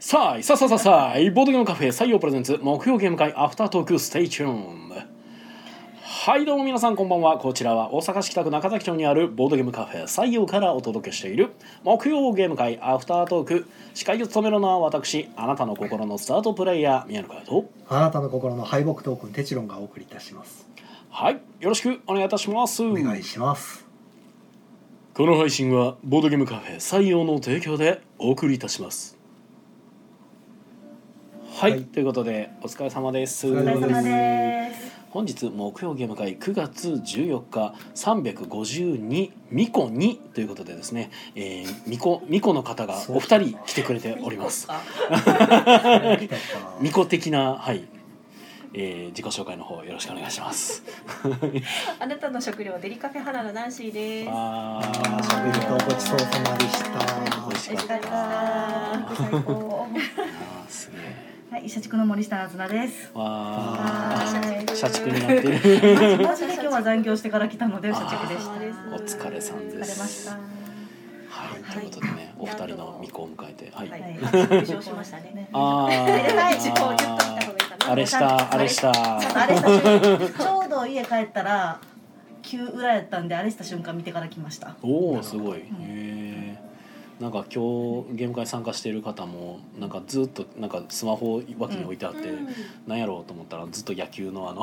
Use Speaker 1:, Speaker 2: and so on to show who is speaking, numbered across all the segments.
Speaker 1: さあいさあさあさあさあいボードゲームカフェ採用プレゼンツ木曜ゲーム会アフタートークステイチューンはいどうも皆さんこんばんはこちらは大阪市北区中崎町にあるボードゲームカフェ採用からお届けしている木曜ゲーム会アフタートーク司会を務めるのは私あなたの心のスタートプレイヤー宮野佳代と
Speaker 2: あなたの心の敗北トークンテチロンがお送りいたします。
Speaker 1: はいよろしくお願いいたします
Speaker 2: お願いします。
Speaker 1: この配信はボードゲームカフェ採用の提供でお送りいたしますはい、
Speaker 2: はい
Speaker 1: ということでお疲れ様です
Speaker 2: お疲
Speaker 3: お
Speaker 2: れ
Speaker 3: 疲れ様です。
Speaker 1: 本日木曜ゲーム会9月14日352ミコ2ということでですね、えー、ミコミコの方がお二人来てくれております
Speaker 3: あ
Speaker 2: 来たか
Speaker 1: ミコ的なはい、えー、自己紹介の方よろしくお願いします
Speaker 3: あなたの食料デリカフェ花のナンシーです。
Speaker 1: あ
Speaker 2: あ
Speaker 1: ー
Speaker 2: ーしゃべりとごちそうさまでした。
Speaker 1: 美味しかった
Speaker 3: あ
Speaker 4: 最高。
Speaker 1: あーすげえ
Speaker 4: はい、社畜の森下あずなです。
Speaker 1: わ
Speaker 2: あ
Speaker 4: は
Speaker 1: ー
Speaker 4: い。
Speaker 1: 社畜になって る
Speaker 4: マジで今日は残業してから来たので社畜でし
Speaker 3: あ
Speaker 4: た。
Speaker 3: ー
Speaker 1: お疲れさん
Speaker 4: 疲れ
Speaker 1: で
Speaker 4: ますした。は
Speaker 1: はい、ということでねお二人のミコを迎えてはい、
Speaker 3: はいい。優勝しましたね。
Speaker 1: あー
Speaker 3: はい自己をギュッとした方がいいかな
Speaker 1: あれしたあれした
Speaker 4: あれしたちょうど家帰ったら急裏やったんであれした瞬間見てから来ました。
Speaker 1: おおすごい、へ
Speaker 4: ん
Speaker 1: えなんか今日ゲーム会参加している方もなんかずっとなんかスマホを脇に置いてあって、なんやろうと思ったらずっと野球のあの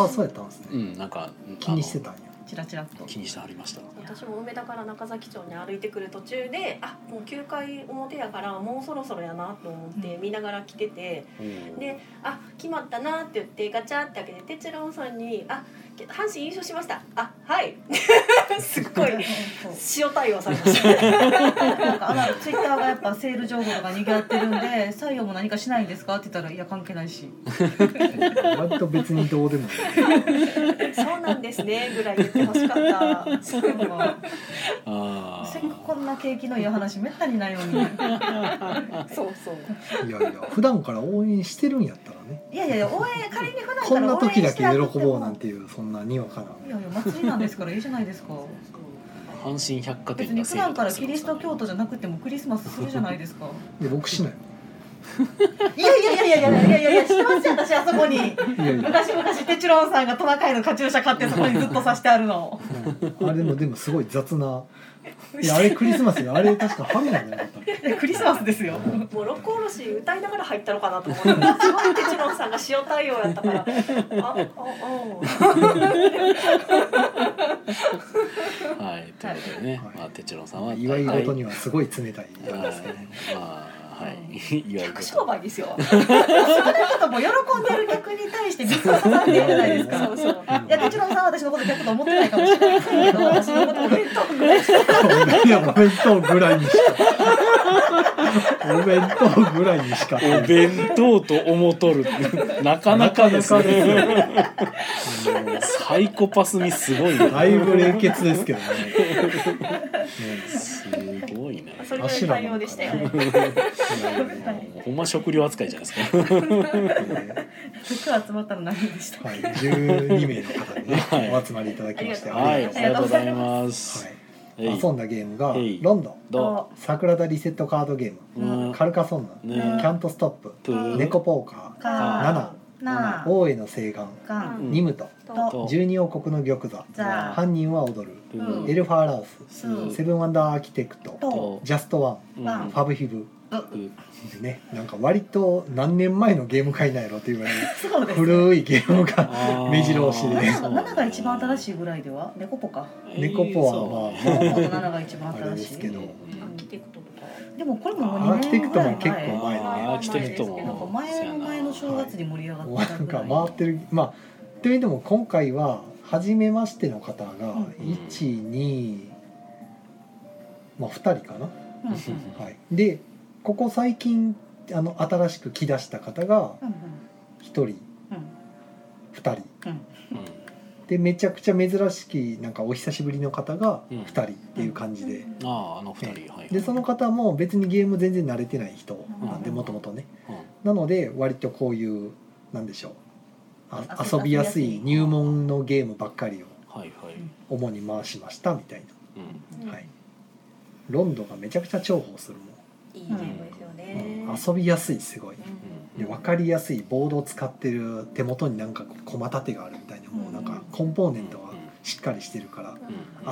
Speaker 2: ああそうやったんです
Speaker 1: う
Speaker 2: ね。
Speaker 1: んなんか
Speaker 2: 気にして
Speaker 1: た
Speaker 2: たんや。
Speaker 4: チラチラっと。
Speaker 1: 気にしてありました
Speaker 3: 私も梅田から中崎町に歩いてくる途中であもう9回表やからもうそろそろやなと思って見ながら来てて、で「あ決まったな」って言ってガチャって開けててちろんさんに「あ阪神優勝しました」「あはい」すっごい塩対応されました。
Speaker 4: なんかあらツイッターがやっぱセール情報とか賑わってるんで採用も何かしないんですかって言ったらいや関係ないし。
Speaker 2: 割と別にどうでもいい。
Speaker 3: そうなんですねぐらい言ってほしかった。
Speaker 4: そう
Speaker 1: あ
Speaker 4: せっかくこ
Speaker 1: ー
Speaker 4: んな景気のいい話めったにないのに。
Speaker 3: そうそう。
Speaker 2: いやいや普段から応援してるんやったらね。
Speaker 4: いやいやいや応援仮に普段
Speaker 2: こ
Speaker 4: か
Speaker 2: ん
Speaker 4: ら
Speaker 2: な
Speaker 4: 応援
Speaker 2: 時だ
Speaker 4: し
Speaker 2: け
Speaker 4: て
Speaker 2: 喜
Speaker 4: なくても
Speaker 2: ぼうなんていうそんなにわかないね。
Speaker 4: やいや祭りなんですからいいじゃないですか
Speaker 1: 阪神百貨
Speaker 4: 別
Speaker 1: 店
Speaker 4: に
Speaker 1: が
Speaker 4: 普
Speaker 1: セー
Speaker 4: 段
Speaker 1: ル
Speaker 4: か
Speaker 1: と
Speaker 4: ら
Speaker 1: す
Speaker 4: キ
Speaker 1: るんで
Speaker 4: リ
Speaker 1: す
Speaker 4: ス
Speaker 1: か
Speaker 4: ト
Speaker 1: ね
Speaker 4: 教徒じゃなくてもクリスマスするじゃないですか
Speaker 2: で僕しない。
Speaker 4: いやいやいやいやいやいやいや知ってますよ私あそこに
Speaker 2: いやいや。
Speaker 4: 昔々テチロンさんがトナカイのカチューシャ買ってそこにずっと刺してあるの
Speaker 2: うんあれもでもすごい雑な。いやあれクリスマスであれ確かファミリーじゃなかったっけ。
Speaker 4: いやクリスマスですよ
Speaker 3: もう六甲おろし歌いながら入ったのかなと思ってた。すごいテチロンさんが塩対応やったから。あ、あ、あ。
Speaker 1: はいということでね、
Speaker 2: はい
Speaker 1: まあ哲郎さんは
Speaker 2: 祝い事
Speaker 1: に
Speaker 2: にはすごい冷たい。
Speaker 1: はいまあはい 祝い
Speaker 3: 客商
Speaker 1: 事
Speaker 3: 売ですよ。
Speaker 4: そんなことも喜んでる客に対して水を刺さってるじゃないです
Speaker 3: そう
Speaker 4: か
Speaker 3: そう。
Speaker 4: いやテチロンさんは私のこと客と思ってないかもしれないけど私のこと
Speaker 3: お
Speaker 4: も
Speaker 3: 弁当ぐらい。
Speaker 2: いやお弁当ぐらいにしかお弁当ぐらいにしか
Speaker 1: お弁当と思とるなかなか ですねサイコパスにすごいね
Speaker 2: だいぶ冷血ですけどね
Speaker 1: すごいね。
Speaker 3: それぐらい対応でしたよね。
Speaker 1: もうほんま食料扱いじゃないですか。
Speaker 4: 服集まったの何でした
Speaker 2: はい、12名の方にね、
Speaker 1: はい
Speaker 2: お集まりいただきまして
Speaker 1: はい、あ
Speaker 2: あ
Speaker 1: り
Speaker 2: り
Speaker 1: が
Speaker 2: が
Speaker 1: とうご
Speaker 2: とうご
Speaker 1: ざ
Speaker 2: ざ
Speaker 1: い
Speaker 2: いま、
Speaker 1: ますす。
Speaker 2: はい
Speaker 1: えい
Speaker 2: 遊んだゲームが
Speaker 1: えい
Speaker 2: ロンドン
Speaker 1: ど
Speaker 2: 桜田リセットカードゲーム
Speaker 1: う、うん、
Speaker 2: カルカソンヌ、
Speaker 1: ね
Speaker 2: キャントストップ
Speaker 1: プー、
Speaker 2: 猫ポーカ
Speaker 4: か
Speaker 2: ー
Speaker 1: あ
Speaker 2: 7
Speaker 4: なあ
Speaker 2: 王への請願
Speaker 4: か
Speaker 3: うん
Speaker 2: ニムト
Speaker 1: と
Speaker 2: 十二王国の玉座
Speaker 4: ザ
Speaker 2: 犯人は踊る
Speaker 1: プ
Speaker 4: う
Speaker 2: エ
Speaker 1: ー、
Speaker 2: ルファーラウス
Speaker 4: ス
Speaker 2: セブンワンダーアーキテクト
Speaker 4: と
Speaker 1: と、
Speaker 2: ジャストワン
Speaker 1: うん
Speaker 4: ワン
Speaker 2: ファブヒブ
Speaker 1: プ
Speaker 2: ねなんか割と何年前のゲーム会なんやろっていうぐらい
Speaker 4: そうですね
Speaker 2: 古いゲームが
Speaker 1: あー
Speaker 2: 目白押しで
Speaker 4: 7が7が一番新しいぐらいでは猫ポか
Speaker 2: 猫ポはまあ
Speaker 4: 猫ポと7が一番
Speaker 2: あれ
Speaker 4: 新
Speaker 2: で
Speaker 4: し
Speaker 2: す
Speaker 4: い
Speaker 2: け
Speaker 4: で
Speaker 2: ど
Speaker 3: アーキテクトとか。
Speaker 4: もこれももう2
Speaker 2: アーキテ
Speaker 4: 年
Speaker 2: ク
Speaker 4: ぐ
Speaker 2: ト
Speaker 4: らい
Speaker 2: も結構
Speaker 4: 前
Speaker 2: 前
Speaker 1: あーアーキテクトも
Speaker 4: なんか前の前の正月に盛り上が
Speaker 2: もうな
Speaker 4: った
Speaker 2: ん
Speaker 4: ぐら
Speaker 2: か
Speaker 4: い
Speaker 2: 回ってるまあというのも今回は初めましての方が
Speaker 4: うん
Speaker 2: 12まあ2人かな、
Speaker 4: うんうん
Speaker 2: はい、でここ最近あの新しく来だした方が
Speaker 4: うん
Speaker 2: 1人2人
Speaker 4: うん
Speaker 2: でめちゃくちゃ珍しいなんかお久しぶりの方が2人っていう感じで、
Speaker 1: ああー、あの二人、はい。
Speaker 2: でその方も別にゲーム全然慣れてない人なんで
Speaker 4: うん
Speaker 2: もともとね
Speaker 1: うん
Speaker 2: なので割とこういうなんでしょうあ
Speaker 4: 遊
Speaker 2: 遊
Speaker 4: び
Speaker 2: びやすい入門のゲームばっかりを
Speaker 1: はいはい。
Speaker 2: 主に回しましたみたい
Speaker 1: うん
Speaker 2: な、はい、ロンドンがめちゃくちゃ重宝するも
Speaker 3: いいゲームですよ
Speaker 2: ん、
Speaker 3: ね。
Speaker 2: 遊びやすいすごい
Speaker 3: うん
Speaker 2: で分かりやすいボードを使ってる手元になんかこう駒立てがあるみたいなもうなんかコンポーネントがしっかりしてるから
Speaker 1: うん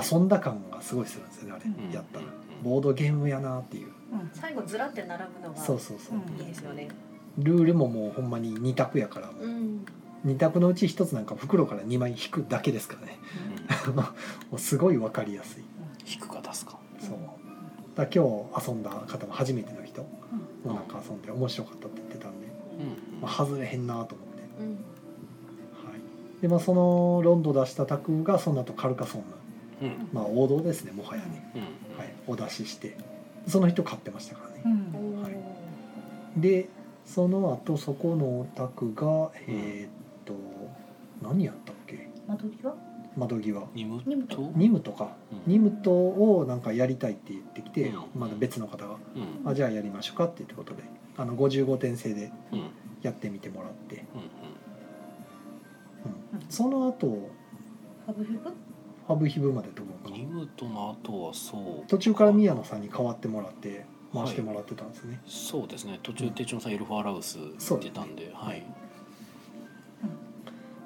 Speaker 2: 遊んだ感がすごいするんですよねあ
Speaker 4: うん
Speaker 2: れやったらボードゲームやなっていう
Speaker 4: うん
Speaker 3: 最後ずらって並ぶのが
Speaker 2: そうそうそう
Speaker 3: いいですよね。
Speaker 2: ルールももうほんまに2択やからも
Speaker 3: う。
Speaker 2: うん2択のうち1つなんか袋から2枚引くだけですからね もうすごい分かりやすい
Speaker 1: 引くか出すか
Speaker 2: そうだから今日遊んだ方も初めての人もなんか遊んで面白かったって言ってたんで、
Speaker 1: うん
Speaker 2: まあ、外れへんなと思って、
Speaker 3: うん。
Speaker 2: はいでまあ、そのロンド出した卓がその後カルカソンの、
Speaker 1: うん
Speaker 2: まあ、王道ですねもはやね、
Speaker 1: うん
Speaker 2: はい、お出ししてその人買ってましたからね
Speaker 4: う、
Speaker 3: お
Speaker 4: ん
Speaker 3: お
Speaker 2: はいでその後そこのお宅がえーっと何やったっけ
Speaker 4: 間取りは
Speaker 2: 窓際
Speaker 1: ニムト
Speaker 4: う
Speaker 2: ニムとか
Speaker 1: うん
Speaker 2: ニムとをなんかやりたいって言ってきて、
Speaker 1: うん
Speaker 2: まだ別の方が
Speaker 1: うん
Speaker 2: あじゃあやりましょうかっていうことであの55点制で
Speaker 1: うん
Speaker 2: やってみてもらって、
Speaker 1: う
Speaker 2: うんその後
Speaker 4: ハブヒブ
Speaker 2: ハブヒブまでと思うんか
Speaker 1: ニムトの後はそう
Speaker 2: 途中から宮野さんに代わってもらって回してもらってたんですね、
Speaker 1: そうですね途中手帳さんエルファーラウス行ってたんではい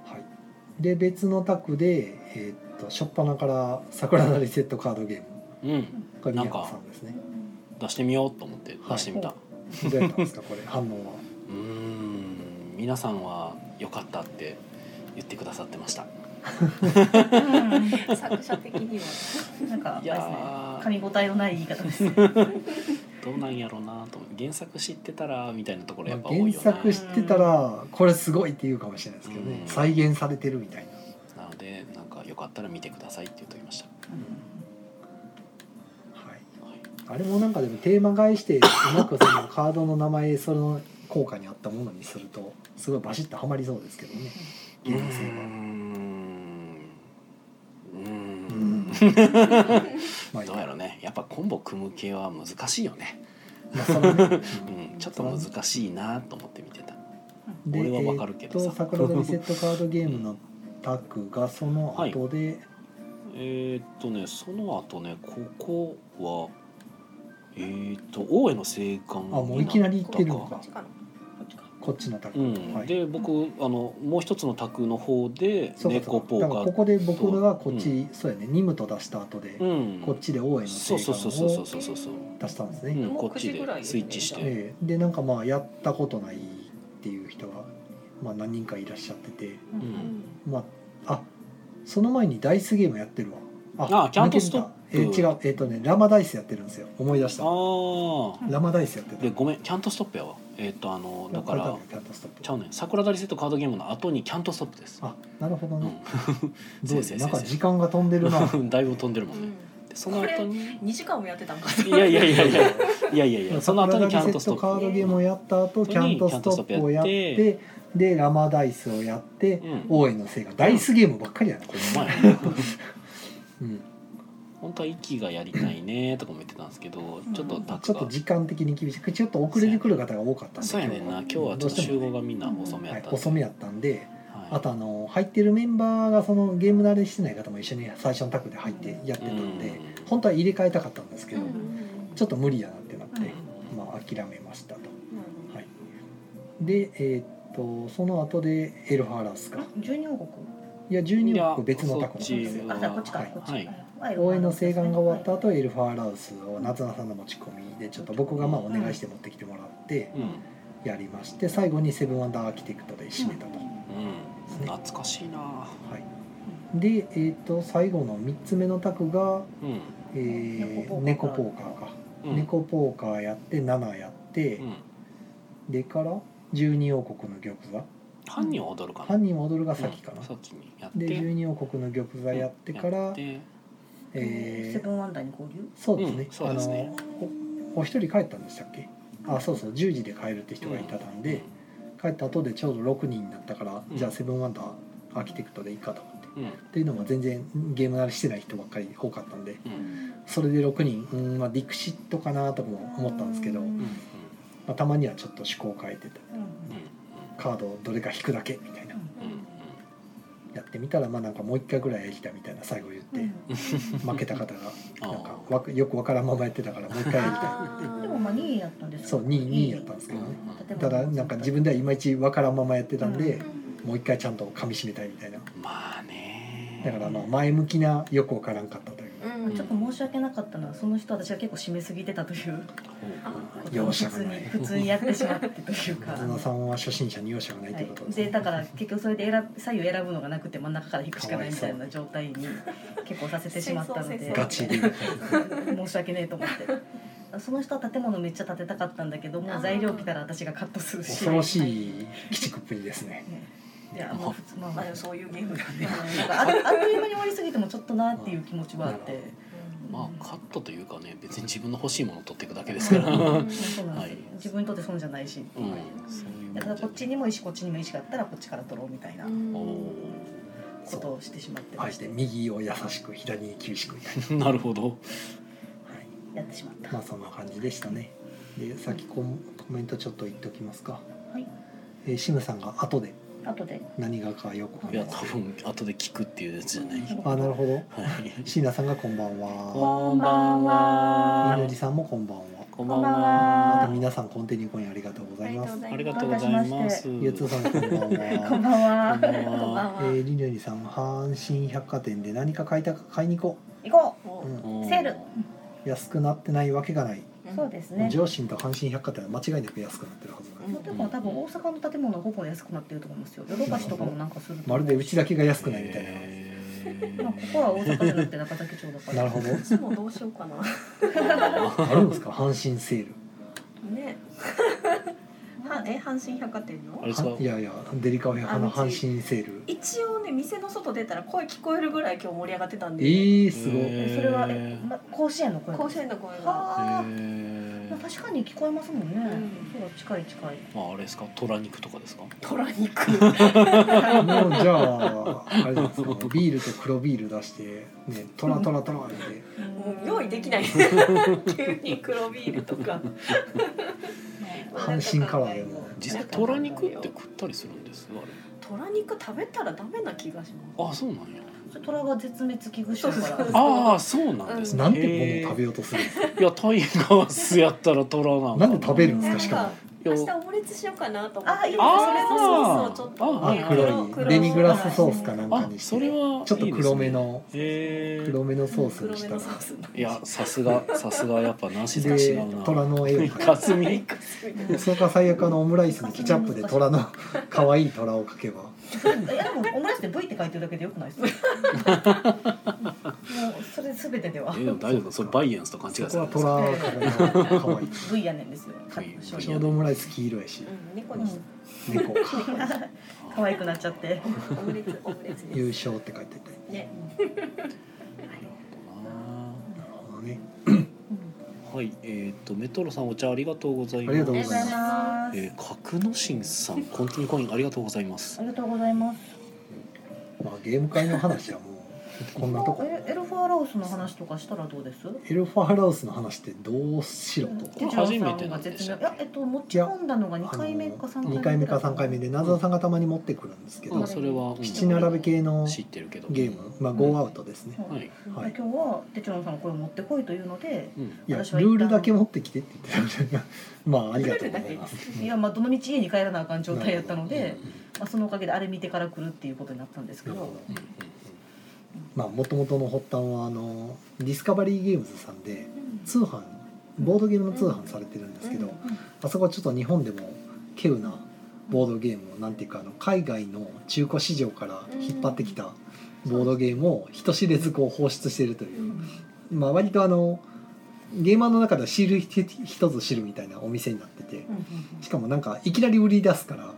Speaker 2: はいで別の卓で、えーっと初っ端から桜のリセットカードゲーム
Speaker 1: うん
Speaker 2: が宮野さんですね
Speaker 1: 出してみようと思って出してみた
Speaker 4: は
Speaker 2: どうやったんですかこれ 反応は
Speaker 1: うーん皆さんは良かったって言ってくださってました
Speaker 3: 作者的には。
Speaker 4: なんかあれ
Speaker 1: い
Speaker 4: ですね
Speaker 1: やー
Speaker 4: 噛み応えのない言い方ですね
Speaker 1: どうなんやろうなと思って原作知ってたらみたいなところやっぱ多いよ
Speaker 2: 原
Speaker 1: な
Speaker 2: 作知ってたらこれすごいって言うかもしれないですけどね
Speaker 1: うん
Speaker 2: 再現されてるみたいな
Speaker 1: なのでなんかよかったら見てくださいって言っておきました、
Speaker 2: はい
Speaker 1: はい
Speaker 2: あれもなんかでもテーマ返してうまくそのカードの名前その効果に合ったものにするとすごいバシッとはまりそうですけどね
Speaker 1: うー
Speaker 2: ゲーム性は
Speaker 1: んうー
Speaker 2: うんんまあいい
Speaker 1: どうやろうねやっぱコンボ組む系は難しいよね、
Speaker 2: まあそのね
Speaker 1: うん、ちょっと難しいなと思って見てた
Speaker 2: で
Speaker 1: 俺はわかるけどさ
Speaker 2: えーっと桜のリセットカードゲームのタッグがその後で、
Speaker 1: えーっとねその後ねここはえーっと大江の生還
Speaker 2: あもういきなり行ってるの
Speaker 3: こ
Speaker 2: か
Speaker 3: っちかな。
Speaker 2: こっちのタッ
Speaker 1: う
Speaker 2: グ、
Speaker 1: ん
Speaker 2: はい
Speaker 1: で僕あのもう一つの卓の方で
Speaker 2: そうかそ
Speaker 1: 猫
Speaker 2: うか
Speaker 1: ポー
Speaker 2: だか
Speaker 1: カ
Speaker 2: ら
Speaker 1: ー
Speaker 2: ここで僕がこっち、そうやねニムと出した後で、
Speaker 1: うん
Speaker 2: こっちで応援の
Speaker 1: そうそうそうそうそうそうそうそう
Speaker 2: 出したんですね、
Speaker 1: うん
Speaker 3: もう
Speaker 1: こっち
Speaker 3: 9時ぐらい
Speaker 1: で
Speaker 3: です
Speaker 1: スイ
Speaker 3: ね
Speaker 1: ッチして、
Speaker 2: ええでなんかまあやったことないっていう人が、まあ、何人かいらっしゃってて
Speaker 1: う、
Speaker 3: うんん。
Speaker 2: まああその前にダイスゲームやってるわ
Speaker 1: あキャントストップ
Speaker 2: 抜けてたええ違うえっ、とねラマダイスやってるんですよ思い出した
Speaker 1: ああ
Speaker 2: ラマダイスやってた
Speaker 1: でごめんキャントストップやわえーっとあのだか
Speaker 2: こ
Speaker 1: ら
Speaker 2: れ多分キャントストップ
Speaker 1: ちゃうねん桜田リセットカードゲームの後にキャントストップです
Speaker 2: あなるほど
Speaker 1: う
Speaker 2: ね、どうです
Speaker 1: せいせいせいせ
Speaker 2: ないんか時間が飛んでるな
Speaker 1: ん だいぶ飛んでるも
Speaker 3: うん
Speaker 1: ね
Speaker 3: ん。
Speaker 1: でその後に
Speaker 3: 二時間もやってたのか。
Speaker 1: いやいやいやいやいやいやいやその後にキャントストッ
Speaker 2: カー
Speaker 1: プ
Speaker 2: ドゲームをやった後キャントストップをやって
Speaker 1: キャン
Speaker 2: でラマダイスをやって、
Speaker 1: うん
Speaker 2: 応援のせいがダイスゲームばっかりやなこれ、
Speaker 1: ほんまや
Speaker 2: うん、
Speaker 1: 本当は息がやりたいねとかも言ってたんですけどちょっとタ
Speaker 2: ち
Speaker 1: ク
Speaker 2: ょっと
Speaker 1: が
Speaker 2: 時間的に厳しくちょっと遅れてくる方が多かったんで
Speaker 1: そうやねんな今日はちょっと集合がみんな遅め
Speaker 2: は
Speaker 1: やっ
Speaker 2: い
Speaker 1: たんで
Speaker 2: 遅めやったんで
Speaker 1: はい
Speaker 2: あとあの入ってるメンバーがそのゲーム慣れしてない方も一緒に最初のタッグで入ってやってたんで
Speaker 1: うん
Speaker 2: 本当は入れ替えたかったんですけど
Speaker 3: うん
Speaker 2: ちょっと無理やなってなって
Speaker 1: うん
Speaker 2: まあ諦めましたとはいでえーっとその後でエルファーラスか
Speaker 4: 十二王国
Speaker 2: いや
Speaker 1: い
Speaker 2: 12
Speaker 1: や
Speaker 2: 億別のタッグ
Speaker 1: そっち
Speaker 2: です
Speaker 4: あじゃあこっちか、
Speaker 2: はい
Speaker 4: こっち
Speaker 1: はい
Speaker 4: はい
Speaker 2: 応援の請願が終わった後エルファーラウスを夏菜さんの持ち込みでちょっと僕がまあお願いして持ってきてもらって
Speaker 1: うん
Speaker 2: やりまして最後に「セブンワンダーアーキテクト」で締めたと、
Speaker 1: うん懐かしいな
Speaker 2: はい、で、えー、と最後の3つ目のタクが、
Speaker 1: うん
Speaker 2: えー
Speaker 4: 猫
Speaker 2: 猫
Speaker 4: ポ
Speaker 2: ポ
Speaker 4: ー
Speaker 2: ーカーか、
Speaker 1: うん
Speaker 2: 猫ポーカーやって7やって、
Speaker 1: うん
Speaker 2: でから12王国の玉座
Speaker 1: 犯人は踊るかな
Speaker 2: 犯人は踊るが先かな、
Speaker 1: うん先にやって
Speaker 2: で12王国の玉座やってから、
Speaker 1: やって
Speaker 4: えー、セ
Speaker 2: え
Speaker 4: ブンワンダーに合流
Speaker 2: ーそうですね,、
Speaker 1: うんそうですね
Speaker 2: あのおお一人帰ったんでしたっけあそうそう10時で帰るって人がいたんで、帰った後でちょうど6人になったから、
Speaker 1: うん
Speaker 2: じゃあセブンワンダーアーキテクトでいいかと思って。
Speaker 1: うんうん
Speaker 2: っていうのも全然ゲーム慣れしてない人ばっかり多かったんで
Speaker 1: うん
Speaker 2: それで6人うんまあディクシットかなとも思ったんですけど、
Speaker 4: う
Speaker 2: ま
Speaker 1: うんうん
Speaker 2: あ、たまにはちょっと趣向を変えてた
Speaker 4: うん
Speaker 1: うん
Speaker 2: カードをどれか引くだけみたいな
Speaker 1: うんうん
Speaker 2: やってみたらまあなんかもう一回ぐらいやりたいみたいな最後言って、負けた方がなんかわくよくわからんままやってたからもう一回やりた
Speaker 4: でもまあ2位やったんで
Speaker 2: い
Speaker 4: す
Speaker 2: そう2位2位やったんですけどね
Speaker 4: でも
Speaker 2: ただなんか自分ではいまいちわからんままやってたんで
Speaker 4: う、
Speaker 2: もう一回ちゃんと噛み締めたいみたいな
Speaker 1: まあ
Speaker 2: だ
Speaker 1: ね
Speaker 2: からまあ前向きなよくわからんかったという
Speaker 3: うん
Speaker 4: ちょっと申し訳なかったのはその人私が結構締めすぎてたということを
Speaker 2: 容
Speaker 4: 普
Speaker 2: 赦が
Speaker 4: 通
Speaker 2: な
Speaker 4: に
Speaker 2: い
Speaker 4: 普通にやってしまってというか。
Speaker 2: 松野さんは初心者に容赦がないと
Speaker 4: は
Speaker 2: いう
Speaker 4: い
Speaker 2: こと、です
Speaker 4: で
Speaker 2: ね、
Speaker 4: だから結局それで選ぶ左右選ぶのがなくて真ん中から引くしかないみたいな状態に結構させてしまったの
Speaker 3: 戦
Speaker 4: で
Speaker 3: 争
Speaker 2: ガチで
Speaker 4: 申し訳ねえと思ってその人は建物めっちゃ建てたかったんだけどもう材料来たら私がカットするし
Speaker 2: 恐ろしい鬼畜っぷりですね
Speaker 4: いやもう普通まあまあ
Speaker 3: まあでもそういうゲームだね。
Speaker 4: なんかああっという間に終わりすぎてもちょっとなっていう気持ちはあって、
Speaker 1: まあカットというかね別に自分の欲しいものを取っていくだけですからうん
Speaker 4: そうなんです、
Speaker 1: はい
Speaker 4: 自分にとって損じゃないし、
Speaker 1: そういうもん
Speaker 4: だ
Speaker 1: じ
Speaker 4: か
Speaker 1: ゃ
Speaker 4: ら
Speaker 1: ない
Speaker 4: こっちにも石こっちにも石があったらこっちから取ろうみたいな
Speaker 1: お
Speaker 4: ことをしてしまって
Speaker 2: あ
Speaker 4: ま
Speaker 2: え
Speaker 4: してて、
Speaker 2: 右を優しく左に厳しくみたいな、
Speaker 1: ーなるほど
Speaker 2: はい、
Speaker 4: やってしまった、
Speaker 2: まあそんな感じでしたねでさっきココメントちょっと言っときますか、
Speaker 4: はい
Speaker 2: えー、シムさんが後で
Speaker 4: 後で
Speaker 2: 何がかよく
Speaker 1: いや多分後で聞くっていうやつじゃない
Speaker 2: あなるほど
Speaker 1: はい
Speaker 2: 椎名さんがこんばんは
Speaker 1: こんばんは
Speaker 2: みのりさんもこんばんは
Speaker 1: こんばん
Speaker 4: こんばん
Speaker 1: は
Speaker 4: は
Speaker 2: あと皆さんコンテニコインありがとうございます
Speaker 1: ありがとうございます
Speaker 2: ゆうつーさんこんばん
Speaker 4: こん
Speaker 2: は
Speaker 4: ばんは
Speaker 1: こんばん
Speaker 3: こんば
Speaker 1: は
Speaker 3: ん
Speaker 2: え
Speaker 3: は。
Speaker 2: ー、りのりさん阪神百貨店で何か買いた買いに行こ
Speaker 4: 行こ
Speaker 2: う、う
Speaker 3: お
Speaker 2: ん、
Speaker 1: うん
Speaker 4: セール
Speaker 2: 安くなってないわけがない、
Speaker 4: うそうですね
Speaker 2: 上信と阪神百貨店は間違いなく安くなってるはずなんで
Speaker 4: もうてか多分大阪の建物はほぼ安くなってると思いますよヨドバシとかもなんかすると
Speaker 2: まるでうちだけが安くないみたいな、
Speaker 1: へ
Speaker 4: まあここは大阪じゃなくて中崎町だから
Speaker 2: なるほど
Speaker 3: うちもどうしようかな。
Speaker 1: ー
Speaker 2: あるん ですか阪神セール
Speaker 3: ね。はえ阪神百貨店
Speaker 1: あれ
Speaker 3: の。
Speaker 1: ですか
Speaker 2: はいやいやデリカフェ派の
Speaker 3: あ
Speaker 2: 阪
Speaker 3: 道
Speaker 2: 神セール
Speaker 3: 一応ね店の外出たら声聞こえるぐらい今日盛り上がってたん
Speaker 2: え
Speaker 3: で。
Speaker 2: ー、すごい、
Speaker 1: え
Speaker 4: えそれはえ、ま、甲子園の声
Speaker 3: 甲子園の声が。
Speaker 4: はあ、
Speaker 1: へ
Speaker 4: まあ、
Speaker 1: ー
Speaker 4: 確かに聞こえますもんね、
Speaker 3: ん
Speaker 4: そうだ近い近い
Speaker 1: まああれですか虎肉とかですか
Speaker 3: 虎肉。
Speaker 2: もうじゃああれじゃないです かビールと黒ビール出してねトラトラトラって
Speaker 3: もう 用意できない。 急に黒ビールとか。
Speaker 2: 阪神カラーでも
Speaker 1: 実際虎肉って食ったりするんですあれ
Speaker 3: 虎肉食べたらダメな気がします。
Speaker 1: あそうなんや
Speaker 4: それ虎が絶滅危惧種だから
Speaker 3: そうそうそう
Speaker 1: ああそうなんですね
Speaker 2: なんてものを食べようとするんですか
Speaker 1: いやタイガースやったら虎なんか
Speaker 2: なんで食べるんですかしか
Speaker 3: 明
Speaker 1: い
Speaker 3: 日
Speaker 1: や
Speaker 3: オムレツしようかなと思って。
Speaker 4: あいいですね
Speaker 3: それのソースをちょっ
Speaker 2: も
Speaker 1: あ
Speaker 3: と
Speaker 1: は
Speaker 2: あ
Speaker 1: い
Speaker 2: 黒いデミグラスソースかなんか
Speaker 1: あ
Speaker 2: にして
Speaker 1: それはいいですね
Speaker 2: ちょっと黒めの
Speaker 1: へえ
Speaker 2: 黒めのソースに
Speaker 3: 黒め
Speaker 2: した
Speaker 3: の
Speaker 2: ら
Speaker 3: ソース
Speaker 1: いやさすがさすがやっぱなしで違
Speaker 2: で
Speaker 1: うな
Speaker 2: 虎の絵を
Speaker 1: か
Speaker 2: 描
Speaker 1: すみ
Speaker 2: いてそれか最悪あのオムライスにケチャップで虎の可愛い虎を描けば
Speaker 4: いやでもオムライスで V って書いてるだけでよくないですか もうそれ全てでは
Speaker 1: えでも大丈夫かそれバイエンスと勘違い
Speaker 2: そ
Speaker 1: さ
Speaker 2: こ
Speaker 1: れ
Speaker 2: は
Speaker 1: てま
Speaker 2: 虎が可愛い
Speaker 4: V やねんですよか
Speaker 1: V
Speaker 4: 正
Speaker 2: ちょ
Speaker 4: 直
Speaker 2: うどオムライス黄色やし
Speaker 3: うん猫にした。
Speaker 2: 猫
Speaker 4: 可愛くなっちゃって
Speaker 3: オムレツオムレツ
Speaker 2: 優
Speaker 3: です。
Speaker 2: 勝って書いてて
Speaker 3: ね。
Speaker 2: なるほどね
Speaker 1: すはいえっとメトロさんお茶ありがとうございます
Speaker 2: ありがとうご
Speaker 4: ありがとうござ
Speaker 2: ざ
Speaker 4: い
Speaker 2: い
Speaker 4: ます
Speaker 1: えー、格之進さんコンティニコインありがとうございます
Speaker 4: ありがとうございます
Speaker 2: まあ、ゲーム会の話はもうこんなとこ
Speaker 4: えエルファーラオスの話とかしたらどうです
Speaker 2: エルファーラオスの話ってどうしろと
Speaker 1: れ初めてなんでしたっけ
Speaker 4: いやえっと持ち込んだのが2回目か3回目
Speaker 2: 2回目か3回目で謎さんがたまに持ってくるんですけ
Speaker 1: ま
Speaker 2: ど
Speaker 1: あそれは、うん
Speaker 2: 七並べ系の
Speaker 1: 知ってるけど
Speaker 2: ゲームまあゴーアウトですね
Speaker 4: は
Speaker 1: はいい、
Speaker 2: は
Speaker 4: はいい、今日はテチロンさんのこれを持ってこいというので、
Speaker 1: うん、
Speaker 2: いやル
Speaker 4: 私は一旦
Speaker 2: ールだけ持ってきてって言ってたんでまあありがとうございます
Speaker 4: いやまあどの道家に帰らなあかん状態やったの
Speaker 2: な
Speaker 4: で
Speaker 2: る、
Speaker 4: まあ、そのおかげであれ見てから来るっていうことになったんですけ
Speaker 2: なるほ
Speaker 4: ど
Speaker 2: どまあもともとの発端はあのディスカバリーゲームズさんで通販ボードゲームの通販されてるんですけど、あそこはちょっと日本でも稀有なボードゲームをなんていうかあの海外の中古市場から引っ張ってきたボードゲームを人知れずこう放出しているという、まあ、割とあのゲーマーの中では知る人一つ知るみたいなお店になっててしかもなんかいきなり売り出すから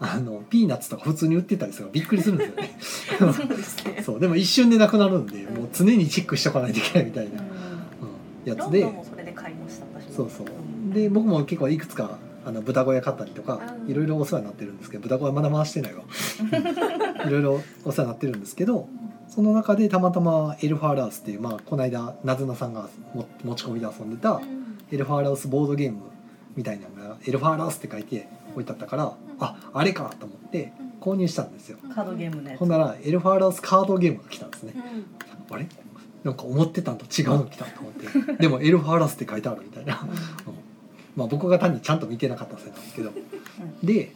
Speaker 2: あのピーナッツとか普通に売ってたりするからびっくりするんです よ
Speaker 3: そ
Speaker 2: ね
Speaker 3: うですね。
Speaker 2: そうでも一瞬でなくなるんでもう常にチェックしとかないといけないみたいな、うん、や
Speaker 3: ロ
Speaker 2: つ
Speaker 3: ン
Speaker 2: で
Speaker 3: ドンもそれで買いました。私も
Speaker 2: そうそうんで僕も結構いくつかあの豚小屋買ったりとか
Speaker 3: うん
Speaker 2: いろいろお世話になってるんですけど豚小屋まだ回して ないわいろいろお世話になってるんですけどその中でたまたまエルファーラウスっていう、まあ、この間なずなさんがも持ち込みで遊んでたエルファーラウスボードゲームみたいなのがエルファーラウスって書いて置いてあったからああれかと思って
Speaker 3: うん
Speaker 2: 購入したんですよ
Speaker 4: カードゲームのやつ
Speaker 2: ほんならエルファーランスカードゲームが来たんですね
Speaker 3: うん
Speaker 2: あれなんか思ってたんと違うの来たと思 ってでもエルファーランスって書いてあるみたいな うんまあ僕が単にちゃんと見てなかったせいなんですけどで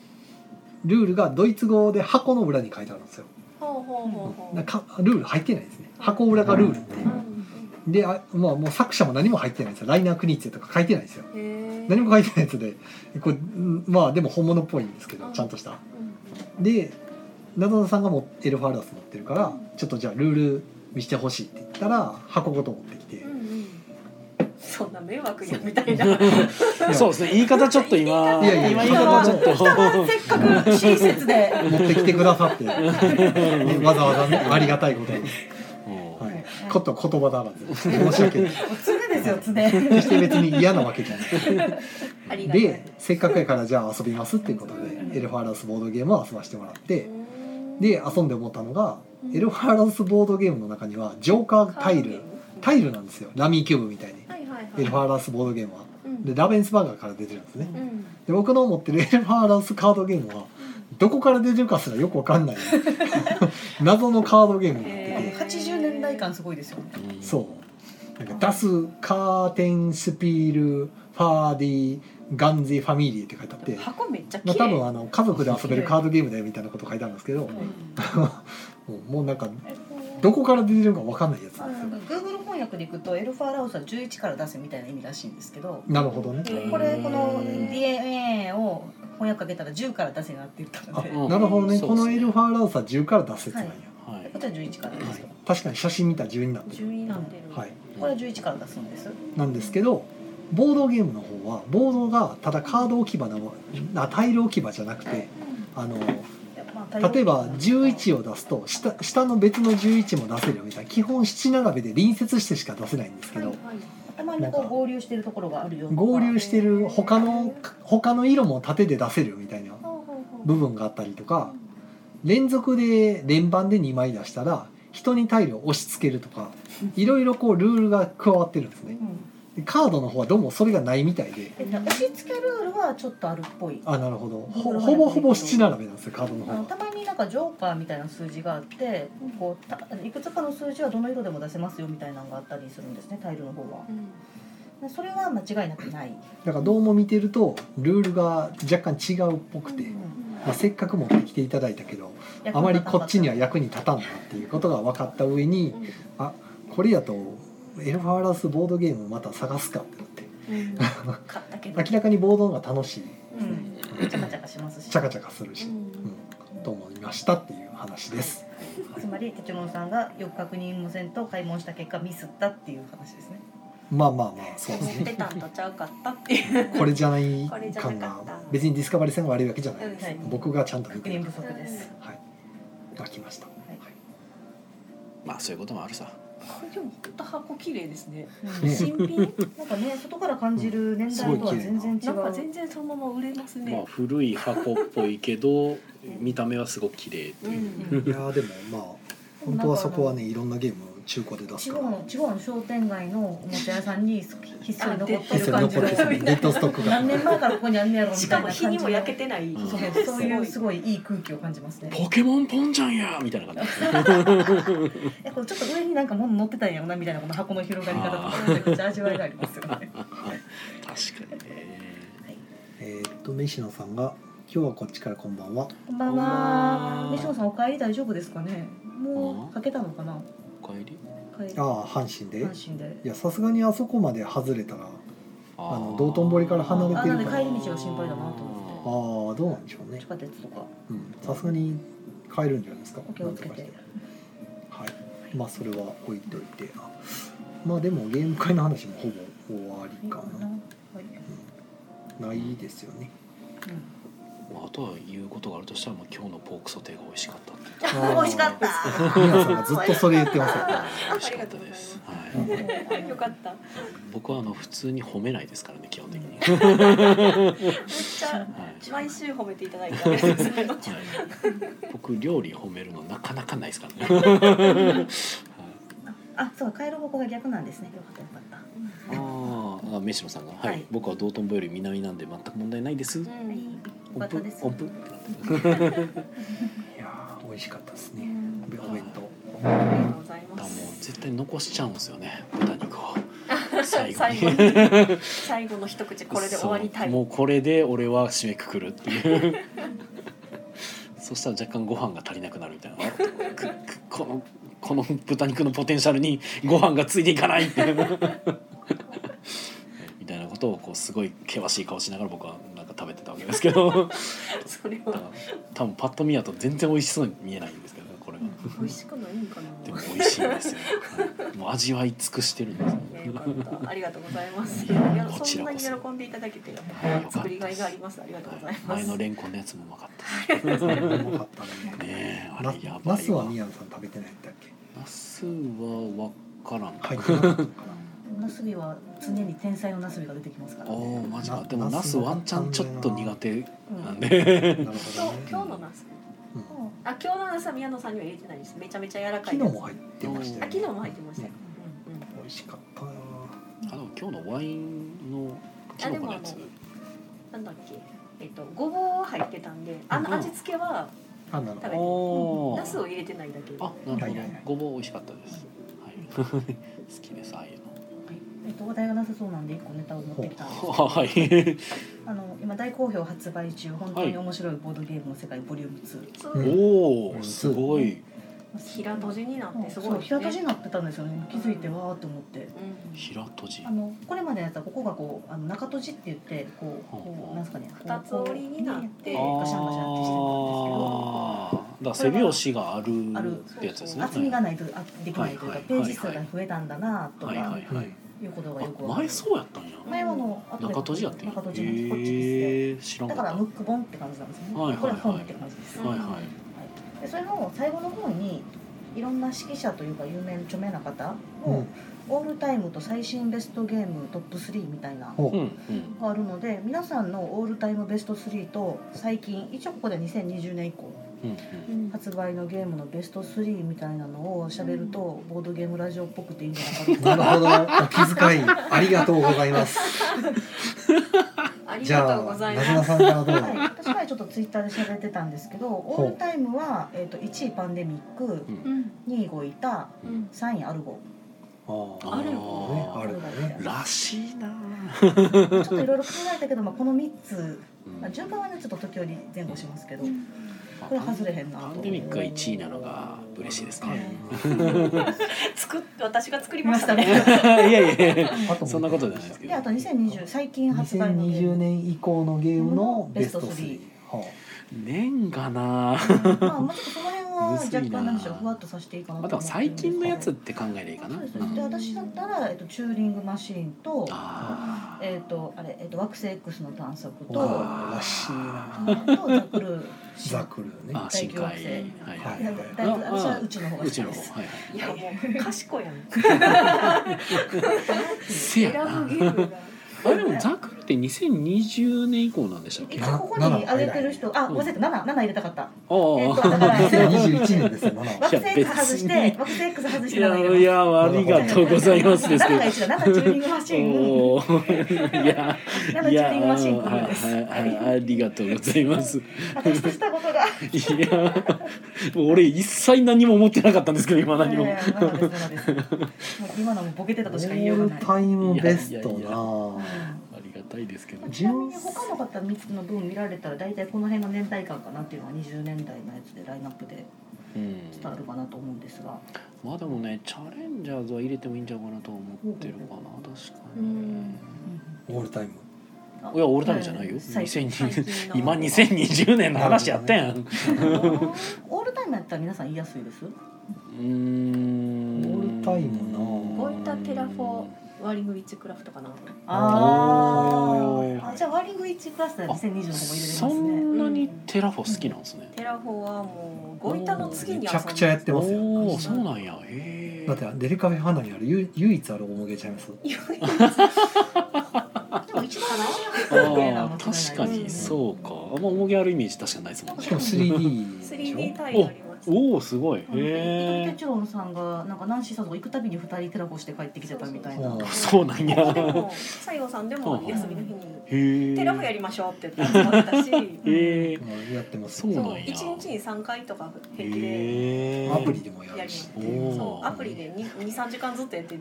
Speaker 2: ルールがドイツ語で箱の裏に書いてあるんですよ
Speaker 3: ほうほうほうほう
Speaker 2: なんかルール入ってないですね箱裏がルールっていううんであ、まあ、もう作者も何も入ってないんですよライナー・クニッツェとか書いてないんですよ
Speaker 3: うんへー
Speaker 2: 何も書いてないやつでこれうんまあでも本物っぽいんですけど
Speaker 3: うん
Speaker 2: ちゃんとした
Speaker 3: うん
Speaker 2: で謎のさんがもエルファーラス持ってるから
Speaker 3: うん
Speaker 2: ちょっとじゃあルール見してほしいって言ったら箱ごと持ってきて
Speaker 3: うんうんそんな迷惑やみたいな。うん
Speaker 1: そうですね言い方ちょっと今
Speaker 2: いやいや
Speaker 1: 今言い方ちょっと
Speaker 4: せっかく親切で
Speaker 2: 持ってきてくださ って、ねわざわざねありがたいことに、
Speaker 1: うん
Speaker 2: はい、こと言葉足らず申し訳ない
Speaker 4: 常ですよ 常
Speaker 2: 決して別に嫌なわけじゃない
Speaker 3: ありがたい
Speaker 2: でせっかくやからじゃあ遊びますっていうことでエルファーラスボードゲームを遊ばせてもらってで遊んで思ったのがエルファーラスボードゲームの中にはジョーカータイルタイルなんですよラミーキューブみたいに
Speaker 3: はいはいはい。
Speaker 2: エルファーラスボードゲームは
Speaker 3: うん
Speaker 2: でラベンスバーガーから出てるんですね
Speaker 3: うん
Speaker 2: で僕の持ってるエルファーランスカードゲームはどこから出てるかすらよくわかんない謎のカードゲームになってて
Speaker 4: 80年代感すごいですよね
Speaker 2: そうなんか「ダス・カーテン・スピール・ファーディ・ガンゼ・ファミリー」って書いてあって、
Speaker 3: 箱めっちゃ綺
Speaker 2: まあ、
Speaker 3: 麗。
Speaker 2: 多分あの家族で遊べるカードゲームだよみたいなこと書いてあるんですけど、
Speaker 4: ん
Speaker 2: もうもうなんかどこから出てるかわかんないやつなんですよ、
Speaker 4: Google 翻訳でいくとエルファーラウスは11から出せみたいな意味らしいんですけど
Speaker 2: なるほどね
Speaker 3: うん
Speaker 4: これこ
Speaker 1: う
Speaker 4: の
Speaker 1: ん
Speaker 4: DNA を翻訳かけたら10から出せになって言ったの
Speaker 2: あ
Speaker 4: で
Speaker 1: うん
Speaker 2: なるほどね
Speaker 1: そう
Speaker 2: こ
Speaker 1: ですね
Speaker 2: のエルファーランスは10から脱説なんや、
Speaker 1: はい
Speaker 4: こっちは11から出
Speaker 2: は
Speaker 4: す
Speaker 2: い
Speaker 4: と
Speaker 2: 確かに写真見たら10になってる
Speaker 3: 順位になってる。
Speaker 2: はい
Speaker 4: これは11から出すんです
Speaker 2: なんですけどボードゲームの方はボードがただカード置き場なあタイル置き場じゃなくてあの例えば11を出すと下下の別の11も出せるよみたいな基本7並べで隣接してしか出せないんですけ
Speaker 3: はい
Speaker 2: ど、
Speaker 3: はい。
Speaker 4: たまにこう合流してるところがあるよとか
Speaker 2: 合流してる他の他の色も縦で出せるみたいな
Speaker 3: ほうほうほう
Speaker 2: 部分があったりとか連続で連番で2枚出したら人にタイルを押し付けると かいろいろこうルールが加わってるんですね
Speaker 4: うん
Speaker 2: でカードの方はどうもそれがないみたいで
Speaker 4: えっと押し付けルールはちょっとあるっぽい
Speaker 2: あなるほど
Speaker 4: な
Speaker 2: ほ
Speaker 4: るほど
Speaker 2: ほぼほぼ七並べなんですよカードの
Speaker 4: あ
Speaker 2: 方
Speaker 4: の
Speaker 2: は
Speaker 4: たまになんかジョーカーみたいな数字があってこうたいくつかの数字はどの色でも出せますよみたいなのがあったりするんですねタイルの方は
Speaker 3: うん
Speaker 4: でそれは間違いなくない
Speaker 2: だからどうも見てるとルールが若干違うっぽくて、
Speaker 4: うん
Speaker 2: まあ、せっかく持ってきていただいたけどあまりこっちには役に立たんなっていうことが分かった上に
Speaker 3: うん
Speaker 2: これやとエルファーラスボードゲームをまた探すかってなって
Speaker 3: うん買ったけど。
Speaker 2: 明らかにボードの方が楽しい
Speaker 4: うんチャカチャカしますし
Speaker 2: チャカチャカするし
Speaker 3: う、ん
Speaker 2: うん、と思いましたっていう話です
Speaker 4: つまりテチロンさんがよく確認無線と買い物した結果ミスったっていう話ですね
Speaker 2: まあまあまあそうで
Speaker 3: 思
Speaker 2: す
Speaker 3: って
Speaker 2: ね
Speaker 3: たんとちゃうかったっていう。
Speaker 2: これじゃない
Speaker 3: これじゃ
Speaker 2: 感
Speaker 3: なかった
Speaker 2: が別にディスカバリーさんが悪いわけじゃないです、
Speaker 4: はい
Speaker 2: 僕がちゃんと見
Speaker 4: 確
Speaker 2: てる
Speaker 4: 認
Speaker 2: か
Speaker 4: 不足です
Speaker 2: らはいが来ました
Speaker 1: まあそういうこともあるさ
Speaker 3: これでも本当箱綺麗ですね。
Speaker 4: うん
Speaker 2: ね
Speaker 3: 新品。
Speaker 4: なんかね外から感じる年代とは全然違
Speaker 3: なんか
Speaker 4: う
Speaker 3: 全然そのまま売れます
Speaker 1: まあ
Speaker 3: ね。
Speaker 1: 古い箱っぽいけど見た目はすごく綺麗って
Speaker 3: う。
Speaker 1: いうん
Speaker 2: いやーでもまあ本当はそこはねいろんなゲーム中古で出
Speaker 4: 地
Speaker 2: すか
Speaker 4: 方
Speaker 2: ら
Speaker 4: の地方の商店街のおもちゃ屋さんにひっそり残って
Speaker 2: 店
Speaker 4: る
Speaker 2: に残
Speaker 4: 感じ
Speaker 2: っ
Speaker 4: の
Speaker 2: てるデッドストックが
Speaker 4: 何年前からここにあんねやろみ
Speaker 3: した
Speaker 4: い
Speaker 3: か
Speaker 4: な感
Speaker 3: も
Speaker 4: じ
Speaker 3: 日
Speaker 4: の
Speaker 3: にも焼けてない。
Speaker 1: うん
Speaker 4: そうそういうすごいいい空気を感じますね
Speaker 1: ポケモンポンちゃんやみたいな感じ
Speaker 4: えこれちょっと上になんか物乗ってたんやろなみたいなこの箱の広がり方とかめちゃくちゃ味わいがありますよね
Speaker 1: 確かにね
Speaker 2: えーっと飯野さんが「今日はこっちからこんばんは
Speaker 4: こんばんは西野さんお帰り大丈夫ですかねもうかけたのかな
Speaker 1: お帰り」
Speaker 4: 帰り
Speaker 2: ああ阪神で
Speaker 4: 阪神で
Speaker 2: いやさすがにあそこまで外れたらあ
Speaker 1: あ
Speaker 2: の道頓堀から離れてる
Speaker 4: あ
Speaker 2: か
Speaker 4: な
Speaker 2: ら
Speaker 4: ん
Speaker 2: あ
Speaker 4: で帰り道が心配だなと
Speaker 2: あ
Speaker 4: 思
Speaker 2: ーどうなんでしょうね
Speaker 4: 地下鉄とか
Speaker 2: うんさすがに買えるんじゃないですか
Speaker 4: お気をつけて
Speaker 2: はいまあそれは置いといてあまあでもゲーム会の話もほぼ終わりかな、
Speaker 4: はい
Speaker 2: うん、ないですよね
Speaker 1: まああとは言うことがあるとしたら、まあ、今日のポークソテーが美味しかった っていう
Speaker 2: あー
Speaker 4: 美味しかった
Speaker 2: 皆さんがず っとそれ言ってますよ
Speaker 3: あ
Speaker 1: 美味しかったです
Speaker 2: りがとうございます
Speaker 1: はい
Speaker 3: よかった。めっ
Speaker 1: 僕はあの普通に褒めないですからね基本的に、
Speaker 3: ちゃ
Speaker 1: はい
Speaker 3: 毎週褒めていただいてありがとうございます。
Speaker 1: はい、僕料理褒めるのなかなかないですからね、はい、
Speaker 4: あそう帰る方向が逆なんですねよかったよかった
Speaker 1: あーあ飯野さんが、はい
Speaker 4: はい
Speaker 1: 僕は道頓堀より南なんで全く問題ないです、
Speaker 3: うん
Speaker 4: おかったです
Speaker 1: オプ
Speaker 2: いやー美味しかったです
Speaker 3: う
Speaker 2: ね
Speaker 3: ん
Speaker 2: お弁当
Speaker 3: ありがとうござい
Speaker 1: だ
Speaker 3: ま
Speaker 1: もう
Speaker 3: す。
Speaker 1: 絶対残しちゃうんですよね豚肉を最後に
Speaker 3: 最後に最後の一口これで終わりた
Speaker 1: そ
Speaker 3: い。
Speaker 1: う
Speaker 3: う
Speaker 1: もうこれで俺は締めくくるっていうそしたら若干ご飯が足りなくなるみたいなあくくこのこの豚肉のポテンシャルにご飯がついていかないっていう みたいなことをこうすごい険しい顔しながら僕はなんか食べてたわけですけど
Speaker 3: それ
Speaker 1: だか
Speaker 3: は
Speaker 1: ら多分パッと見やと全然美味しそうに見えないんですけどねこれが
Speaker 3: 美味しくないんかな。
Speaker 1: でも美味しいんですよ、はいもう味わい尽くしてるんですよ
Speaker 3: ねよかった。 ありがとうございます。い
Speaker 1: いや
Speaker 3: や
Speaker 1: こち
Speaker 3: そん
Speaker 1: ら
Speaker 3: な
Speaker 1: こ
Speaker 3: に
Speaker 1: そ
Speaker 3: 喜んでいただけて
Speaker 1: はいよかった
Speaker 3: 作りがいがあります。ありがとうございま
Speaker 1: 前
Speaker 3: す。
Speaker 1: のレンコンのやつもうまかった
Speaker 2: うまかったね
Speaker 1: ねえあ
Speaker 2: な
Speaker 1: れやばい
Speaker 2: ナスは
Speaker 1: わ
Speaker 2: 宮野さん食べてないんだっけ
Speaker 1: ナスは分からん、
Speaker 2: 入ってなかったのかな
Speaker 4: ナスビは常に天才のナスビが出てきますからね
Speaker 1: おおマジか
Speaker 2: な
Speaker 1: でもナスワンチャンちょっと苦手
Speaker 4: うん
Speaker 1: なん で
Speaker 2: なるほ
Speaker 3: 今
Speaker 2: ど
Speaker 3: 日
Speaker 2: ね
Speaker 3: 今日のナス。
Speaker 2: うん
Speaker 3: あ今日のナスは宮野さんには入れてないです。めちゃめちゃ柔らか
Speaker 2: 昨
Speaker 3: い
Speaker 2: 日
Speaker 3: やつ。
Speaker 2: も入ってました
Speaker 3: あ
Speaker 2: よ
Speaker 3: 昨日も入ってましたよ。
Speaker 2: ね
Speaker 3: うんうん
Speaker 2: 美味しかったな
Speaker 1: あの今日のワインのキノコのやつ
Speaker 3: あでもなんだっけ、えっとごぼう入ってたんで、あの味付けは
Speaker 2: あなる
Speaker 3: 食べ
Speaker 2: ほ
Speaker 3: て、
Speaker 1: おー
Speaker 3: ナスを入れてないだけ。
Speaker 1: あなるほ
Speaker 2: はい
Speaker 1: ど
Speaker 2: はいはい
Speaker 1: ごぼう美味しかったですはい好 きですああいう
Speaker 4: えっと話題がなさそうなんで一個ネタを持ってきたんですけ
Speaker 1: の
Speaker 4: ど
Speaker 1: あはい
Speaker 4: あの今大好評発売中本当に面白いボードゲームの世界ボリューム2
Speaker 3: そう
Speaker 1: お
Speaker 2: う
Speaker 1: お
Speaker 2: ん
Speaker 1: すごい
Speaker 3: 平閉じになってすごい
Speaker 4: そう平
Speaker 3: ですね。
Speaker 4: 田になってたんですよね気づいてわーって思って
Speaker 3: うん
Speaker 1: 平とじ
Speaker 4: あのこれまでのやつはここがこうあの中閉じって言ってこうこうなんすかねこう
Speaker 3: 二つ折りになって
Speaker 4: こうガシャンガシャンってし
Speaker 1: あーだ
Speaker 4: て
Speaker 1: から背拍子があるってやつですね
Speaker 4: たんですけど厚みがないとあできないという
Speaker 1: はいは
Speaker 4: か
Speaker 1: い
Speaker 4: ページ数が増えたんだなと
Speaker 1: はいは
Speaker 4: か
Speaker 1: い
Speaker 2: ど
Speaker 1: は
Speaker 2: はいい
Speaker 4: いうことがよく
Speaker 1: あ
Speaker 4: わか
Speaker 1: 前
Speaker 4: る
Speaker 1: そうやったんや
Speaker 4: 前はあの後で
Speaker 1: 中閉じやってん
Speaker 4: 中閉じなんですこっちです
Speaker 1: ええ知らんか
Speaker 4: だ
Speaker 1: っ
Speaker 4: か
Speaker 1: た
Speaker 4: らムック本って感じなんですね
Speaker 1: はいはいはい
Speaker 4: これは本って感じです
Speaker 1: はいは
Speaker 4: でそれの最後の方にいろんな指揮者というか有名著名な方
Speaker 2: う
Speaker 4: の
Speaker 2: ん
Speaker 4: オールタイムと最新ベストゲームトップ3みたいなの
Speaker 2: お
Speaker 1: い。うんうん。
Speaker 4: があるので皆さんのオールタイムベスト3と最近一応ここで2020年以降
Speaker 1: うんうん。
Speaker 3: うん
Speaker 4: 発売のゲームのベスト3みたいなのを喋るとボードゲームラジオっぽくていいんじゃないかと
Speaker 2: なるほどお気遣いありがとうござい ます
Speaker 3: あり
Speaker 2: じゃ
Speaker 3: が
Speaker 2: あ
Speaker 3: とうござい
Speaker 2: なずな
Speaker 3: ます。
Speaker 2: さんからどう
Speaker 4: はい、私はちょっとツイッターで喋ってたんですけどオールタイムは、えー、と1位パンデミック
Speaker 3: うん
Speaker 4: 2位ゴイタ
Speaker 3: うん
Speaker 4: 3位アルゴ
Speaker 2: あ
Speaker 3: ある
Speaker 2: あ
Speaker 1: あ
Speaker 2: あるね
Speaker 1: ーらしいな。
Speaker 4: ちょっといろいろ考えたけど、まあ、この3つ、まあ、順番はねちょっと時折前後しますけどこれ外れへんなと
Speaker 1: パンデミックが一位なのが嬉しいですね。
Speaker 3: 作っ私が作り
Speaker 4: い
Speaker 3: ま
Speaker 4: ま
Speaker 3: し
Speaker 4: したた
Speaker 3: ね。
Speaker 1: い
Speaker 4: ね
Speaker 1: やい やいや。
Speaker 2: あと
Speaker 1: そんなことじゃないですけ
Speaker 4: で
Speaker 1: ど
Speaker 4: あ。と2020最近発売のゲー
Speaker 2: 2020
Speaker 4: ム
Speaker 2: 年以降のゲームのベスト
Speaker 4: ベスト
Speaker 2: 3
Speaker 4: 3
Speaker 2: ほ
Speaker 1: 年がな。
Speaker 4: まあもうちょっとその辺は若干何でしょうふわっとさせていいかな
Speaker 1: まあ
Speaker 4: と
Speaker 1: で
Speaker 4: 思
Speaker 1: も
Speaker 4: って
Speaker 1: 最近のやつって考えればいいかな。
Speaker 4: そうです
Speaker 1: う
Speaker 4: ねで
Speaker 1: ん
Speaker 4: 私だったら、えっと、チューリングマシーンと,、
Speaker 1: あ
Speaker 4: えっとあれえっと、惑星 X の探索
Speaker 2: う
Speaker 4: と
Speaker 2: わーらしいな
Speaker 4: あとザクル
Speaker 2: ザクルね
Speaker 1: ーあー深海
Speaker 4: 大気惑
Speaker 1: はい
Speaker 2: は
Speaker 1: はい
Speaker 4: だいぶ私はうちの方が
Speaker 1: い。
Speaker 4: 好
Speaker 1: う
Speaker 4: き
Speaker 1: ちの
Speaker 4: です
Speaker 1: 方はいはい。
Speaker 3: いやもう賢いやん。
Speaker 1: せ
Speaker 3: 選
Speaker 1: や
Speaker 3: ぶ
Speaker 1: な。
Speaker 3: ゲームが。
Speaker 1: あれでもザクルって2020年以降なんでしたっけ？
Speaker 4: 一
Speaker 1: あ
Speaker 4: 応ここに上げてる人あ
Speaker 1: うん
Speaker 4: ごめんなさい7 7入れたかったえっと
Speaker 1: あ。
Speaker 4: だから
Speaker 2: 2021年ですよ
Speaker 4: 惑
Speaker 2: 7
Speaker 4: 星 X 外して惑星 X 外し
Speaker 1: い
Speaker 4: て7
Speaker 1: や
Speaker 4: 入
Speaker 1: い
Speaker 4: れま
Speaker 1: やありがとうございますすですけど
Speaker 4: 7が。1だ7チューリングマシーン
Speaker 1: おーいや
Speaker 4: 7チュ
Speaker 1: い
Speaker 4: ー
Speaker 1: や
Speaker 4: リングマシーン
Speaker 1: あ
Speaker 4: こ
Speaker 1: は
Speaker 4: れ
Speaker 1: い
Speaker 4: です
Speaker 1: はいはいありがとうございますい
Speaker 4: 私としたことが
Speaker 1: やもう俺一切何も思ってなかったんですけど今何も
Speaker 4: いやいやまだですまだですもう今のもボケてたとしか言いよう
Speaker 2: オー
Speaker 4: がな
Speaker 2: ル
Speaker 4: い
Speaker 2: タイムベスト
Speaker 1: いやいやいや
Speaker 2: な
Speaker 1: ありがたいですけど
Speaker 4: うんちなみに他の方3つの分見られたら大体この辺の年代感かなっていうのは20年代のやつでラインナップで
Speaker 1: うん
Speaker 4: 伝わるかなと思うんですが
Speaker 1: まあでもねチャレンジャーズは入れてもいいんちゃうかなとは思ってるかな確か
Speaker 3: うん
Speaker 1: に
Speaker 2: オールタイム
Speaker 1: いや俺たちじゃないよ
Speaker 4: 最近
Speaker 1: 2020
Speaker 3: 最近の
Speaker 1: 今2020年の話やったやん
Speaker 4: オールタイムやったら皆さん言いやすいです
Speaker 1: うん
Speaker 2: オールタイムな
Speaker 3: こういったテラフォー割り食いチクラフトかな。
Speaker 4: あ
Speaker 1: おー
Speaker 4: ーあじゃあワーリング1クラスで2020の方も入れれます
Speaker 1: そ
Speaker 4: ね
Speaker 1: んなにテラフォ好きなんですね
Speaker 3: テラフォはもうゴイタの次
Speaker 2: め
Speaker 3: に
Speaker 2: ちゃくちゃや って
Speaker 1: お
Speaker 2: ますよ
Speaker 1: おーそうなんやへえ
Speaker 2: だってデリカフェ花にあるゆ唯一あるおもげちゃいます
Speaker 4: でも一番最初に
Speaker 1: ああ確かにそうかあんま重げあるイメージ確かにないですもんね
Speaker 2: しかも 3D でしょ
Speaker 3: 3D タイルあります。した。
Speaker 1: おおすごいへ
Speaker 4: うん伊藤
Speaker 1: え
Speaker 4: 哲郎さんがなんかナンシーさんと行くたびに二人テラフォして帰ってきてたみたいな
Speaker 2: そう
Speaker 1: そうなんや
Speaker 3: でも西郷さんでも休みの日に
Speaker 1: へえ
Speaker 3: テラフやりましょうって言って集まって たし、
Speaker 1: へえ
Speaker 2: もうやってます
Speaker 1: そう
Speaker 2: よ
Speaker 1: な
Speaker 3: そ
Speaker 1: ん
Speaker 3: う
Speaker 1: や
Speaker 3: 一日に三回とか平気で
Speaker 1: へえ
Speaker 2: アプリでもやるし
Speaker 3: や
Speaker 1: ります
Speaker 3: そ
Speaker 1: お
Speaker 3: う
Speaker 1: ー
Speaker 3: アプリで二二三時間ずっとやってる。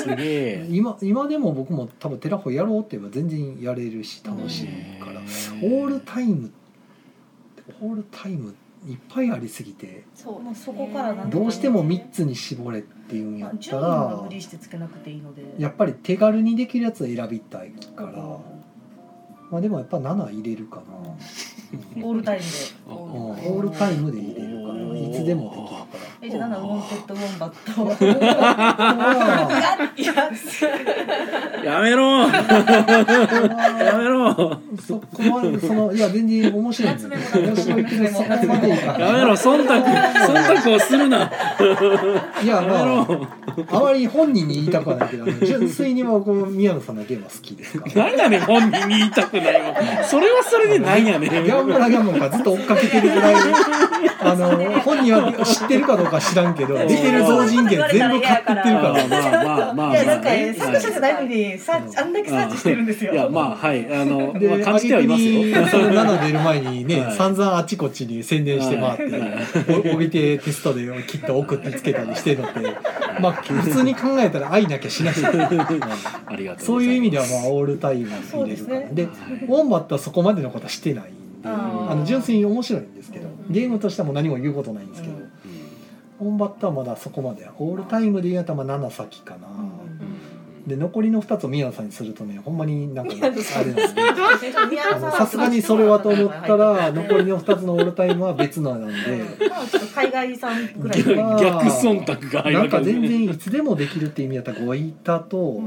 Speaker 1: すげえ
Speaker 2: 今今でも僕も多分テラフォやろうって言えば全然やれるし楽しいから、オールタイムオールタイムいっぱいありすぎて
Speaker 3: そう
Speaker 4: まあそこからなんとか
Speaker 2: どうしても3つに絞れっていうんや
Speaker 4: まあ
Speaker 2: った
Speaker 4: 順位は
Speaker 2: ら
Speaker 4: 無理してつけなくていいので
Speaker 2: やっぱり手軽にできるやつを選びたいから、まあ、でもやっぱ7入れるかな、
Speaker 4: オールタイムで
Speaker 2: うん
Speaker 3: オ
Speaker 2: オールタイムで入れるか
Speaker 1: お
Speaker 2: ら
Speaker 1: ー
Speaker 2: いつでもできるから。
Speaker 4: えじゃあ7ウォンテッドウォンバット
Speaker 2: まあ
Speaker 3: いや
Speaker 1: やめろやめろ
Speaker 2: そこまでそのいや全然面白いんだけど面白いけどそこまでい
Speaker 1: や
Speaker 2: かな
Speaker 1: め
Speaker 2: い
Speaker 1: ろ忖度忖度をするないや
Speaker 2: や
Speaker 1: め
Speaker 2: まあ
Speaker 1: ろ
Speaker 2: あまり本人に言いたくはないけど、ね、純粋にはこう宮野さんのゲームは好きですから。
Speaker 1: なんやねん本人に言いたくないわそれはそれでなんやねん
Speaker 2: ギャンブラーギャンブラーがずっと追っかけてるぐらいあの本人は知ってるかどうか知らんけど出てる増人権全部買ってってる
Speaker 1: まあ
Speaker 2: から
Speaker 1: まあまあまあ
Speaker 4: いやなんか
Speaker 1: まあね
Speaker 4: え作者じゃないのにサーチあんだけサーチしてるんですよ
Speaker 1: いやまあはいあの
Speaker 2: で
Speaker 1: まあ感じてはいますよ
Speaker 2: 挙句にその7出る前にね、
Speaker 1: はい
Speaker 2: 散々あちこちに宣伝して回って、お置いてテストで切って送ってつけたりしてるのでまあ普通に考えたら愛なきゃしない
Speaker 1: ありがとうございます
Speaker 2: そういう意味ではまあオールタイムに入れるから
Speaker 4: そうですね
Speaker 2: でウォンバットはそこまでのことはしてないんで
Speaker 4: あー
Speaker 2: あの純粋に面白いんですけど
Speaker 4: うん
Speaker 2: ゲームとしても何も言うことないんですけど、
Speaker 4: うん
Speaker 2: ウォンバットはまだそこまでオールタイムで言うとまあ7先かな、
Speaker 4: うん
Speaker 2: で残りの2つを宮野さんにするとねほんまになんか
Speaker 3: 宮野さん
Speaker 2: あれなんですね
Speaker 4: 宮
Speaker 2: あ
Speaker 4: 野
Speaker 2: の
Speaker 4: ん
Speaker 2: さすがにそれはと思ったら残り
Speaker 4: の
Speaker 2: の2つのオールタイムは別のなんで
Speaker 4: まあちょっと海外さんぐらい
Speaker 1: 逆
Speaker 4: で
Speaker 2: まあ
Speaker 1: 逆忖度が
Speaker 2: なんか全
Speaker 1: うん
Speaker 2: 然いつでもできるっていう意味だったらごいたと
Speaker 4: うん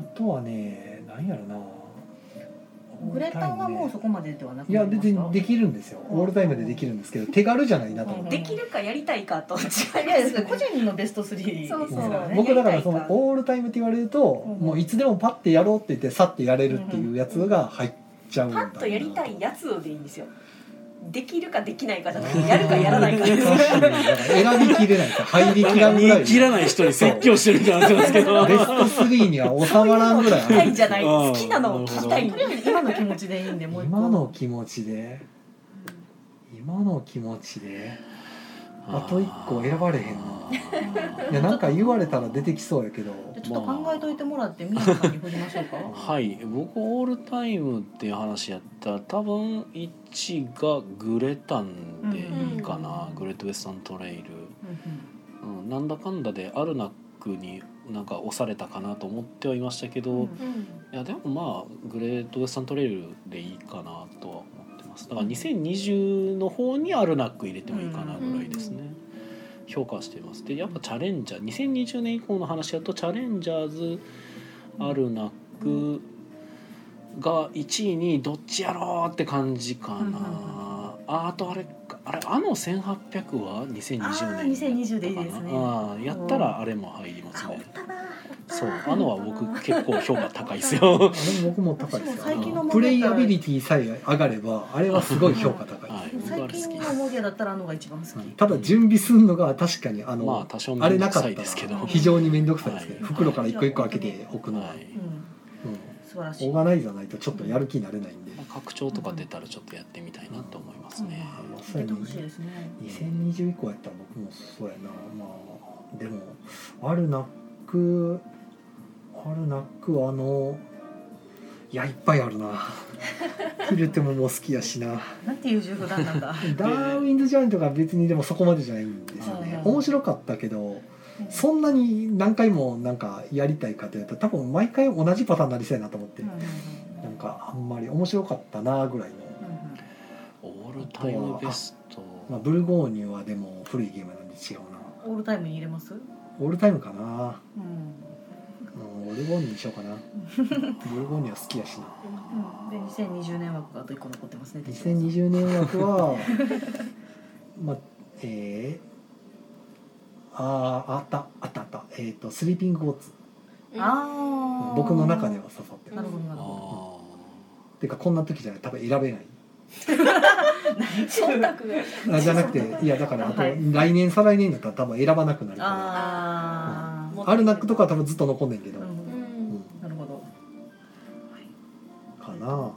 Speaker 2: あとはねなんやろな
Speaker 4: グレタンはもうそこまでではなく
Speaker 2: い
Speaker 4: な
Speaker 2: や
Speaker 4: りま
Speaker 2: 別
Speaker 4: す
Speaker 2: に
Speaker 4: か
Speaker 2: できるんですよオールタイムでできるんですけど手軽じゃないなと思って。
Speaker 3: できるかやりたい かと違います
Speaker 4: いやいや個人のベスト3ですか
Speaker 3: そうそう
Speaker 4: らね
Speaker 2: 僕だからそ
Speaker 4: や
Speaker 2: の
Speaker 4: りたい
Speaker 2: オールタイムって言われると、
Speaker 4: うん
Speaker 2: もういつでもパッてやろうって言ってさってやれるっていうやつが入っちゃうん
Speaker 3: パ
Speaker 2: だ
Speaker 3: ッとやりたいやつでいいんですよできるかできないかじゃなくてやるかやらないかです
Speaker 2: 確かにだから選びきれないです入りきらんぐらい
Speaker 1: 見切らない人に説教してるって話なんですけど
Speaker 2: ベスト3には収
Speaker 3: そういう
Speaker 2: まら
Speaker 3: の
Speaker 2: ん
Speaker 3: を
Speaker 2: ぐ
Speaker 3: 聞
Speaker 2: ら
Speaker 3: きたい
Speaker 2: い
Speaker 3: じゃない
Speaker 1: うん
Speaker 3: 好きなのを聞きたい
Speaker 1: な
Speaker 4: とりあえず今の気持ちでいいんでもう一個
Speaker 2: 今の気持ちで今の気持ちで あと一個選ばれへんな
Speaker 1: ない
Speaker 2: やなんか言われたら出てきそうやけど
Speaker 4: じゃあちょっと考えといてもらって宮野さんに振りましょうか
Speaker 1: はい僕オールタイムっていう話やったら多分1がグレタンでいいかな、
Speaker 4: うん
Speaker 1: グレートウェスタントレイル、
Speaker 4: うん
Speaker 1: うん、なんだかんだでアルナックになんか押されたかなと思ってはいましたけど、
Speaker 4: うん
Speaker 1: いやでもまあグレートウェスタントレイルでいいかなとは思ってますだから2020の方にアルナック入れてもいいかなぐらいですね、評価していますでやっぱチャレンジャー2020年以降の話だとチャレンジャーズアルナックが1位にどっちやろうって感じかな、
Speaker 4: うんうんうん
Speaker 1: ああとあれあれあの1800は2020年
Speaker 4: あー2020でいいですね
Speaker 1: あーやったらあれも入ります
Speaker 4: あおっ
Speaker 1: ね
Speaker 4: たな
Speaker 1: そうあのは僕結構評価高いですよ
Speaker 2: あでも僕も高いです
Speaker 1: 私
Speaker 2: よ
Speaker 1: も最近
Speaker 4: のも
Speaker 2: プレイアビリティさえ上がればあれはすごい評価高い、
Speaker 1: はい
Speaker 4: 最近のモディアだったらあのが一番好き
Speaker 2: うんただ準備するのが確かにあの、
Speaker 1: まあ多少
Speaker 2: あれ
Speaker 1: 面
Speaker 2: な
Speaker 1: 倒く
Speaker 2: かっ
Speaker 1: さい
Speaker 2: た
Speaker 1: で
Speaker 2: ら
Speaker 1: すけど、
Speaker 2: 非常に面倒くさいですけど、
Speaker 1: はい
Speaker 2: 袋から一個一個開けておくのは、
Speaker 1: はい
Speaker 4: うん
Speaker 2: うん
Speaker 4: 素晴らしい
Speaker 2: オーガナイザーないとちょっとやる気になれないんで、
Speaker 1: まあ拡張とか出たらちょっとやってみたいなと思いますね。
Speaker 2: あのそう
Speaker 4: 出
Speaker 2: や
Speaker 4: て
Speaker 2: ね
Speaker 4: ほしいですね
Speaker 2: 2020以降やったら僕もそうやなまあでもあるなくあるなくあのいやいっぱいあるなフィルテももう好きやしな
Speaker 4: なんていう十五段なんだ
Speaker 2: ダーウィンズ・ジャーニーとか別にでもそこまでじゃないんですよね
Speaker 4: うん
Speaker 2: 面白かったけどそんなに何回もなんかやりたいかというと多分毎回同じパターンになりそうやなと思って、
Speaker 4: うんうんうん
Speaker 2: なんかあんまり面白かったなぐらいの、
Speaker 4: うん
Speaker 1: オールタイムベスト。
Speaker 2: まあ、ブルゴーニュはでも古いゲームなんで違うな
Speaker 4: うんオールタイムに入れます
Speaker 2: オールタイムかな、
Speaker 4: うん
Speaker 2: うん、オルゴーニュにしようか なブルゴーニュは好きやしな
Speaker 4: うんで2020年枠があと一個残ってますね
Speaker 2: 2020年枠は まあえー、あーあったあったあったえっ、と「スリーピングゴッツ
Speaker 4: ああ
Speaker 2: 僕の中では刺さってる
Speaker 4: なるほどなるほ
Speaker 1: あ
Speaker 2: ていうかこんな時じゃない多分選べない
Speaker 3: 忖度が
Speaker 2: あじゃなくていやだからあと
Speaker 4: はい
Speaker 2: 来年再来年だったら多分選ばなくなるか
Speaker 4: あ
Speaker 3: ー
Speaker 2: らアルナックとかは多分ずっと残んねんけ
Speaker 4: あ、
Speaker 2: ど、
Speaker 4: な
Speaker 2: う
Speaker 4: るほ
Speaker 3: う
Speaker 4: ど。
Speaker 3: ん
Speaker 4: なるほ
Speaker 2: か
Speaker 4: ど。
Speaker 2: な、
Speaker 4: なるほ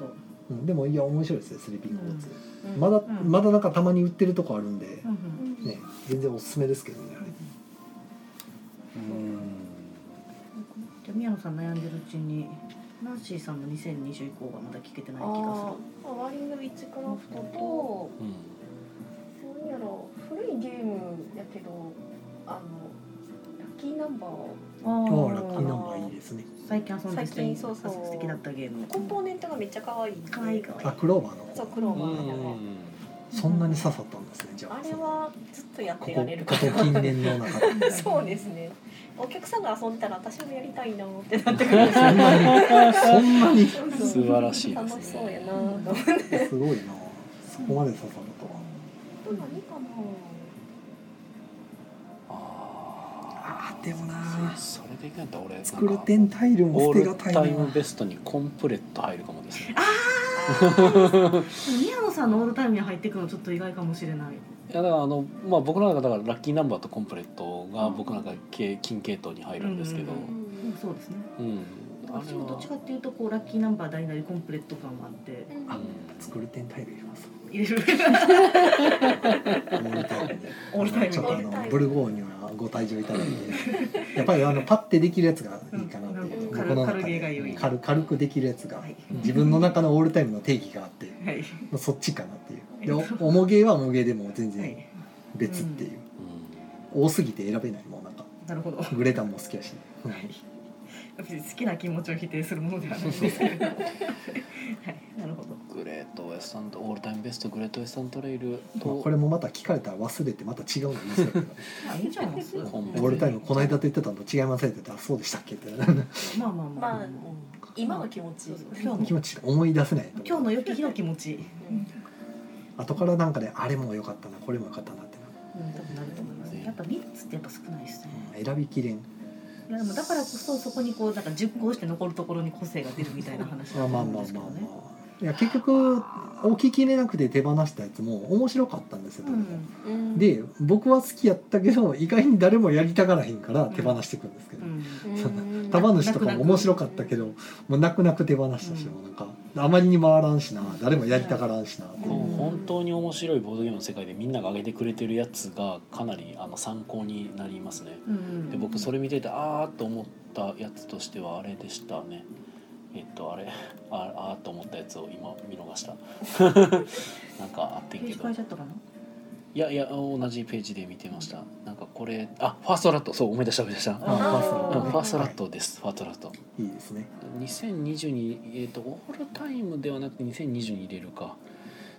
Speaker 4: ど。
Speaker 2: うん、でもいや面白いですねスリーピングウォーズ、
Speaker 3: うん
Speaker 2: まだ
Speaker 4: うん
Speaker 2: まだなんかたまに売ってるとこあるんで、
Speaker 4: うんうん
Speaker 2: ね全然おすすめですけどねあれ
Speaker 4: じゃあ宮野さん悩んでるうちにナンシーさんの2020以降がまだ聞けてない
Speaker 3: あ
Speaker 4: 気がする
Speaker 3: ーワーリングウィッチクラフト
Speaker 1: う
Speaker 3: と
Speaker 1: ん
Speaker 3: なんやろ古いゲームやけどあのラッキーナンバーを
Speaker 4: あ
Speaker 2: ああラッキー
Speaker 4: ー
Speaker 2: ナンバーいいですね
Speaker 4: 最近遊んでて
Speaker 3: 最近そうそう
Speaker 4: 素敵だったゲーム
Speaker 3: コンポーネントがめっちゃ可愛い
Speaker 4: 可愛い可愛い
Speaker 2: あクローバーの
Speaker 3: そう
Speaker 2: 方
Speaker 3: クローバー
Speaker 1: う
Speaker 3: の
Speaker 1: ん
Speaker 2: そんなに刺さったんですねじゃあ
Speaker 3: あれはずっとやっ
Speaker 2: こ
Speaker 3: て
Speaker 2: こ
Speaker 3: られるか
Speaker 2: こ
Speaker 3: ら
Speaker 2: こ近年の中で
Speaker 3: そうですねお客さんが遊んでたら私もやりたいなってなってくる
Speaker 2: そんなにそんなに
Speaker 3: そうそう
Speaker 1: 素晴らしいで
Speaker 3: 楽
Speaker 1: す
Speaker 3: しそうや
Speaker 1: ね。
Speaker 3: なと思って
Speaker 2: すごいなそこまで刺さったとは
Speaker 3: 何かな
Speaker 1: あ
Speaker 2: あーでも
Speaker 1: あ
Speaker 2: な
Speaker 1: それでいかんと俺なんか
Speaker 2: 作る点タイル
Speaker 1: オ
Speaker 2: も
Speaker 1: ー
Speaker 2: 捨てが
Speaker 1: ル
Speaker 2: たい
Speaker 1: タイム
Speaker 2: な
Speaker 1: ベストにコンプレット入るかもですね。
Speaker 4: 宮野さんのオールタイムに入ってくのちょっと意外かもしれない
Speaker 1: いやだからあのまあ僕の中だからラッキーナンバーとコンプレットが僕なんか系金系統に入るんですけど、
Speaker 4: ううんそうですね
Speaker 1: うん、あ
Speaker 4: 私
Speaker 1: れ
Speaker 4: もどっ
Speaker 1: は
Speaker 4: ちかっていうとこうラッキーナンバー大なりコンプレット感もあって
Speaker 1: う
Speaker 2: あ
Speaker 1: ん
Speaker 2: 作る点タイル入れます
Speaker 4: 入れる
Speaker 2: オールタイムで
Speaker 4: オールタイム
Speaker 2: ちょっとあ
Speaker 3: オールタイ
Speaker 2: の
Speaker 3: ム
Speaker 2: ブルゴーニュはご退場いただいてやっぱりあのパッてできるやつがいいかなっ
Speaker 4: う
Speaker 2: て
Speaker 4: ん
Speaker 2: 僕の中
Speaker 4: 軽ゲーが良
Speaker 2: で
Speaker 4: い
Speaker 2: 軽軽くできるやつが
Speaker 4: はい
Speaker 2: 自分の中のオールタイムの定義があって
Speaker 4: はい
Speaker 2: そっちかなっていうでお重げは重げでも全
Speaker 4: は
Speaker 2: 然
Speaker 4: い
Speaker 2: 別っていう
Speaker 1: う
Speaker 2: 多すぎて選べないもうなんか
Speaker 4: なるほどは
Speaker 2: グレダンも好きやし、うん
Speaker 4: い別に好きな気持ちを否定するものではないんですけれどはいなるほど
Speaker 1: んグレートウエスタントオールタイムベストグレートウエスタントレイル
Speaker 2: まあ
Speaker 1: と
Speaker 2: これもまた聞かれたら忘れてまた違うの言いそうだけど
Speaker 4: まあいいんじゃないです
Speaker 1: コンプレ
Speaker 2: オールタイムこの間と言ってたのと違いませんって言ったらそうでしたっけって
Speaker 4: まあまあまあ、
Speaker 3: まあ今の気持ちいい
Speaker 4: 今日
Speaker 2: 気持
Speaker 4: の
Speaker 2: ち思い出せない
Speaker 4: 今日の良き日の気持ち、
Speaker 3: うん
Speaker 2: 後からなんかで、あれも良かったなこれも良かったなってな
Speaker 4: うん、多分なると思います、やっぱ3つってやっぱ少ないですね
Speaker 2: うん選びきれん
Speaker 4: いやでもだからこそそこにこうなんか熟考して残るところに個性が出るみたいな話
Speaker 2: ま
Speaker 4: だ
Speaker 2: あ
Speaker 4: と
Speaker 2: まあ
Speaker 4: 思う
Speaker 2: まあまあ
Speaker 4: んですけど
Speaker 2: ま
Speaker 4: ね
Speaker 2: あいや結局大ききれなくて手放したやつも面白かったんですよ、
Speaker 4: う
Speaker 2: どれも
Speaker 4: ん
Speaker 3: うん
Speaker 2: で僕は好きやったけど意外に誰もやりたがらへんから手放していくんですけど、
Speaker 4: うん
Speaker 3: うん
Speaker 2: 玉主とかも面白かったけどもう泣く泣く手放したし、
Speaker 4: うん
Speaker 2: もうなんかあまりに回らんしな誰もやりたがらんしなって
Speaker 1: で
Speaker 2: いう、
Speaker 1: も本当に面白いボードゲームの世界でみんなが挙げてくれてるやつがかなりあの参考になりますね。
Speaker 4: うん
Speaker 1: で僕それ見ててあーっと思ったやつとしてはあれでしたね。えっとあれ ああーっと思ったやつを今見逃した。 なんかあってん
Speaker 4: ペー
Speaker 1: け
Speaker 4: ジ
Speaker 1: ど
Speaker 4: 変え。ちゃったかない
Speaker 1: やいや同じページで見てました。なんかこれあファーストラットそう思い出した思い出した。うん
Speaker 2: あフ
Speaker 1: フ
Speaker 2: ァーストラットね
Speaker 1: ァーストラットです、ファーストラット。
Speaker 2: いいですね
Speaker 1: 2022えっ、とオールタイムではなくて2020に入れるか。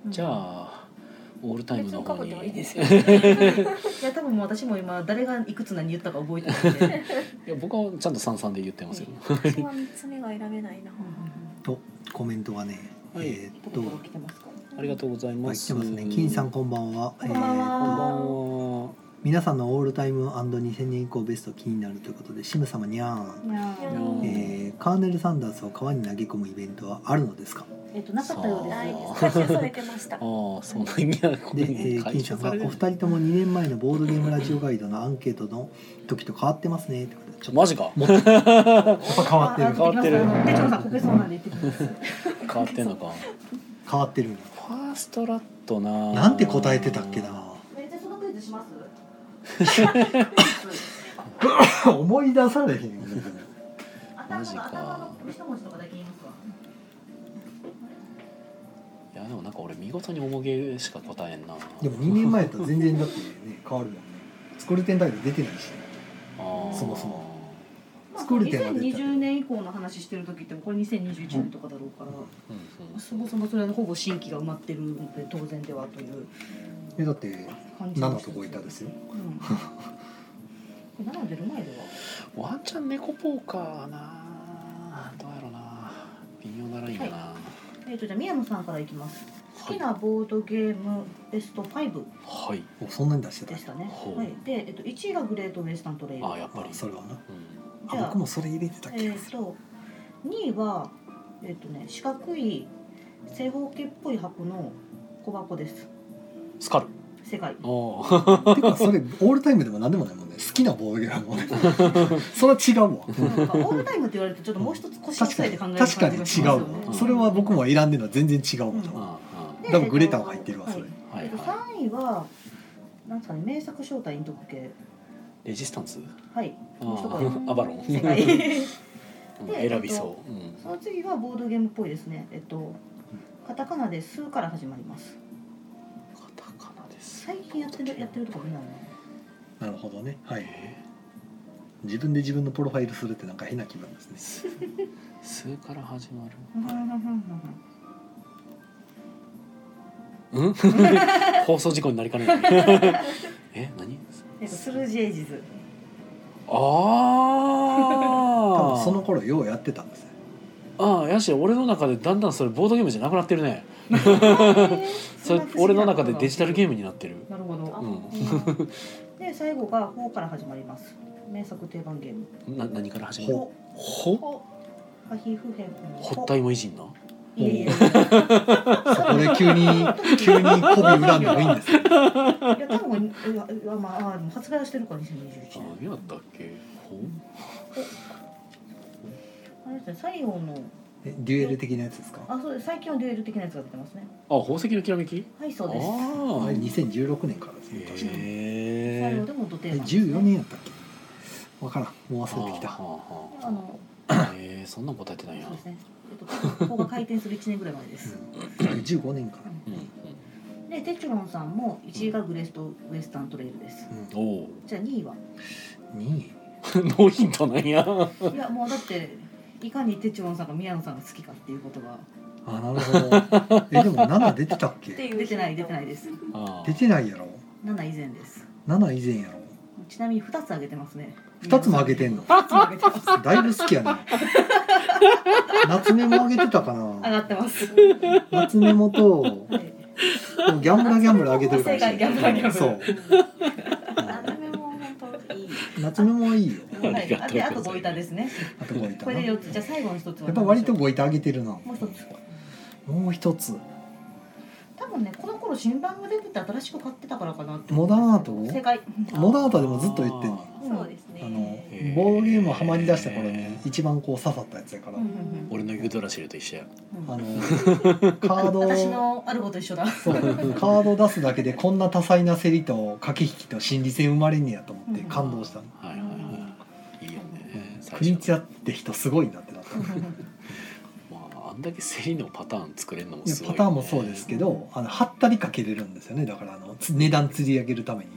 Speaker 1: じゃ
Speaker 4: あ
Speaker 1: あオールタイムの方に。
Speaker 3: 別に過去ではいいですよ
Speaker 1: い
Speaker 4: いや多分もう私も今誰がいくつ何言ったか覚えてないんで
Speaker 1: や僕はちゃんと三三で言ってますよ。
Speaker 3: 私は三つ目が選べないな。
Speaker 2: とコメントがね、
Speaker 1: はい
Speaker 2: えーっ
Speaker 4: ど
Speaker 2: と、
Speaker 4: こから来てますか
Speaker 1: ありがとうござい
Speaker 2: ま
Speaker 1: ま
Speaker 2: あ、来て
Speaker 1: す。
Speaker 2: ますね金さんこんばんは
Speaker 4: こんばんは
Speaker 1: こ
Speaker 2: えー
Speaker 1: んばんは。
Speaker 2: 皆さんのオールタイム &2000 年以降ベスト気になるということでシム様にゃーん、
Speaker 1: うん
Speaker 2: えーカーネル・サンダースを川に投げ込むイベントはあるのですか
Speaker 4: えっとなかったようです
Speaker 3: ないです。
Speaker 1: そう
Speaker 3: 回収されてました。
Speaker 1: ああそうなんや。こ
Speaker 2: で、え
Speaker 1: れね
Speaker 2: ー、
Speaker 1: 回
Speaker 2: 金
Speaker 1: 収
Speaker 2: さん
Speaker 1: さ
Speaker 2: が
Speaker 1: れ
Speaker 2: お
Speaker 1: る
Speaker 2: 二人とも2年前のボードゲームラジオガイドのアンケートの時と変わってますねってことでちょっと
Speaker 1: マジか。
Speaker 2: やっぱ変わってる
Speaker 1: 変わってる
Speaker 4: あ行きますあの手帳さんこけそうなんで行って きます。
Speaker 1: 変わってんのか。
Speaker 2: 変わってるんだ
Speaker 1: ファーストラットな。
Speaker 2: なんて答えてたっけ。な
Speaker 4: えじゃあそのクイズします。
Speaker 2: 思い出されへんよね
Speaker 1: マジか
Speaker 4: 頭の一文字とかだけ言いますわ。
Speaker 1: いやでもなんか俺見事に重げしか答えんな。
Speaker 2: でも2年前と全然だってね変わるもんね作る点だけ出てないし
Speaker 1: ああ
Speaker 2: そもそも。
Speaker 4: まあ、
Speaker 2: 作る手間出た
Speaker 4: 2020年以降の話してる時ってこれ2021年とかだろうから、
Speaker 1: うん
Speaker 4: そもそもそれはほぼ新規が埋まってるので当然ではという
Speaker 2: えだって
Speaker 4: 感じ
Speaker 2: 7とこいたですよ
Speaker 4: うん、これ7出る前で は
Speaker 1: うん。ワンチャン猫ポーカーな。どうやろな。微妙なラインだな。
Speaker 4: えっ、とじゃあ宮野さんからいきます好
Speaker 1: はい
Speaker 4: き。なボードゲームベスト5
Speaker 1: はい。
Speaker 2: おそんなに出してた
Speaker 4: で
Speaker 2: ん
Speaker 4: し
Speaker 2: や
Speaker 4: たね、
Speaker 1: ほう
Speaker 4: はい、で、えっと1位がグレートウェスタントレイル
Speaker 1: ああやっぱ
Speaker 2: あ
Speaker 1: り。
Speaker 2: それはな
Speaker 1: うん
Speaker 2: あ僕もそれ入れてた
Speaker 4: え
Speaker 2: 気
Speaker 4: っ、
Speaker 2: がする
Speaker 4: と2位はえっ、とね四角い正方形っぽい箱の小箱です
Speaker 1: スカル
Speaker 4: 世界
Speaker 1: おー
Speaker 2: てかそれオールタイムでも何でもないもんね好きなボードゲームも ねそれは違うわ
Speaker 4: なんかオールタイムって言われるとちょっともう一つ腰を
Speaker 2: 確
Speaker 4: 据
Speaker 2: か
Speaker 4: えて
Speaker 2: に
Speaker 4: 考える
Speaker 2: 確かに違
Speaker 4: 感じがしますよ
Speaker 2: う
Speaker 4: ね
Speaker 2: わそれは僕も選んでるのは全然違うも
Speaker 4: う
Speaker 2: ん
Speaker 4: ん
Speaker 1: うん
Speaker 4: で
Speaker 2: 多分グレタン入ってるわ
Speaker 4: はい
Speaker 2: それ
Speaker 1: はい
Speaker 4: えっと
Speaker 1: は
Speaker 4: 3位はなんですかね名作招待陰徳系
Speaker 1: いレジスタンス
Speaker 4: はい
Speaker 1: あ
Speaker 4: もう一声
Speaker 1: ーアバロン
Speaker 4: 世 界
Speaker 1: うん
Speaker 4: で
Speaker 1: 選びそううん
Speaker 4: その次はボードゲームっぽいですねえっとカタカナで「ス」から始まります
Speaker 1: カタカナです
Speaker 4: 最近やってるやってるとこ見ないね
Speaker 2: なるほどねはい
Speaker 1: え
Speaker 2: 自分で自分のプロファイルするってなんか変な気分です
Speaker 1: ー
Speaker 2: ね
Speaker 1: す数から始 まる
Speaker 4: うんうんうんうん
Speaker 1: うん放送事故になりか ねないえ何
Speaker 4: えっとスルジエイ ジズ
Speaker 2: 多
Speaker 1: ああ
Speaker 2: 分その頃ようやってたんですね
Speaker 1: ああやし俺の中でだんだんそれボードゲームじゃなくなってるねそれ俺の中でデジタルゲームになってる
Speaker 4: なるほ
Speaker 3: あ
Speaker 4: ど
Speaker 1: うん
Speaker 4: で最後が「ほ」から始まります名作定番ゲーム
Speaker 1: な何から始
Speaker 4: 「
Speaker 1: まる
Speaker 4: ほ」
Speaker 1: ほ
Speaker 4: ほはひふへん
Speaker 1: ほったいも偉人ない
Speaker 4: えいえいや
Speaker 2: これ急 に急に媚び恨んでもいいんですよ
Speaker 4: 多分いやいやまああでも発売はしてるから2021年
Speaker 1: 何やったっけほ
Speaker 4: あれですね西洋の
Speaker 2: えデュエル的なやつですか
Speaker 4: あそうです最近はデュエル的なやつが出てますね
Speaker 1: あ宝石のきらめき
Speaker 4: はい
Speaker 1: あ
Speaker 4: そうです
Speaker 2: あ
Speaker 1: あ
Speaker 2: れ2016年からですね確かに
Speaker 1: へ
Speaker 4: 西洋
Speaker 1: え
Speaker 4: でも土定
Speaker 2: え
Speaker 4: 番ですね
Speaker 2: 14年やったっけ分からんもう忘れてきた
Speaker 4: あの
Speaker 1: へえそんなん答えてないや
Speaker 4: そうですねえっとここが回転する1年ぐらい前です
Speaker 2: 15年かな、
Speaker 1: うん
Speaker 4: でテチュロンさんも1位がグレストウエスタントレイルです
Speaker 1: うんおお
Speaker 4: じゃあ2位は
Speaker 2: 2位
Speaker 1: ノーヒントなん や
Speaker 4: いやもうだっていかにテチュロンさんが宮野さんが好きかっていうことが
Speaker 2: あなるほどえでも7出てたっ
Speaker 3: って
Speaker 2: け
Speaker 3: いう
Speaker 4: 出てない出てないです
Speaker 1: あー
Speaker 2: 出てないやろ
Speaker 4: 7以前です
Speaker 2: 7以前やろ
Speaker 4: ちなみに2つ上げてますね
Speaker 2: 2つも上げてんの
Speaker 4: 2つも上げてます
Speaker 2: だいぶ好きや ね夏メモ上げてたか
Speaker 4: 上
Speaker 2: な
Speaker 4: がってます
Speaker 2: 夏メモと
Speaker 4: はい
Speaker 2: でもギャンブラギャンブラ上げてるかもし
Speaker 4: ギャンブラギ
Speaker 2: れない
Speaker 4: ャンブラ
Speaker 2: そう
Speaker 3: 何でも本当いい。
Speaker 2: 夏メモはいいよ
Speaker 4: はいあであと5板ですね
Speaker 2: あと5いた
Speaker 4: こ
Speaker 2: な
Speaker 4: れで
Speaker 2: や
Speaker 4: 4つじゃあ最後の1つは
Speaker 2: っぱ割と5いた上げてるなも
Speaker 4: もう一つ
Speaker 2: う一つ
Speaker 4: 多分ねこの頃新版が出てて新しく買ってたからかなって
Speaker 2: モダンアート
Speaker 4: 正解
Speaker 2: モダンアートでもずっと言ってんの
Speaker 3: そうです
Speaker 2: あの
Speaker 3: ね。
Speaker 1: へー
Speaker 2: ボードゲームハマりだした頃に一番こう刺さったやつやから、
Speaker 4: うんうん
Speaker 1: 俺のユードラシルと一緒や
Speaker 4: うん
Speaker 2: あのカ
Speaker 4: あ
Speaker 2: ードを
Speaker 4: 私のあること一緒だ
Speaker 2: そうカード出すだけでこんな多彩な競りと駆け引きと心理戦生まれんねやと思って感動したの、
Speaker 1: はいはいはいいいよね最
Speaker 2: プリンツヤって人すごいなってなったい
Speaker 1: まああんだけセリのパターン作れるのも
Speaker 2: や
Speaker 1: すごい、
Speaker 2: パターンもそうですけどあのはったりかけれるんですよねだからあのつ値段釣り上げるために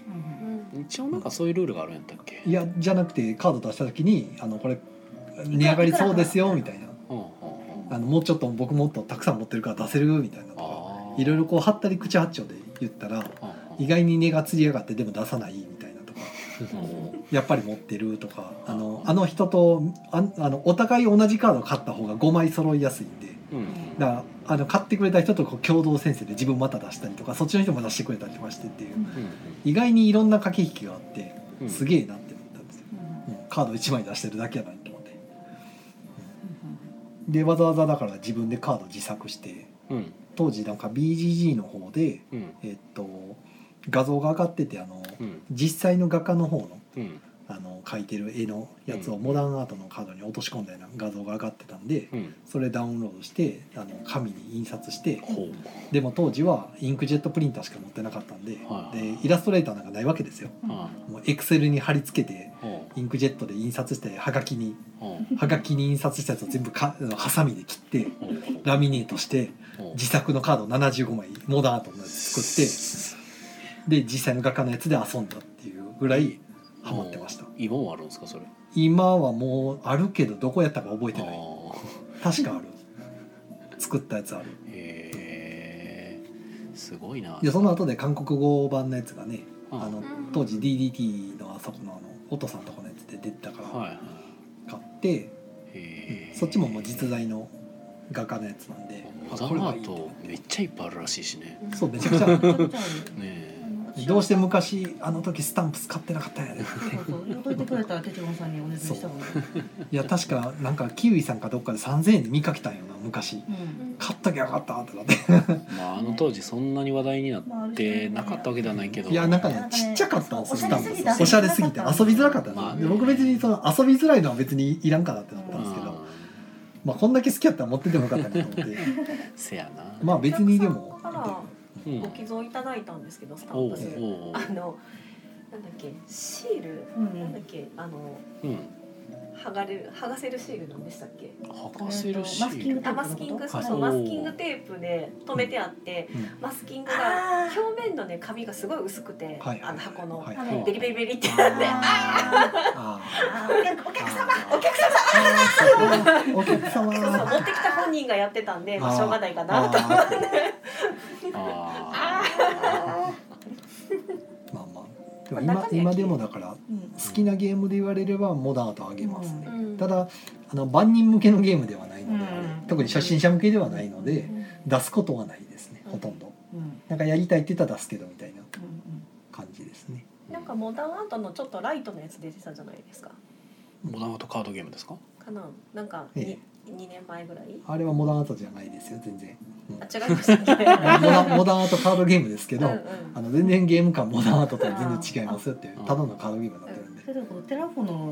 Speaker 1: 一応なんかそういうルールがあるんやったっけ
Speaker 2: いやじゃなくてカード出した時にあのこれ値上がりそうですよみたいな
Speaker 1: うんうんうん
Speaker 2: あのもうちょっと僕もっとたくさん持ってるから出せるみたいなとか
Speaker 1: あー
Speaker 2: いろいろこうはったり口八丁で言ったら
Speaker 1: うんうん
Speaker 2: 意外に値がつり上がってでも出さないみたいなとか
Speaker 1: うん
Speaker 2: やっぱり持ってるとかあのあの人とああのお互い同じカード買った方が5枚揃いやすいんで
Speaker 1: うん
Speaker 2: だからあの買ってくれた人とこう共同戦線で自分また出したりとかそっちの人も出してくれたりとかしてっていう
Speaker 1: うん
Speaker 2: 意外にいろんな駆け引きがあって
Speaker 1: うん
Speaker 2: すげえなって思ったんですよ、うんカード1枚出してるだけやなと思ってでわざわざだから自分でカード自作して
Speaker 1: うん
Speaker 2: 当時なんか BGG の方で
Speaker 1: うん
Speaker 2: えっと画像が上がっててあの
Speaker 1: うん
Speaker 2: 実際の画家の方の
Speaker 1: うん
Speaker 2: あの描いてる絵のやつを
Speaker 1: うん
Speaker 2: モダンアートのカードに落とし込んだような画像が上がってたんで
Speaker 1: うん
Speaker 2: それダウンロードしてあの紙に印刷して
Speaker 1: ほ
Speaker 2: でも当時はインクジェットプリンターしか持ってなかったんで
Speaker 1: はい
Speaker 2: でイラストレーターなんかないわけですよ
Speaker 1: うあ
Speaker 2: もうエクセルに貼り付けて
Speaker 1: ほ
Speaker 2: インクジェットで印刷してはがきに
Speaker 1: うほ
Speaker 2: はがきに印刷したやつを全部かあのハサミで切って
Speaker 1: うほう
Speaker 2: ラミネートして
Speaker 1: ほう
Speaker 2: 自作のカード75枚モダンアートのやつ作ってで実際の画家のやつで遊んだっていうぐらいハマってました
Speaker 1: 今もあるんですかそれ
Speaker 2: 今はもうあるけどどこやったか覚え
Speaker 1: あ
Speaker 2: てない
Speaker 1: あ
Speaker 2: 確かある作ったやつある
Speaker 1: へえすごいない
Speaker 2: やその後で韓国語版のやつがね
Speaker 1: うん
Speaker 2: あの
Speaker 1: はい
Speaker 2: 当時 DDT のあそこのあの音さんとこのやつで出てたから
Speaker 1: は
Speaker 2: 買って、
Speaker 1: いへえ
Speaker 2: そっちももう実在の画家のやつなんで
Speaker 1: モ
Speaker 2: あ
Speaker 1: ダ
Speaker 2: これ
Speaker 1: ンア
Speaker 2: はい
Speaker 1: ー
Speaker 2: い
Speaker 1: ト
Speaker 2: と思
Speaker 1: めっちゃいっぱいあるらしいしね
Speaker 2: ってそうめちゃくちゃあ る
Speaker 4: めちゃくちゃある
Speaker 1: ね
Speaker 2: どうして昔あの時スタンプ使ってなかったんやね
Speaker 4: そうそうそう言うといてくれたらテチロンさんにお願いしたもんね
Speaker 2: いや確かなんかキウイさんかどっかで3,000円で見かけたんよな昔
Speaker 4: うん
Speaker 2: 勝ったきゃよかったってなって
Speaker 1: まあ、あの当時そんなに話題になってなかったわけではないけど
Speaker 2: いやなんかねちっちゃかったんですよ多分おし
Speaker 4: おし
Speaker 2: ゃ
Speaker 4: ゃ
Speaker 2: れ
Speaker 4: れ
Speaker 2: す
Speaker 4: す
Speaker 2: ぎ
Speaker 4: ぎ
Speaker 2: て
Speaker 4: て
Speaker 2: 遊びづらかったんですよ
Speaker 1: まあ
Speaker 2: で僕別にその遊びづらいのは別にいらんかなってなったんですけどまあこんだけ好きやったら持っててもよかったなと思って
Speaker 1: うんせやな、
Speaker 2: まあ別にでも
Speaker 3: お客様から
Speaker 1: うん
Speaker 3: ご寄贈いただいたんですけどスタ
Speaker 1: お
Speaker 3: ン
Speaker 1: う
Speaker 3: プス
Speaker 1: おう
Speaker 3: あのなんだっけシール、
Speaker 4: うんうん
Speaker 3: なんだっけあの
Speaker 1: うん
Speaker 3: 剥がれる剥がせるシールなんでしたっけ
Speaker 1: 剥がせるシ
Speaker 4: マスキン
Speaker 1: ー
Speaker 4: グ
Speaker 1: ル
Speaker 3: あマスキングそうそう
Speaker 1: は
Speaker 3: マ
Speaker 1: い
Speaker 3: スキングテープで留めてあって
Speaker 2: うん
Speaker 3: マスキングが
Speaker 4: あ
Speaker 3: 表面のね紙がすごい薄くて、
Speaker 2: はい
Speaker 3: あの箱の、
Speaker 2: はい
Speaker 4: あ
Speaker 1: の
Speaker 3: ベリベリベリってなって
Speaker 2: あー
Speaker 4: あーお客様
Speaker 2: お客様お客様
Speaker 3: そうそう持ってきた本人がやってたんで、ま
Speaker 2: あ
Speaker 3: あ、
Speaker 2: ー
Speaker 3: しょうがないかなと
Speaker 2: あー
Speaker 1: あ
Speaker 2: まあまあでも今今でもだから
Speaker 4: うん
Speaker 2: 好きなゲームで言われればモダンとあげますね、
Speaker 3: うん
Speaker 2: ただあの万人向けのゲームではないので、
Speaker 4: うん
Speaker 2: 特に初心者向けではないので
Speaker 4: うん
Speaker 2: 出すことはないですね
Speaker 3: うん
Speaker 2: ほとんど
Speaker 4: うん
Speaker 2: なんかやりたいって言ったら出すけどみたいな
Speaker 4: うん
Speaker 2: 感じですね
Speaker 3: なんかモダンアートのちょっとライトのやつ出てたじゃないですか
Speaker 1: ーモダンアートカードゲームですか
Speaker 3: かななんか
Speaker 2: え
Speaker 3: に2年前ぐらい
Speaker 2: あれはモダンアートじゃないですよ全然、うん
Speaker 3: あ違いましたっけ
Speaker 2: モダ ンモダンアートカードゲームですけ
Speaker 3: うんう
Speaker 2: ど、
Speaker 3: ん
Speaker 2: あの全然ゲーム感モダンアートとは全然違いますよっていう
Speaker 1: あー
Speaker 2: ただのカードゲームになってるんで
Speaker 4: それでこのテラフォの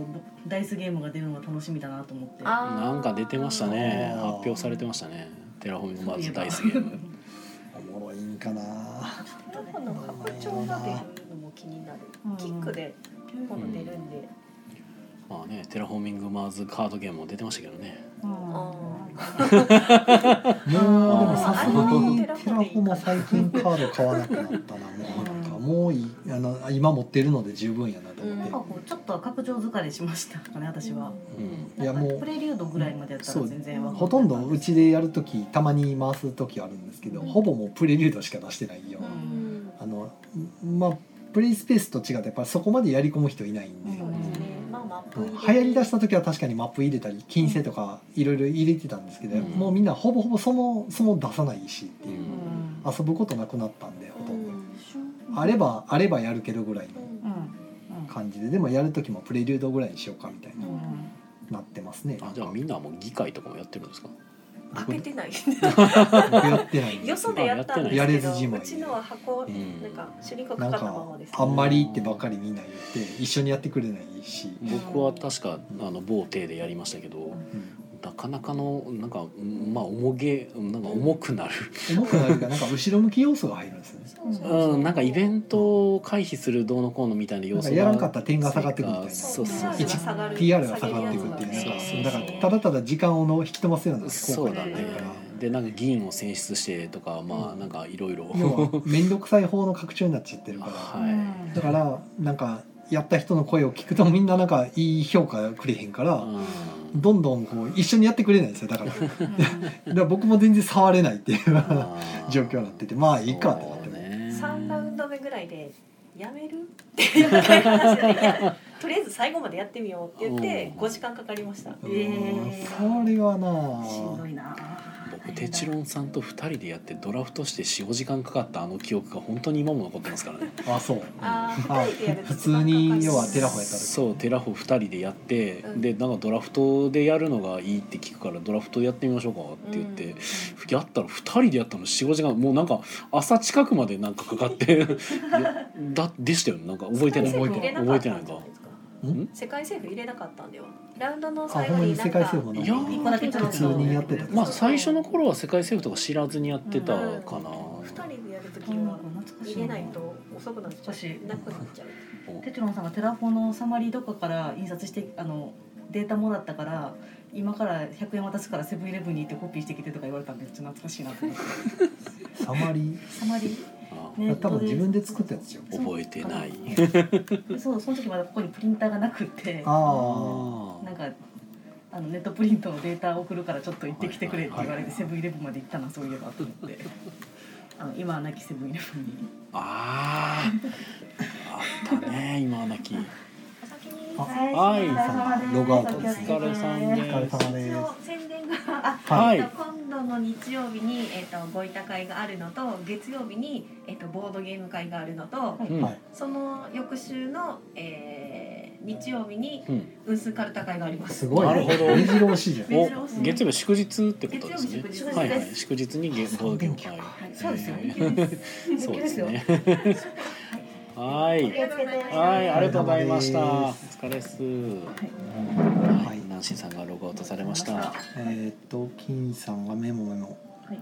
Speaker 4: ダイスゲームが出るのが楽しみだなと思って
Speaker 3: あー
Speaker 1: なんか出てましたね
Speaker 2: あ
Speaker 1: 発
Speaker 2: ー
Speaker 1: 表されてましたねテラフォーミングマーズダイスゲーム
Speaker 2: おもろいんかな
Speaker 3: どこの拡張が出るのも気になる
Speaker 4: うん
Speaker 3: キックで今度出るんで、
Speaker 1: まあねテラフォーミングマーズカードゲームも出てましたけどね
Speaker 4: うん
Speaker 2: もうでもさすがに
Speaker 3: あー
Speaker 2: テラフォも最近カード買わなくなったなもうなんかもういいあの今持ってるので十分やなと思
Speaker 4: な
Speaker 2: っ
Speaker 4: ん
Speaker 2: て
Speaker 4: か、こうちょっとは拡張疲れしましたかね私は。
Speaker 1: うん
Speaker 2: いや
Speaker 4: なんか
Speaker 2: もう
Speaker 4: プレリュードぐらいまでやったら全然わかんな
Speaker 2: ほとんどうちでやる時たまに回す時あるんですけど、
Speaker 3: うん
Speaker 2: ほぼもうプレリュードしか出してないような、
Speaker 4: う
Speaker 3: うんん
Speaker 2: あのまあプレイスペースと違ってやっぱりそこまでやり込む人いないんで、
Speaker 3: そうですねまあマップ
Speaker 2: うん
Speaker 3: 入
Speaker 2: 流
Speaker 3: れ
Speaker 2: 行りだした時は確かにマップ入れたり金星とかいろいろ入れてたんですけど、
Speaker 1: うん
Speaker 2: もうみんなほぼほぼそのその出さないしっていう、
Speaker 4: うん
Speaker 2: 遊ぶことなくなったんでほとんど、
Speaker 4: うん
Speaker 2: あればあればやるけどぐらいの
Speaker 4: うんうん
Speaker 2: 感じででもやる時もプレリュードぐらいにしようかみたいな、
Speaker 4: うん
Speaker 2: なってますね
Speaker 1: あじゃあみんなはもう議会とかもやってるんですか
Speaker 3: 開けてない
Speaker 2: 僕やってないん
Speaker 3: よ
Speaker 2: です
Speaker 3: そでやったんです
Speaker 2: やれ
Speaker 3: け
Speaker 2: ず
Speaker 3: ど
Speaker 2: じまいう
Speaker 3: ちのは箱、
Speaker 1: ん
Speaker 3: なんか主輪郭
Speaker 2: な
Speaker 3: か
Speaker 2: ん
Speaker 3: かった
Speaker 2: か
Speaker 3: ままです、
Speaker 2: あんまりってばっかりみんな言って一緒にやってくれないし、
Speaker 1: 僕は確かあの某邸でやりましたけど
Speaker 2: うん
Speaker 1: なかなかのなんかまあ重げなんか重くなる、
Speaker 2: 重くなるからなんか後ろ向き要素が入るんですね
Speaker 3: そうそうそう
Speaker 1: うん、なんかイベントを回避するどうのこうのみたいな要素
Speaker 2: なんかやらんかったら点が下がってくるみたいな
Speaker 1: そうそう
Speaker 3: そう
Speaker 1: そう
Speaker 2: PR が下がっていくっていう
Speaker 1: そう
Speaker 2: なんか
Speaker 1: そう
Speaker 2: だからただただ時間をの引き飛ばすような
Speaker 1: そうだね
Speaker 2: だから
Speaker 1: でなんか議員を選出してとかまあ
Speaker 2: うん
Speaker 1: なんかいろいろ
Speaker 2: 要は面倒くさい方の拡張になっちゃってるから
Speaker 1: は
Speaker 4: うん
Speaker 2: だからなんかやった人の声を聞くとみんななんかいい評価くれへんから
Speaker 1: い
Speaker 2: どんどんこう一緒にやってくれないんですよだからだから僕も全然触れないっ ていう状況になっててまあいいかってなってね
Speaker 1: ね
Speaker 3: 3ラウンド目ぐらいで「やめる?」って言われましたねい やとりあえず最後までやってみようって言って
Speaker 1: うん
Speaker 3: 5時間かかりました
Speaker 2: う
Speaker 4: えー
Speaker 2: んそれは
Speaker 4: しんど
Speaker 2: ない
Speaker 4: な
Speaker 1: 僕テチロンさんと2人でやってドラフトして45時間かかったあの記憶が本当に今も残ってます からね
Speaker 2: あそう
Speaker 3: あー
Speaker 2: はい
Speaker 3: 二人でやると
Speaker 2: 普通に要はテラフォやったら
Speaker 1: そうテラフォ2人でやって、
Speaker 3: うん
Speaker 1: でなんかドラフトでやるのがいいって聞くからドラフトやってみましょうかって言って、やったら2人でやったの45時間もうなんか朝近くまでなんかかかっていやだでしたよねなんか覚えてない
Speaker 3: 世
Speaker 1: 覚
Speaker 3: 界
Speaker 1: えて
Speaker 3: 政府入れ
Speaker 1: な覚
Speaker 3: ないかっ
Speaker 1: えて
Speaker 3: た
Speaker 1: ない
Speaker 3: んじ
Speaker 1: か
Speaker 3: ゃないですか
Speaker 2: ん
Speaker 3: 世界政府入れなかったんだよラウンドの
Speaker 2: あ
Speaker 3: 最
Speaker 2: ほん
Speaker 3: 後
Speaker 2: まに
Speaker 3: にな
Speaker 2: 世
Speaker 3: ん
Speaker 2: 界政
Speaker 3: か
Speaker 2: 府
Speaker 1: いやー
Speaker 2: の
Speaker 4: 一個だけちょっと
Speaker 2: 普通にやってた
Speaker 1: まあ最初の頃は世界政府とか知らずにやってたかな、
Speaker 3: 2人でやるとき
Speaker 4: うん
Speaker 3: は
Speaker 4: 懐かし
Speaker 3: 入
Speaker 4: いな
Speaker 3: れないと遅くなっちゃ
Speaker 4: 私
Speaker 3: うなくなっちゃう
Speaker 4: テチロンさんがテラフォのサマリーどっかから印刷してあのデータもらったから今から100円渡すからセブンイレブンに行ってコピーしてきてとか言われたんでめっちゃ懐かしいなと思って
Speaker 2: サマリ
Speaker 4: サマリー
Speaker 1: あ
Speaker 4: ネッ
Speaker 2: ー多
Speaker 4: ト
Speaker 2: 分
Speaker 4: で
Speaker 2: 自分で作ったやつよ
Speaker 1: 覚えてない
Speaker 4: そうその時まだここにプリンターがなく って
Speaker 2: あ
Speaker 4: なんかあのネットプリントのデータ送るからちょっと行ってきてくれって言われてセブンイレブンまで行ったなそういえばと思ってあの今は亡きセブンイレブンに
Speaker 1: あーあったね今はなき
Speaker 3: お先に
Speaker 2: あ
Speaker 1: はい
Speaker 2: ログアウト
Speaker 1: お
Speaker 2: です
Speaker 1: 疲れさん
Speaker 2: あお疲れ
Speaker 1: です
Speaker 2: 様で
Speaker 5: 一
Speaker 2: す
Speaker 5: 応宣伝が、あ
Speaker 1: はい
Speaker 5: えっと今度の日曜日に、えっとご委託会があるのと月曜日に、えっとボードゲーム会があるのと
Speaker 1: うん
Speaker 2: はい
Speaker 5: その翌週の、えー日曜日に
Speaker 1: うん、
Speaker 5: 運数カルタ会がありますす。
Speaker 2: ごい、
Speaker 1: な
Speaker 2: ね、
Speaker 1: るほど
Speaker 2: 目白押しじゃん
Speaker 5: 珍
Speaker 1: お
Speaker 5: しい
Speaker 1: 月曜日祝日ってことですね
Speaker 5: 月曜日祝日
Speaker 1: はいは
Speaker 5: で
Speaker 1: い、祝日にゲボードゲーム会
Speaker 4: はいそうですよね
Speaker 1: えーそうですねは
Speaker 5: あり
Speaker 1: い
Speaker 5: がとうございます
Speaker 1: はいありがとうございましたお
Speaker 2: は
Speaker 1: 疲れっす
Speaker 2: はい
Speaker 1: はい、ナンシーさんがログアウトされまし
Speaker 4: は
Speaker 1: た
Speaker 2: えーっと金さんがメモメモ
Speaker 4: はい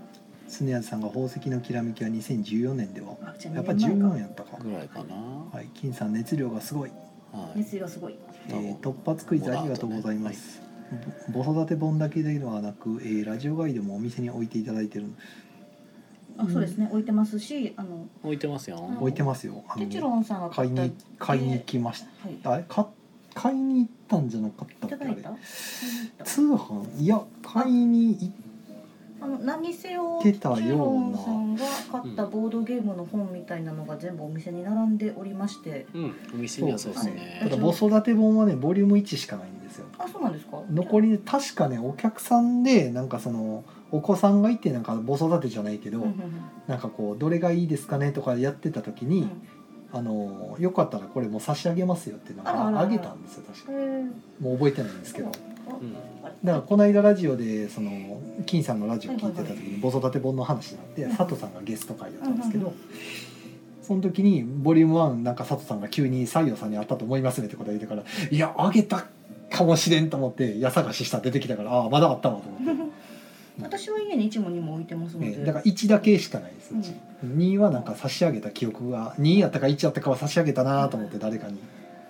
Speaker 2: 常谷さんが宝石のきらめきは2014年では
Speaker 4: あじゃあ
Speaker 2: やっぱ
Speaker 4: 二年前か
Speaker 2: 14やったか
Speaker 1: ぐらいかな
Speaker 2: はい金さん熱量がすごい、
Speaker 1: はい
Speaker 4: 熱意がすごい。
Speaker 2: えー突発クイズありがとうございます、ぼ子育て本だけではなく、えーラジオ外でもお店に置いていただいてる
Speaker 4: あ、そうですね。置いてますし、あの
Speaker 1: 置いてますよ
Speaker 2: 置いてますよあ
Speaker 4: テチロンさんが
Speaker 2: 買い
Speaker 4: った
Speaker 2: に買いに行きまし
Speaker 4: はい。
Speaker 2: たあれ買買いに行ったんじゃなかった
Speaker 4: い
Speaker 2: ったけ
Speaker 4: だい
Speaker 2: あ
Speaker 4: た
Speaker 2: れ。通販いや買いに行っ
Speaker 4: あの何せを
Speaker 2: 出
Speaker 4: テ
Speaker 2: たような
Speaker 4: チロンさんが買ったボードゲームの本みたいなのが全部お店に並んでおりまして。
Speaker 1: うん、お店にはそうです
Speaker 2: た
Speaker 1: ね
Speaker 2: だ母育て本はねボリューム1しかないんですよ
Speaker 4: あ、そうなんですか。
Speaker 2: 残りね確かねお客さんでなんかそのお子さんがいてなんか母育てじゃないけど、
Speaker 4: うんうんうん
Speaker 2: なんかこうどれがいいですかねとかやってた時に、あのよかったらこれもう差し上げますよってなん
Speaker 4: あらあ
Speaker 2: からあげたんですよ確か
Speaker 4: へー
Speaker 2: もう覚えてないんですけどだか
Speaker 1: うん
Speaker 2: らこの間ラジオでその金さんのラジオ聞いてた時
Speaker 4: はい
Speaker 2: に母育て本の話になって
Speaker 4: うん
Speaker 2: 佐藤さんがゲスト会だったんですけ
Speaker 4: う
Speaker 2: どその時にボリューム1なんか佐藤さんが急に西洋さんに会ったと思いますねってこと言ってからいやあげたかもしれんと思って矢探ししたら出てきたからああまだあったわと思って。
Speaker 4: 私は家に一も二も置いてますの
Speaker 2: え
Speaker 4: で。
Speaker 2: えだから1だけしかないです、うち2はなんか差し上げた記憶が2やったか1やったかは差し上げたなと思って誰かに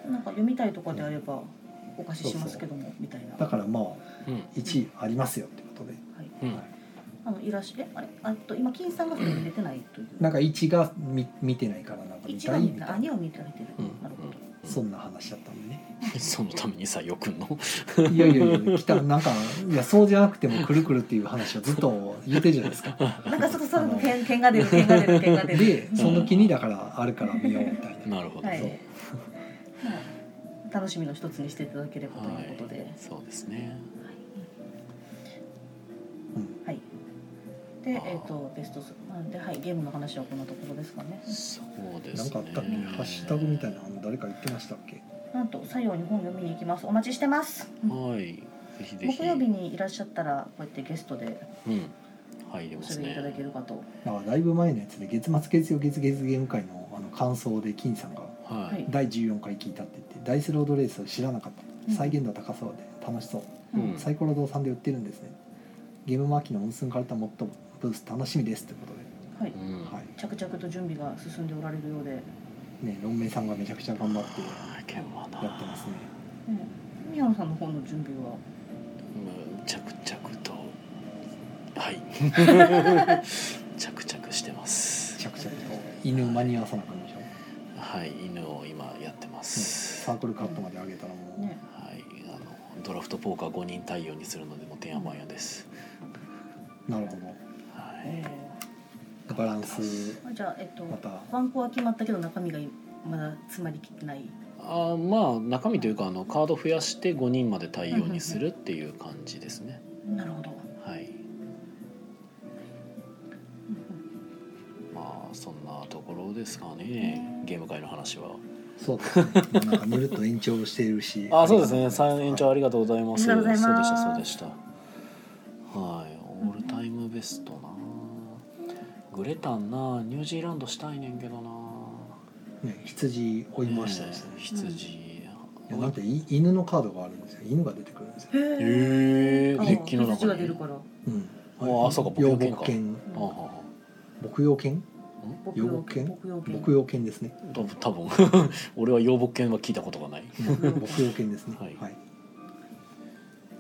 Speaker 4: なんか読みたいとかであればお貸ししますけどもみたいな。
Speaker 2: だからまあ
Speaker 1: うん
Speaker 2: 1ありますよってことで
Speaker 1: うん
Speaker 4: あのいらっしゃえあれあと今金さんがそれ出てないという。
Speaker 2: なんか1が見見てないからなんか見
Speaker 4: 一
Speaker 2: た
Speaker 4: 番
Speaker 2: い
Speaker 4: 見
Speaker 2: み
Speaker 4: た
Speaker 2: た
Speaker 4: い。
Speaker 2: いな
Speaker 4: 兄を見てられてる。
Speaker 1: うん
Speaker 4: なるほど。
Speaker 2: そんな話だったんでね
Speaker 1: そのためにさよくんの
Speaker 2: いやいやいや来たなんかいやそうじゃなくてもくるくるっていう話をずっと言ってるじゃないですか
Speaker 4: なんかちょっとその点点が出る点が出る点が出る。
Speaker 2: でその気にだからあるから見ようみたいな
Speaker 1: なるほど、
Speaker 4: は
Speaker 1: そう
Speaker 4: い。まあ楽しみの一つにしていただければということで、
Speaker 1: そうですね
Speaker 2: うん
Speaker 4: はい。
Speaker 1: あ
Speaker 4: で
Speaker 1: ー
Speaker 4: えっ、とベストスなんではいゲームの話はこんなところですかね。
Speaker 1: そうで
Speaker 2: なん
Speaker 1: す
Speaker 2: かあ
Speaker 1: ね
Speaker 2: ったっけハッシュタグみたいなの誰か言ってましたっけ
Speaker 4: なんと左右に本読みに行きます。お待ちしてます。
Speaker 1: はいぜひぜひ
Speaker 4: 木曜日にいらっしゃったらこうやってゲストで
Speaker 1: うん入れま
Speaker 4: お
Speaker 1: す
Speaker 4: べりいただけ
Speaker 1: ね
Speaker 4: るかと。
Speaker 2: だからだいぶ前のやつで月末月曜月月ゲーム会のあの感想で金さんが
Speaker 1: は
Speaker 4: はいい
Speaker 2: 第14回聞いたって言ってダイスロードレースを知らなかった
Speaker 4: うん
Speaker 2: 再現度高そうで楽しそう、
Speaker 1: うん。
Speaker 2: サイコロ堂さんで売ってるんですねゲームマーキーの温寸カルタモットブース楽しみですってことで、
Speaker 4: はいう
Speaker 1: ん
Speaker 2: はい
Speaker 4: 着々と準備が進んでおられるようで、
Speaker 2: ね論明さんがめちゃくちゃ頑張ってや
Speaker 1: あー剣はな
Speaker 2: ってますね
Speaker 4: 宮野さんの方の準備は
Speaker 1: うん着々とはい着々してます
Speaker 2: 着々と犬間に合わさなあかんでしょ
Speaker 1: はい犬を今やってます、
Speaker 2: サークルカットまで上げたらもう、
Speaker 4: ね、
Speaker 1: はいあのドラフトポーカー5人対応にするのでもうてんやまんやです、
Speaker 2: なるほど
Speaker 1: はい
Speaker 4: え
Speaker 2: バランス
Speaker 4: ーじゃあえっと
Speaker 2: また
Speaker 4: ワンコは決まったけど中身がまだ詰まりきってない。
Speaker 1: あーまあ中身というかあのカード増やして5人まで対応にするっていう感じですね
Speaker 4: なるほど。
Speaker 1: はいまあそんなところですかねゲーム会の話は
Speaker 2: そうですねもうなんかぬるっと延長しているし
Speaker 1: あそうですね再延長ありがとうございます
Speaker 4: ありがとうございます
Speaker 1: そうでしたそうでしたはいオールタイムベストなグレタンなニュージーランドしたいねんけどな
Speaker 2: ね、羊追いましたですね
Speaker 1: えー羊
Speaker 2: いやだってい犬のカードがあるんですよ犬が出てくるんですよ、
Speaker 4: へ
Speaker 1: ええ
Speaker 4: あ
Speaker 1: デッキの
Speaker 4: 羊
Speaker 1: 中
Speaker 4: が
Speaker 1: に
Speaker 4: 出るから。
Speaker 2: うん
Speaker 1: ああそうか牧羊犬か
Speaker 2: 牧
Speaker 1: あああ
Speaker 2: 羊犬
Speaker 4: 牧
Speaker 2: 養
Speaker 4: 羊
Speaker 2: 護犬
Speaker 4: 牧羊
Speaker 2: 牧
Speaker 4: 犬。
Speaker 2: 羊犬ですね
Speaker 1: あ多分 多分俺は養牧犬は聞いたことがない
Speaker 2: 牧羊犬ですね
Speaker 1: はい
Speaker 2: はい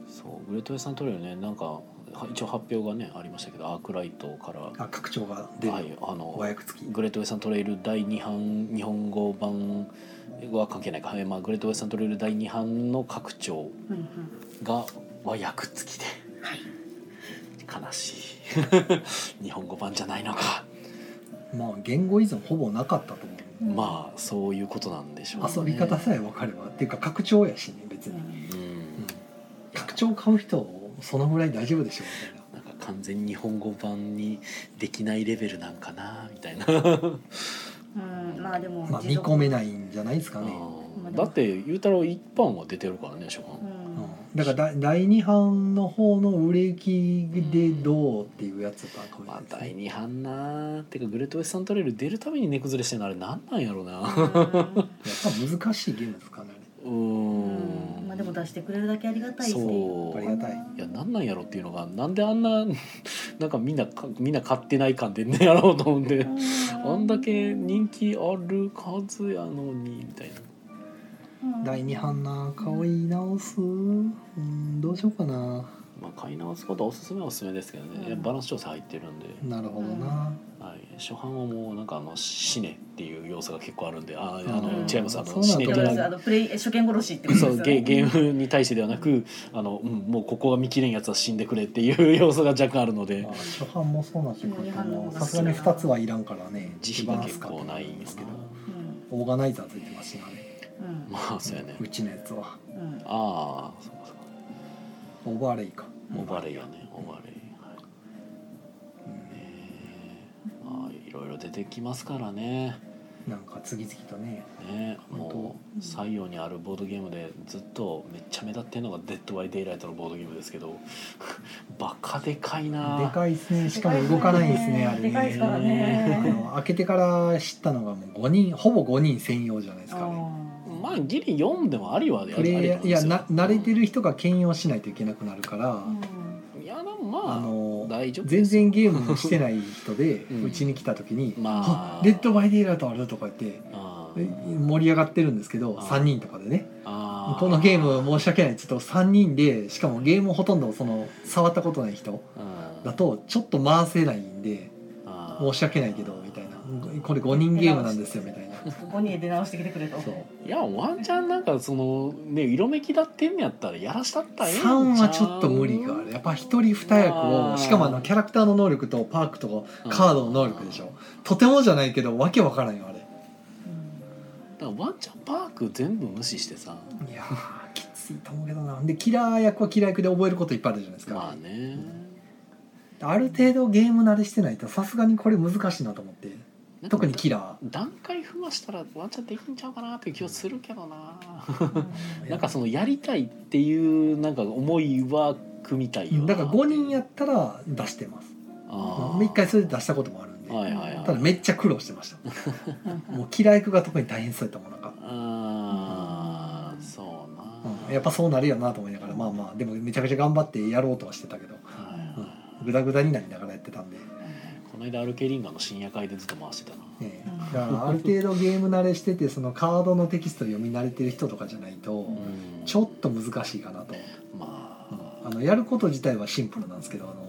Speaker 1: そうグレートエさんトレイルねなんかは一応発表がねありましたけどアークライトから
Speaker 2: あ拡張が出る、
Speaker 1: はい、あの
Speaker 2: 和訳付き
Speaker 1: グレートウェスタントレイル第2版日本語版は関係ないか、はいまあ、グレートウェスタントレイル第2版の拡張
Speaker 4: うんうん
Speaker 1: が和訳付きで、悲しい 日本語版じゃないのか、
Speaker 2: まあ言語依存ほぼなかったと思う、
Speaker 4: うん
Speaker 1: まあそういうことなんでしょうね
Speaker 2: 遊び方さえ分かればっていうか拡張やしね別に、
Speaker 1: う
Speaker 2: うん
Speaker 1: ん、
Speaker 2: 拡張買う人そのぐらい大丈夫でしょうみたい
Speaker 1: なんか完全日本語版にできないレベルなんかなみたいな
Speaker 5: うんまあでも
Speaker 2: まあ、
Speaker 5: 自
Speaker 2: 見
Speaker 5: 動
Speaker 2: 込めないんじゃないですかね、
Speaker 5: まあ
Speaker 1: だってゆうたろう一般は出てるからね初
Speaker 5: う
Speaker 1: 版
Speaker 2: うんん、だからだ第2版の方の売れ行きでどうっていうやつとかも
Speaker 1: まあ
Speaker 2: です
Speaker 1: 第
Speaker 2: ね
Speaker 1: 二版なてかグレートウエスタントレール出るために値崩れしてるのあれなんなんやろうな
Speaker 5: うん
Speaker 2: やっぱ難しいゲームですかね
Speaker 1: うー
Speaker 4: うんんまあでも出してくれるだけありがたいっていう
Speaker 1: そう
Speaker 2: ありがたい
Speaker 1: いやなんなんやろっていうのがなんであんな なんかみんなかみんな買ってない感でねやろうと思ってあんだけ人気ある数やのにみたいな
Speaker 2: 第2版な顔い直すうんどうしようかな
Speaker 1: まあ買い直すことはおすすめはおすすめですけどね、
Speaker 4: うん
Speaker 1: いやバランス調整入ってるんで、
Speaker 2: なるほどな、
Speaker 1: はい、初版はもうなんかあの死ねっていう要素が結構あるんでああ
Speaker 2: うん
Speaker 1: の違いますあ
Speaker 2: そ
Speaker 1: の
Speaker 2: うな
Speaker 1: 死
Speaker 2: ん
Speaker 1: ね
Speaker 2: だ
Speaker 4: だ
Speaker 1: 的
Speaker 4: か
Speaker 1: な
Speaker 4: らあのプレイ初見殺しってことです
Speaker 1: そ
Speaker 4: よ
Speaker 1: う
Speaker 4: ね
Speaker 1: ゲゲームに対してではなくあの、うん、もうここが見切れんやつは死んでくれっていう要素が若干あるので
Speaker 2: まあ、初版もそうなってくると
Speaker 4: うん二版の
Speaker 2: 思
Speaker 4: 方
Speaker 2: う
Speaker 4: が
Speaker 2: さすがに2つはいらんからね
Speaker 1: 慈悲が結構ないんですけど
Speaker 4: うん
Speaker 2: オーガナイザーついてますしね
Speaker 4: うん
Speaker 1: まあそうやね
Speaker 2: うちのやつは
Speaker 4: うん
Speaker 1: ああそうかそうか
Speaker 2: オーバーレイか
Speaker 1: オバレイやねオバレイはい
Speaker 2: うん
Speaker 1: ねえまあいろいろ出てきますからね
Speaker 2: なんか次々とね
Speaker 1: ねえ
Speaker 2: 本当
Speaker 1: もう採用にあるボードゲームでずっとめっちゃ目立ってるのが「デッド・バイ・デイライト」のボードゲームですけど バカでかいな
Speaker 2: でかいですねしかも動かないですねあれね
Speaker 4: でかいですから
Speaker 2: あ
Speaker 4: ね
Speaker 2: の開けてから知ったのがもう5人ほぼ5人専用じゃないですかね
Speaker 1: まあギリ4でもありはあり
Speaker 2: プレイヤーいやな慣れて
Speaker 1: る
Speaker 2: る人が兼用しないといけなくなるから、
Speaker 1: いやでも
Speaker 2: あ
Speaker 1: まあ
Speaker 2: の
Speaker 1: 大丈夫
Speaker 2: 全然ゲームしてない人で
Speaker 1: うん
Speaker 2: うち、に来た時に「
Speaker 1: まあ
Speaker 2: あレッド・バイ・デイライトある」とか言って
Speaker 1: あ
Speaker 2: え
Speaker 1: ー
Speaker 2: 盛り上がってるんですけど
Speaker 1: あー
Speaker 2: 3人とかでね
Speaker 1: あ
Speaker 2: このゲーム申し訳ないちょっと3人でしかもゲームほとんどその触ったことない人だとちょっと回せないんで申し訳ないけどみたいなこれ5人ゲームなんですよみたいな
Speaker 4: 五人で直してきてくれと。
Speaker 2: そう
Speaker 1: いやワンチャンなんかそのね色めきだってんやったらやらしたったらええんちゃう
Speaker 2: 3はちょっと無理があるやっぱ1人2役
Speaker 1: あー
Speaker 2: をしかもあのキャラクターの能力とパークとカードの能力でしょとてもじゃないけどわけわからんよあれ
Speaker 1: だからワンチャンパーク全部無視してさ
Speaker 2: いやーきついと思うけどなでキラー役はキラー役で覚えることいっぱいあるじゃないですか、
Speaker 1: まあね
Speaker 2: ある程度ゲーム慣れしてないとさすがにこれ難しいなと思って特にキ
Speaker 1: ラ
Speaker 2: ラ
Speaker 1: 段階踏ましたらワンチャンできんちゃうかなっていう気はするけどな
Speaker 2: ー
Speaker 1: なんかそのやりたいっていうなんか思いは組みたいよな
Speaker 2: だから5人やったら出してます
Speaker 1: あー
Speaker 2: 1回それで出したこともあるんで、
Speaker 1: はいはいはい
Speaker 2: ただめっちゃ苦労してましたもうキラー役が特に大変そうやと思うなんか
Speaker 1: あーそうな、
Speaker 2: うんやっぱそうなるよなと思いながらまあまあでもめちゃくちゃ頑張ってやろうとはしてたけど
Speaker 1: はい
Speaker 2: うんグダグダになりながらやってたんで、
Speaker 1: この間アルケリンガの深夜会でずっと回してたな
Speaker 2: ええ
Speaker 4: うん
Speaker 2: だからある程度ゲーム慣れしててそのカードのテキスト読み慣れてる人とかじゃないと
Speaker 1: うん
Speaker 2: ちょっと難しいかなと、
Speaker 1: ま
Speaker 2: うん
Speaker 1: あ、
Speaker 2: あのやること自体はシンプルなんですけどあの、
Speaker 1: うん、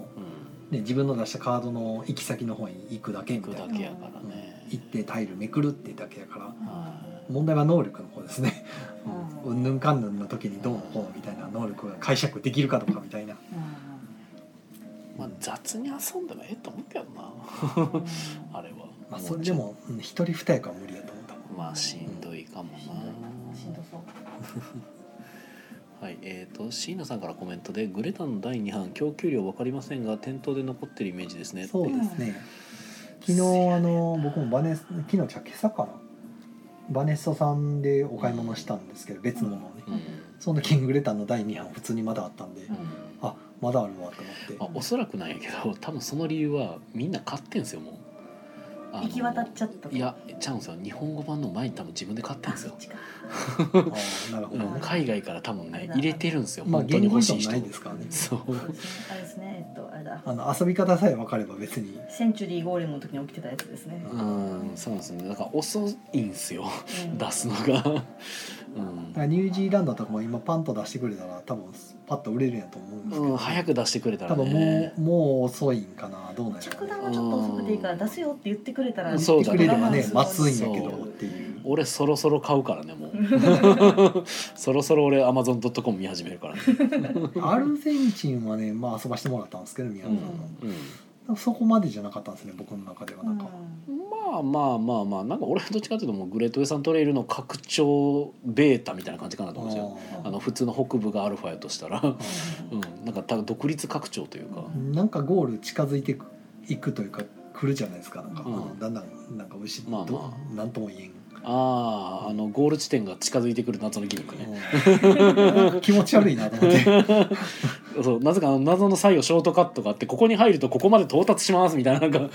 Speaker 2: ね、自分の出したカードの行き先の方に行くだけみ
Speaker 1: 行く
Speaker 2: た
Speaker 1: だ
Speaker 2: いな
Speaker 1: けやからね、
Speaker 2: 行ってタイルめくるってだけやから
Speaker 1: はい
Speaker 2: 問題は能力の方ですね
Speaker 4: うん
Speaker 2: うんぬんかんぬんの時にどうのこうのみたいな能力が解釈できるかどうかみたいな
Speaker 1: まあ、雑に遊んでもええと思うけどなあれはも
Speaker 2: まあ、
Speaker 1: う
Speaker 2: それでもうん一人二役は無理やと思った
Speaker 1: まあしんどいかもな
Speaker 4: しんどそう。
Speaker 1: はいえー、と椎名さんからコメントで「グレタンの第2版供給量分かりませんが店頭で残ってるイメージですね」
Speaker 2: そう
Speaker 1: って
Speaker 2: ですね昨日あの僕もバネス昨日じゃ今朝かなバネストさんでお買い物したんですけど別のものをね、
Speaker 1: うん
Speaker 2: その時にグレタンの第2版普通にまだあったんで、
Speaker 4: うん
Speaker 2: あまだあるわと思って、
Speaker 1: まあ、おそらくなんやけど多分その理由はみんな買ってんすよもうあの
Speaker 4: 行き渡っちゃったと。
Speaker 1: いやちゃうんですよ日本語版の前に多分自分で買ってん
Speaker 4: あ、
Speaker 1: です
Speaker 4: そっ
Speaker 1: よ、
Speaker 4: ちか。
Speaker 2: あーなるほ
Speaker 1: う
Speaker 2: ど、
Speaker 1: ん、海外から多分ね入れてるんですよ、
Speaker 2: まあ
Speaker 1: 本当
Speaker 2: 言
Speaker 1: に
Speaker 2: 語
Speaker 1: 欲
Speaker 2: 依
Speaker 1: しい
Speaker 2: 存
Speaker 1: 人
Speaker 2: ないですからね
Speaker 1: そう
Speaker 4: あれですね。えっとあれだ。
Speaker 2: あの遊び方さえ分かれば別に
Speaker 4: センチュリーゴーレムの時に起きてたやつですね。
Speaker 1: うんそうなんですよねだから遅いんすよ
Speaker 4: うん
Speaker 1: 出すのが、う
Speaker 2: だからニュージーランドとかも今パンと出してくれたら多分パッと売れるんやと思うんですけ
Speaker 1: ん
Speaker 2: ど、
Speaker 1: うん、早く出してくれた
Speaker 2: 多
Speaker 1: ら
Speaker 2: 分も
Speaker 1: ね
Speaker 2: うもう遅いんかなどうなんやろ
Speaker 4: 着弾はちょっと遅くていいから出すよって言ってくれたら。
Speaker 1: そう
Speaker 2: 言って
Speaker 1: だね
Speaker 2: くれればね
Speaker 1: そう
Speaker 2: 待つん
Speaker 1: よ
Speaker 2: やけどっていう
Speaker 1: 俺そろそろ買うからねもう そろそろ俺アマゾン .com 見始めるからね、
Speaker 2: アルゼンチンはね、まあ、遊ばしてもらったんですけど宮野さんの、
Speaker 1: う
Speaker 2: そこまでじゃなかったんですね僕の中ではなんか、
Speaker 1: ん、まあまあまあまあなんか俺はどっちかっていうともうグレートウェサントレイルの拡張ベータみたいな感じかなと思うんですよ
Speaker 2: あ
Speaker 1: あの普通の北部がアルファやとしたら、う
Speaker 2: ー
Speaker 1: ん、なんか多分独立拡張というか、
Speaker 2: なんかゴール近づいていくというか来るじゃないですかなんか、
Speaker 1: うん
Speaker 2: あのだんだんなんか牛と、
Speaker 1: まあま
Speaker 2: なんとも言えん、
Speaker 1: あああのゴール地点が近づいてくる謎のギミックね、
Speaker 2: うんなんか気持ち悪いなと思って
Speaker 1: そうなぜかあの謎の最後ショートカットがあってここに入るとここまで到達しますみたいななんか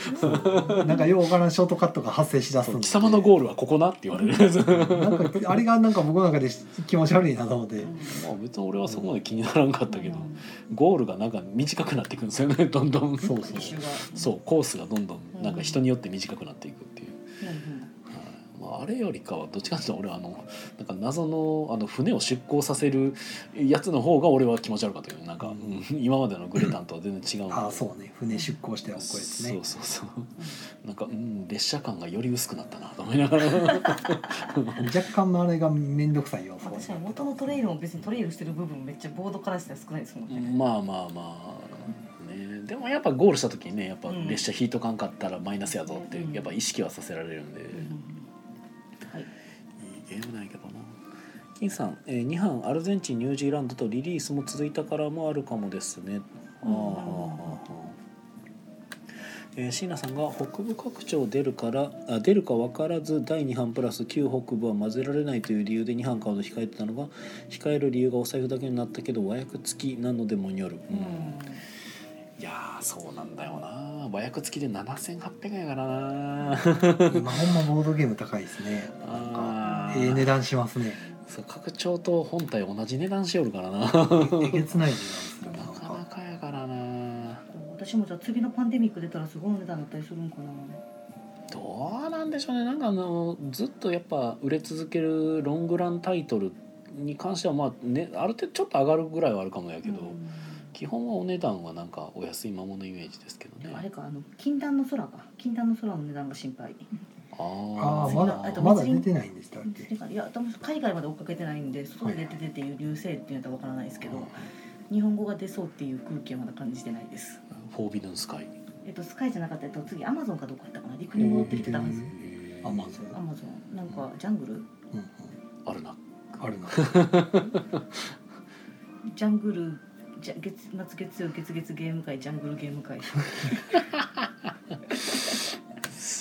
Speaker 2: なんかようわからんショートカットが発生しだすんで
Speaker 1: 貴様のゴールはここなって言われる
Speaker 2: なんかあれがなんか僕の中で気持ち悪いなと思って
Speaker 1: まあ別に俺はそこまで気にならんかったけどゴールがなんか短くなっていくんですよねどんどん
Speaker 2: そうそう
Speaker 4: 一周が
Speaker 1: そうコースがどんどんなんか人によって短くなっていくっていう、
Speaker 4: なるほど
Speaker 1: はいまあ、あれよりかはどっちかっていうと俺はあのなんか謎のあの船を出航させるやつの方が俺は気持ち悪かったけどなんか、うん今までのグレタンとは全然違うんで
Speaker 2: ああそうね船出港してはこれです
Speaker 1: そ
Speaker 2: ね
Speaker 1: うそうそうなんか、うん、列車感がより薄くなったなと思いながら
Speaker 2: 若干のあれが面倒くさい要素
Speaker 4: 私は元のトレイルも別にトレイルしてる部分めっちゃボードからしたら少ないですもんね。
Speaker 1: まあまあまあねでもやっぱゴールした時にねやっぱ
Speaker 4: うん
Speaker 1: 列車引いとかんかったらマイナスやぞって
Speaker 4: うん
Speaker 1: やっぱ意識はさせられるんで、
Speaker 4: うんはい、
Speaker 1: いいゲームないけどな金さん、えー、2班アルゼンチンニュージーランドとリリースも続いたからもあるかもですねあー
Speaker 4: うん
Speaker 1: はあはあはあえー、椎名さんが北部拡張出るからあ出るか分からず第2版プラス旧北部は混ぜられないという理由で2版買うのを控えてたのが控える理由がお財布だけになったけど和訳付きなのでもによる、う
Speaker 4: うんん
Speaker 1: いやーそうなんだよな和訳付きで7800円やからな
Speaker 2: 今ほんまボードゲーム高いですねなん
Speaker 1: あ
Speaker 2: か
Speaker 1: ー
Speaker 2: ええ値段しますね
Speaker 1: そう拡張と本体同じ値段しよるから な
Speaker 2: えげつない値段するな
Speaker 1: なんかな
Speaker 2: か
Speaker 1: かやからな
Speaker 4: 私もじゃあ次のパンデミック出たらすごい値段だったりするんかな。
Speaker 1: どうなんでしょうねなんかあのずっとやっぱ売れ続けるロングランタイトルに関してはまあ、ね、ある程度ちょっと上がるぐらいはあるかもやけど、
Speaker 4: うん
Speaker 1: 基本はお値段はなんかお安いままのイメージですけどね
Speaker 4: あれかあの禁断の空か禁断の空の値段が心配。
Speaker 1: あ
Speaker 2: あ
Speaker 1: ー
Speaker 2: あま
Speaker 4: あ
Speaker 2: だ
Speaker 4: と
Speaker 2: まだ出てないんでしたっけ
Speaker 4: いや多分海外まで追っかけてないんで外で出てていう流星っていうのはわからないですけど、日本語が出そうっていう空気はまだ感じてないです。
Speaker 1: フォービドゥンスカイ
Speaker 4: えっとスカイじゃなかったえっと次アマゾンかどこやったかな陸に戻ってきてたはず。
Speaker 2: アマゾン
Speaker 4: アマゾンなんかジャングル
Speaker 2: うんうん
Speaker 1: あるな
Speaker 2: あるな
Speaker 4: ジャングルじゃ月末月曜月月ゲーム会ジャングルゲーム会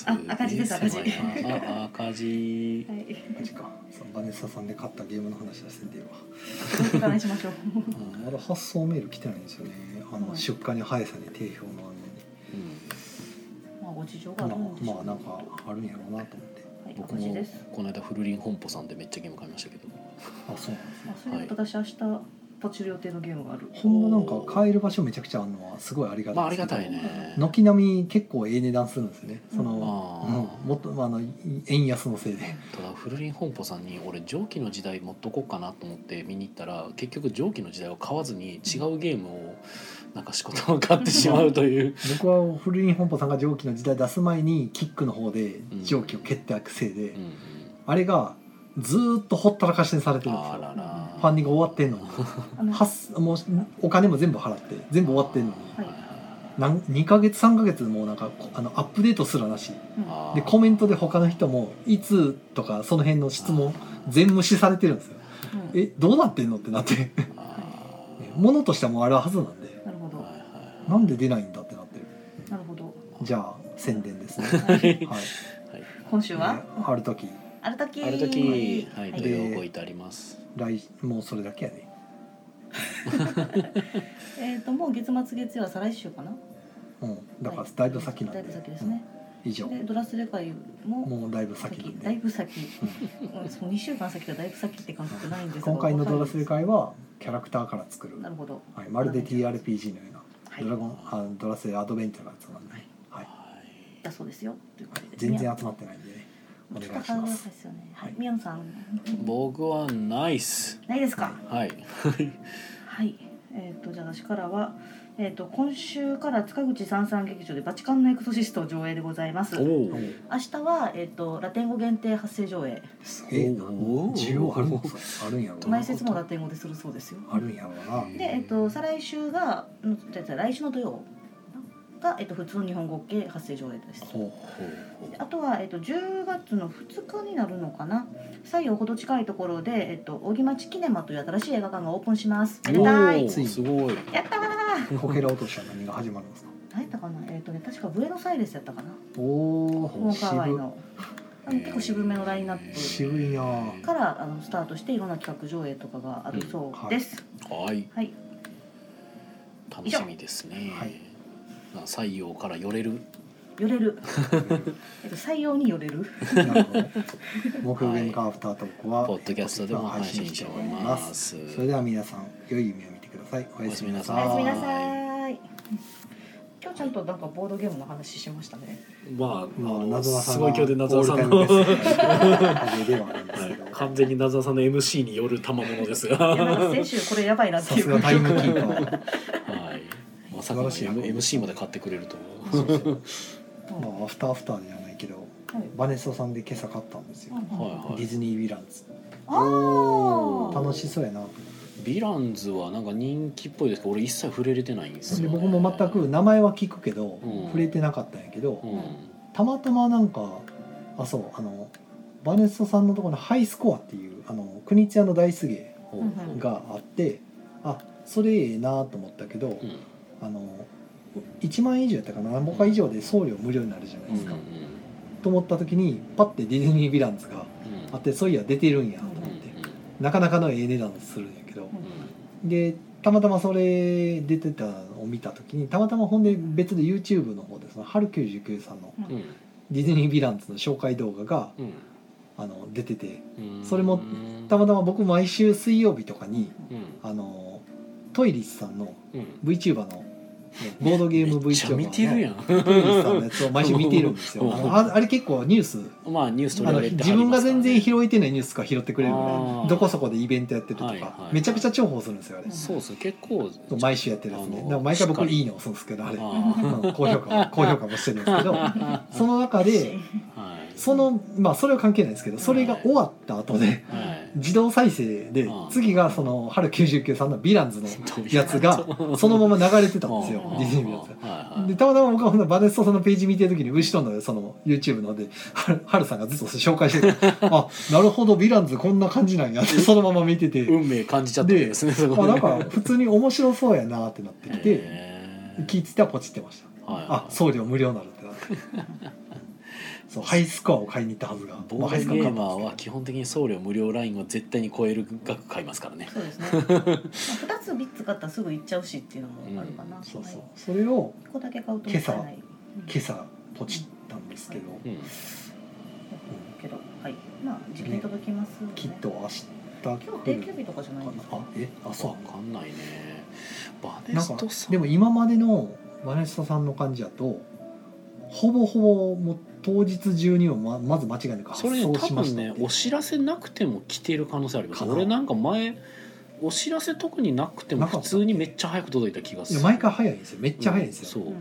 Speaker 4: あ赤字です赤字
Speaker 1: すごいなあ赤字
Speaker 4: はい
Speaker 2: マジかそうバネッサさんで買ったゲームの話はせんでいいわ
Speaker 4: お伺いしましょう
Speaker 1: うん
Speaker 2: まだ発送メール来てないんですよねあの、
Speaker 4: はい
Speaker 2: 出荷に早さに定評の
Speaker 1: うん
Speaker 4: まあご事情
Speaker 2: あ
Speaker 4: があ
Speaker 2: る
Speaker 4: る
Speaker 2: の
Speaker 4: ん
Speaker 2: に
Speaker 4: でしょ
Speaker 2: まあま
Speaker 4: う、
Speaker 2: あなんかあるんやろうなと思って
Speaker 4: はい
Speaker 1: 僕
Speaker 4: 赤字
Speaker 1: も
Speaker 4: です
Speaker 1: この間フルリン本舗さんでめっちゃゲーム買いましたけど
Speaker 2: あそうなんですね
Speaker 4: あそれで私明日立ち寄る予定のゲームがある
Speaker 2: ほんまなんか買える場所めちゃくちゃあるのはすごいありがたい
Speaker 1: まあありがた
Speaker 2: い
Speaker 1: いね
Speaker 2: 軒並み結構ええ値段するんですよねその、
Speaker 4: うん
Speaker 1: あ
Speaker 2: うんもっとまああの円安のせいで
Speaker 1: ただフルリン本舗さんに俺蒸気の時代持っとこうかなと思って見に行ったら結局蒸気の時代を買わずに違うゲームをなんか仕事を買ってしまうという
Speaker 2: 僕は古い本舗さんが蒸気の時代出す前にキックの方で蒸気を蹴って開くせいで、
Speaker 1: うん、うん、
Speaker 2: あれがずーっとほったらかしにされてるんです
Speaker 1: あ
Speaker 2: よ
Speaker 1: らら
Speaker 2: ファンディング終わってんのに
Speaker 4: あの
Speaker 2: 発すもうお金も全部払って全部終わってんのに
Speaker 4: はい
Speaker 2: なん2ヶ月3ヶ月もうなんかこあのアップデートすらなし
Speaker 1: あー
Speaker 2: でコメントで他の人もいつとかその辺の質問全無視されてるんですよ
Speaker 4: うん
Speaker 2: えどうなってんのってなって
Speaker 1: あー
Speaker 2: ものとしてはもうあるはずなんで
Speaker 4: なるほど
Speaker 1: はいはい
Speaker 2: なんで出ないんだってなってる
Speaker 4: なるほど
Speaker 2: じゃあ宣伝ですね
Speaker 4: は
Speaker 2: は
Speaker 4: い
Speaker 2: い
Speaker 1: はい
Speaker 4: 今週は、
Speaker 2: ねある時
Speaker 4: ある時
Speaker 1: ある時はい
Speaker 4: はい
Speaker 1: 土曜ごいてあります
Speaker 2: 来もうそれだけやね
Speaker 4: えっ、ともう月末月曜は再来週かな
Speaker 2: うんだからだいぶ先なんで、
Speaker 4: だいぶ先ですね、
Speaker 2: うん以上
Speaker 4: でドラスレ会も
Speaker 2: もうだいぶ先な
Speaker 4: 先
Speaker 2: ん
Speaker 4: だい
Speaker 2: で
Speaker 4: ぶ先、 うん、その2週間先がだいぶ先って感覚ないんですが
Speaker 2: 今回のドラスレ会はキャラクターから作る
Speaker 4: なるほど
Speaker 2: はい、まるで TRPG のような、
Speaker 4: はい
Speaker 2: ドラゴンあのドラスレアドベンチャーのやつなんで、はい、
Speaker 1: はい
Speaker 4: だそうですよということで
Speaker 2: 全然集まってないんで、ね、お願いし
Speaker 4: 戦う
Speaker 2: ま
Speaker 4: ですすよねはい
Speaker 2: はい
Speaker 4: 宮野さん
Speaker 1: 僕はナイス
Speaker 4: ないですか
Speaker 1: はい
Speaker 4: はいえっ、とじゃあ私からはえっ、と今週から塚口三三劇場でバチカンのエクソシストを上映でございます
Speaker 1: お
Speaker 4: 明
Speaker 1: お
Speaker 2: おう
Speaker 4: 日はえっ、とラテン語限定発声上映
Speaker 2: すげえな
Speaker 1: おう
Speaker 2: 需要あるのあるんやろうな
Speaker 4: 前説もラテン語でするそうですよ
Speaker 2: あるんやろうな
Speaker 4: で、えっと、再来週が、うんじゃあ来週の土曜が、えっと、普通の日本語系発声上映です。
Speaker 2: ほ
Speaker 4: であとは、えっと、10月の2日になるのかな西洋ほど近いところで、えっと、荻町キネマという新しい映画館がオープンします。やりた
Speaker 1: お
Speaker 4: い
Speaker 1: ーすごい
Speaker 4: やったー
Speaker 2: うこけら落としは何が始まるんですか
Speaker 4: 何やったかなえっ、とね確かブエノサイレスやったかな
Speaker 2: お
Speaker 4: ホ
Speaker 2: お
Speaker 4: ーカーワイ
Speaker 2: 渋
Speaker 4: のあの結構渋めのラインナッ
Speaker 2: い
Speaker 4: プ
Speaker 2: 渋いなあ
Speaker 4: からあのスタートしていろんな企画上映とかがあるそうです、
Speaker 1: はい
Speaker 4: はい
Speaker 1: 楽しみですね
Speaker 2: はい
Speaker 1: まあ採用から寄れる
Speaker 4: 寄れる、えっと、採用に寄れる
Speaker 2: なるほど木曜ゲームカーアフタートークは
Speaker 1: ポッドキャストでも配信しております
Speaker 2: それでは皆さん良い夢を見てくださいおやすみなさい
Speaker 1: おやすみなさい
Speaker 4: い今日ちゃんとなんかボードゲームの話しましたね
Speaker 1: まああ
Speaker 2: まあ、
Speaker 1: の
Speaker 2: 謎はさん
Speaker 1: すごい今日で謎はさん
Speaker 2: オ
Speaker 1: の、
Speaker 2: ール
Speaker 1: は
Speaker 2: タイムベ ストなおかげではあるんですけ
Speaker 1: い
Speaker 2: ど、、
Speaker 1: 完全に謎はさんの MC による賜物 ですが
Speaker 4: いやなんか先週これやばいなって
Speaker 2: さ
Speaker 4: い
Speaker 2: す
Speaker 4: う
Speaker 2: がタイムキ
Speaker 4: 感じ
Speaker 2: ーパー
Speaker 1: はいまさかの
Speaker 2: 素晴
Speaker 1: M-
Speaker 2: らしい
Speaker 1: MC まで買ってくれると
Speaker 2: そうそうそう
Speaker 4: うん
Speaker 2: まあアフターアフターじゃないけどバネソさんで今朝買ったんですよ、
Speaker 4: はい
Speaker 1: はいはい
Speaker 2: ディズニー・ヴィランズ
Speaker 4: ああ
Speaker 2: 楽しそうやな
Speaker 1: ヴィランズはなんか人気っぽいですけど俺一切触れれてないんです
Speaker 2: で
Speaker 1: よ、ね、
Speaker 2: 僕も全く名前は聞くけど、
Speaker 1: うん
Speaker 2: 触れてなかったんやけど、
Speaker 1: うん
Speaker 2: たまたまなんかあそうあのバネソさんのところのハイスコアっていうあの国津屋の大すげ
Speaker 1: ほう
Speaker 4: うんうん
Speaker 2: があってあそれええなと思ったけど、
Speaker 1: うん
Speaker 2: あの1万円以上やったかな何本か以上で送料無料になるじゃない
Speaker 1: うん
Speaker 2: で
Speaker 1: う
Speaker 2: す
Speaker 1: ん
Speaker 2: か、と思った時にパッてディズニー・ヴィランズが
Speaker 1: うん
Speaker 2: あってそういや出てるんやと思って、なかなかのええ値段するんやけどでたまたまそれ出てたのを見た時にたまたまほんで別で YouTube の方でその春99さんの
Speaker 1: うんうん
Speaker 2: ディズニー・ヴィランズの紹介動画が
Speaker 1: うん
Speaker 2: あの出てて
Speaker 1: うんうん
Speaker 2: それも
Speaker 1: うん
Speaker 2: たまたま僕毎週水曜日とかに
Speaker 1: うん
Speaker 2: あのトイリスさんの
Speaker 1: うん、
Speaker 2: VTuber のボードゲーム
Speaker 1: めっちゃ
Speaker 2: VTuber
Speaker 1: 見てるや
Speaker 2: の
Speaker 1: ん
Speaker 2: トイリスさんのやつを毎週見てるんですよあのああれ結構ニュース
Speaker 1: まあニュース取
Speaker 2: あ
Speaker 1: り
Speaker 2: の
Speaker 1: 上げて
Speaker 2: 自分が全然
Speaker 1: い
Speaker 2: 拾えてないニュースとか拾ってくれるぐ
Speaker 1: あ
Speaker 2: ら
Speaker 1: ー
Speaker 2: いどこそこでイベントやってると
Speaker 1: はいはい
Speaker 2: か
Speaker 1: はい
Speaker 2: めちゃくちゃ重宝するんですよあれ
Speaker 1: そうですね結構
Speaker 2: 毎週やってるやつね
Speaker 1: あの
Speaker 2: だから毎回
Speaker 1: しっか
Speaker 2: 僕
Speaker 1: り
Speaker 2: いいね押すんですけどあれ
Speaker 1: あ
Speaker 2: うん高評価高評価もしてるんですけどその中で
Speaker 1: あはい
Speaker 2: そのまあそれは関係ないですけどそれが終わった後で
Speaker 1: はい
Speaker 2: 自動再生で
Speaker 1: うん
Speaker 2: 次がその春99さんのヴィランズの
Speaker 1: どういう
Speaker 2: や つがそのまま流れてたんですよ
Speaker 1: うん
Speaker 2: ディズニーのやつ
Speaker 1: はいはい
Speaker 2: でたまたま僕はほんなバネストさんのページ見てる時に後ろのその YouTube のでハルハルさんがずっと紹介して てあなるほどヴィランズこんな感じなんやってそのまま見てて
Speaker 1: 運命感じちゃったんですねそこ
Speaker 2: あ
Speaker 1: で
Speaker 2: なんか普通に面白そうやなってなって きて
Speaker 1: へー
Speaker 2: 聞いてたらポチってました
Speaker 1: はいはい
Speaker 2: あ送料無料なるってなって そうハイスコアを買いに行ったはずが
Speaker 1: ボ
Speaker 2: まあハ
Speaker 1: ー
Speaker 2: イス
Speaker 1: ド
Speaker 2: コア
Speaker 1: ゲ
Speaker 2: 買
Speaker 1: ー
Speaker 2: った
Speaker 1: マー
Speaker 2: んで
Speaker 1: は
Speaker 2: すけ
Speaker 1: 基本的に送料無料ラインを絶対に超える額買いますからね。
Speaker 4: そうですねまあ二つ三つ買ったらすぐ行っちゃうしっていうのもあるかな、
Speaker 1: う
Speaker 4: は
Speaker 1: ん
Speaker 4: い
Speaker 2: どそうそうそれを
Speaker 4: 一個だけ買うともったいない
Speaker 2: 今朝ポチったんですけど、
Speaker 1: うん、
Speaker 4: けどはいまあ時期に届きますよね
Speaker 2: きっと明日来
Speaker 4: 今日定
Speaker 2: る
Speaker 4: 休日とかじゃな
Speaker 2: か
Speaker 4: い
Speaker 2: なん
Speaker 4: ですか
Speaker 2: あえあそう
Speaker 1: わかんないね。バネ
Speaker 2: なん
Speaker 1: ス
Speaker 2: か
Speaker 1: トさん。
Speaker 2: でも今までのバネストさんの感じだとほぼほぼもう当日中にはままず間違いなく
Speaker 1: そ
Speaker 2: 発
Speaker 1: れね
Speaker 2: 送
Speaker 1: 多
Speaker 2: しまし
Speaker 1: 分
Speaker 2: た
Speaker 1: ね
Speaker 2: って
Speaker 1: お知らせなくても来てる可能性あります。
Speaker 2: かな
Speaker 1: 俺なんか前お知らせ特になくても
Speaker 2: なか
Speaker 1: 普
Speaker 2: った
Speaker 1: 通にめっちゃ早く届いた気がす
Speaker 2: いや
Speaker 1: る。
Speaker 2: 毎回早いんですよめっちゃ早いんですよ、
Speaker 1: うん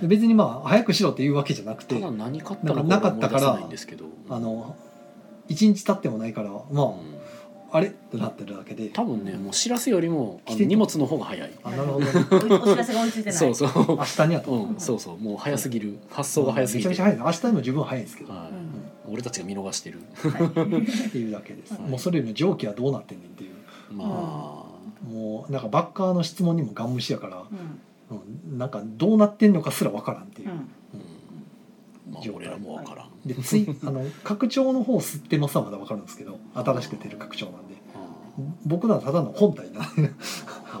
Speaker 2: で別にまあ早くしろっていうわけじゃなく
Speaker 1: そう。
Speaker 2: て
Speaker 1: ただ何買ったの
Speaker 2: なんか
Speaker 1: か
Speaker 2: な
Speaker 1: 思
Speaker 2: か
Speaker 1: い
Speaker 2: ったか
Speaker 1: 出
Speaker 2: ら
Speaker 1: せないんですけど。
Speaker 2: あの1日経ってもないから
Speaker 1: う
Speaker 2: ま
Speaker 1: ん
Speaker 2: あ、あれってなってるだけで
Speaker 1: 多分ねもう知らせよりもあ
Speaker 2: 来
Speaker 1: の
Speaker 2: てた
Speaker 1: 荷物の方が早い。
Speaker 2: あなるほど、 ね、
Speaker 4: うんおお知らせが追いついてない
Speaker 1: そう そう。
Speaker 2: 明日にはと
Speaker 1: うん、そうそうもう早すぎる発想が早すぎ
Speaker 2: めちゃめ
Speaker 1: て
Speaker 2: ちゃ、早いです明日にも十分早いんですけど、
Speaker 1: は
Speaker 4: うん
Speaker 1: い、俺たちが見逃してる
Speaker 4: はい
Speaker 2: っていうだけです、
Speaker 1: はい
Speaker 2: もうそれよりも上記はどうなってんねんっていう
Speaker 1: まあ、
Speaker 2: もうなんかバッカーの質問にもガン無視やから、
Speaker 4: うん
Speaker 2: うん、なんかどうなってんのかすらわからんっていうう、
Speaker 4: ん
Speaker 1: うんまあ
Speaker 2: 状態
Speaker 1: 俺らもわからん、
Speaker 2: でついあの拡張の方吸ってますはまだわかるんですけど新しく出る拡張なんで僕らはただの本体な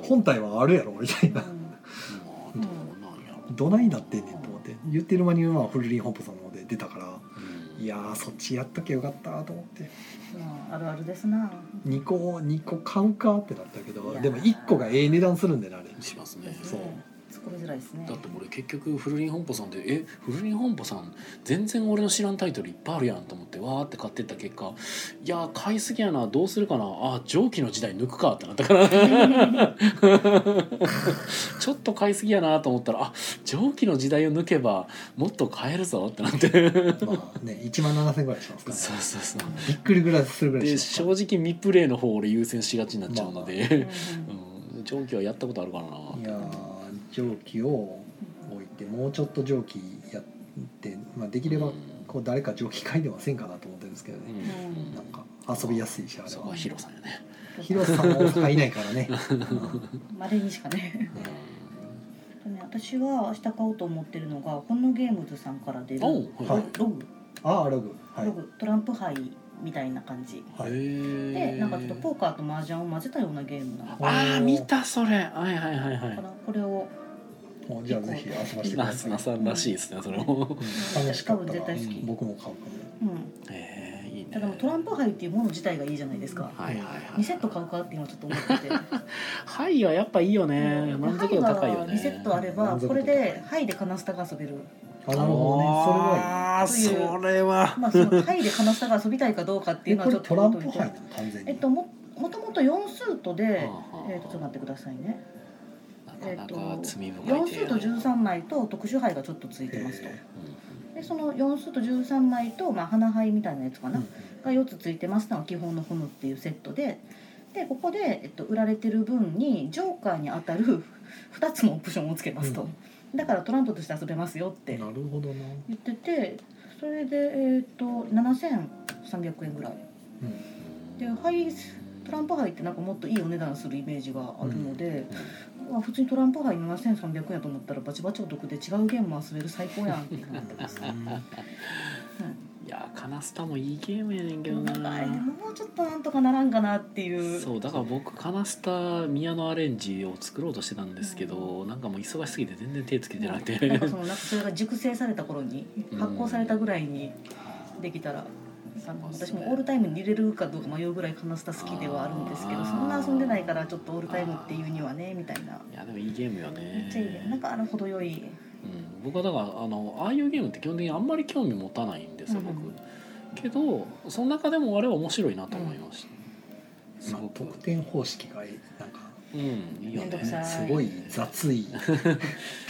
Speaker 2: 本体はあるやろみたいな
Speaker 1: まあどうなんやろ、
Speaker 2: どないなってんねんと思って言ってる間にまあフルリンホップさんの方で出たから
Speaker 1: うん
Speaker 2: いやーそっちやっときゃよかったと思って
Speaker 4: まああるあるですな
Speaker 2: 2個2個買うかってなったけど
Speaker 4: いやー
Speaker 2: でも1個がええ値段するんでねあれ
Speaker 1: しますね
Speaker 2: そう
Speaker 4: 突っ込みづらいですね
Speaker 1: だって俺結局フルリン本舗さんで「えフルリン本舗さん全然俺の知らんタイトルいっぱいあるやん」と思ってわーって買ってった結果「いやー買いすぎやなどうするかなあ蒸気の時代抜くか」ってなったから ちょっと買いすぎやなと思ったら「あ蒸気の時代を抜けばもっと買えるぞ」ってなって
Speaker 2: まあね1万7000円ぐらいしますから、
Speaker 1: そうそうそう
Speaker 2: びっくりぐらいするぐらい
Speaker 1: で
Speaker 2: し
Speaker 1: 正
Speaker 2: ますか
Speaker 1: 直ミプレイの方を俺優先しがちになっちゃうの
Speaker 4: う
Speaker 1: で、
Speaker 4: ん
Speaker 1: うん、長期はやったことあるからな
Speaker 2: らいやー蒸気を置いてもうちょっと蒸気やって、まあ、できればこう誰か蒸気書いてませんかなと思ってるんですけど
Speaker 1: うん
Speaker 2: ね、
Speaker 1: うん
Speaker 2: なんか遊びやすいしあれ
Speaker 1: そこは
Speaker 2: は
Speaker 1: ヒロさんやね、
Speaker 2: 広瀬さんも大阪いないからね、
Speaker 4: まれにしかね
Speaker 1: う
Speaker 4: 本当に私は明日買おうと思ってるのがほんのゲームズさんから出る
Speaker 1: おう
Speaker 2: はい
Speaker 4: ログ、
Speaker 2: ああログはい
Speaker 4: ログトランプ杯みたいな感じ
Speaker 2: はい
Speaker 4: で
Speaker 1: で
Speaker 4: なんかちょっとポーカーと麻雀を混ぜたようなゲームなの
Speaker 1: ああ見たそれはいはいはいは
Speaker 4: か
Speaker 1: い
Speaker 4: なこれを
Speaker 2: もうじゃあぜひ遊ばせてく
Speaker 1: ナ
Speaker 2: だ
Speaker 1: ス
Speaker 2: さい
Speaker 1: ナさんらしいですねそれも
Speaker 2: うん楽しかったら
Speaker 4: 多分絶対
Speaker 1: 好き
Speaker 2: 僕も買うかも
Speaker 4: うん
Speaker 1: ええいいね
Speaker 4: ただもうトランプ杯っていうもの自体がいいじゃないですか
Speaker 1: はいはいはい
Speaker 4: 2セット買うかって今ちょっと思ってて
Speaker 1: はいはやっぱいいよね
Speaker 4: うん
Speaker 1: 満足度高いよね
Speaker 4: 2セットあれば
Speaker 2: 満足
Speaker 4: こ
Speaker 2: 度高い
Speaker 4: れでハイでカナスタが遊べる
Speaker 2: あなるほどねそれはい
Speaker 1: あー
Speaker 4: それはいい
Speaker 1: それは
Speaker 4: まあそのハイでカナスタが遊びたいかどうかって
Speaker 2: い
Speaker 4: い
Speaker 2: え
Speaker 4: うの
Speaker 2: これ
Speaker 4: はちょっと
Speaker 2: トランプ
Speaker 4: 置いとい
Speaker 2: 杯
Speaker 4: て
Speaker 2: なの完全に
Speaker 4: えっとももともと4スートで
Speaker 1: はあはあ
Speaker 4: えっとちょっと待ってくださいね
Speaker 1: なかなか罪深い
Speaker 4: 4ス
Speaker 1: 提
Speaker 4: ー
Speaker 1: 案
Speaker 4: ト13枚と特殊杯がちょっとついてますと
Speaker 2: え
Speaker 4: でその4スート13枚と、まあ、花杯みたいなやつか
Speaker 2: ー
Speaker 4: な、が4つついてますのが基本のホムっていうセットででここで、えっと、売られてる分にジョーカーに当たる 2つのオプションをつけますと、だからトランプとして遊べますよって
Speaker 2: なるほどな
Speaker 4: 言っててそれで、えっと7300円ぐらいでハイトランプ杯ってなんかもっといいお値段するイメージがあるので、まあ普通にトランプ杯7300円やと思ったらバチバチお得で違うゲームも遊べる最高やんってなってます、
Speaker 1: いやーカナスタもいいゲームやねんけ
Speaker 4: う
Speaker 1: ど
Speaker 4: ん、なんかあれで
Speaker 1: な
Speaker 4: ももうちょっとなんとかならんかなっていう
Speaker 1: そうだから僕カナスタ宮のアレンジを作ろうとしてたんですけどなんかもう忙しすぎて全然手つけてなくて
Speaker 4: なんかそのなんかそれが熟成された頃に
Speaker 1: うん
Speaker 4: 発酵されたぐらいにできたら、あの
Speaker 1: そうっ
Speaker 4: 私
Speaker 1: すね
Speaker 4: もオールタイムに入れるかどうか迷うぐらいカナスタ好きではあるんですけ
Speaker 1: あ
Speaker 4: ど
Speaker 1: ー
Speaker 4: そんな遊んでないからちょっとオールタイムっていうにはねみたいない
Speaker 1: やで もいいゲームよね
Speaker 4: めっちゃいいねなんかあの程よい
Speaker 1: うん、僕はだからあのああいうゲームって基本的にあんまり興味持たないんですよ、
Speaker 4: うんうん
Speaker 1: 僕けどその中でもあれは面白いなと思いました、す
Speaker 2: まあ
Speaker 1: ごく、
Speaker 2: 得点方式がなんか
Speaker 1: うんいいよ
Speaker 4: めんどくさ
Speaker 1: ね
Speaker 4: い
Speaker 2: すごい雑い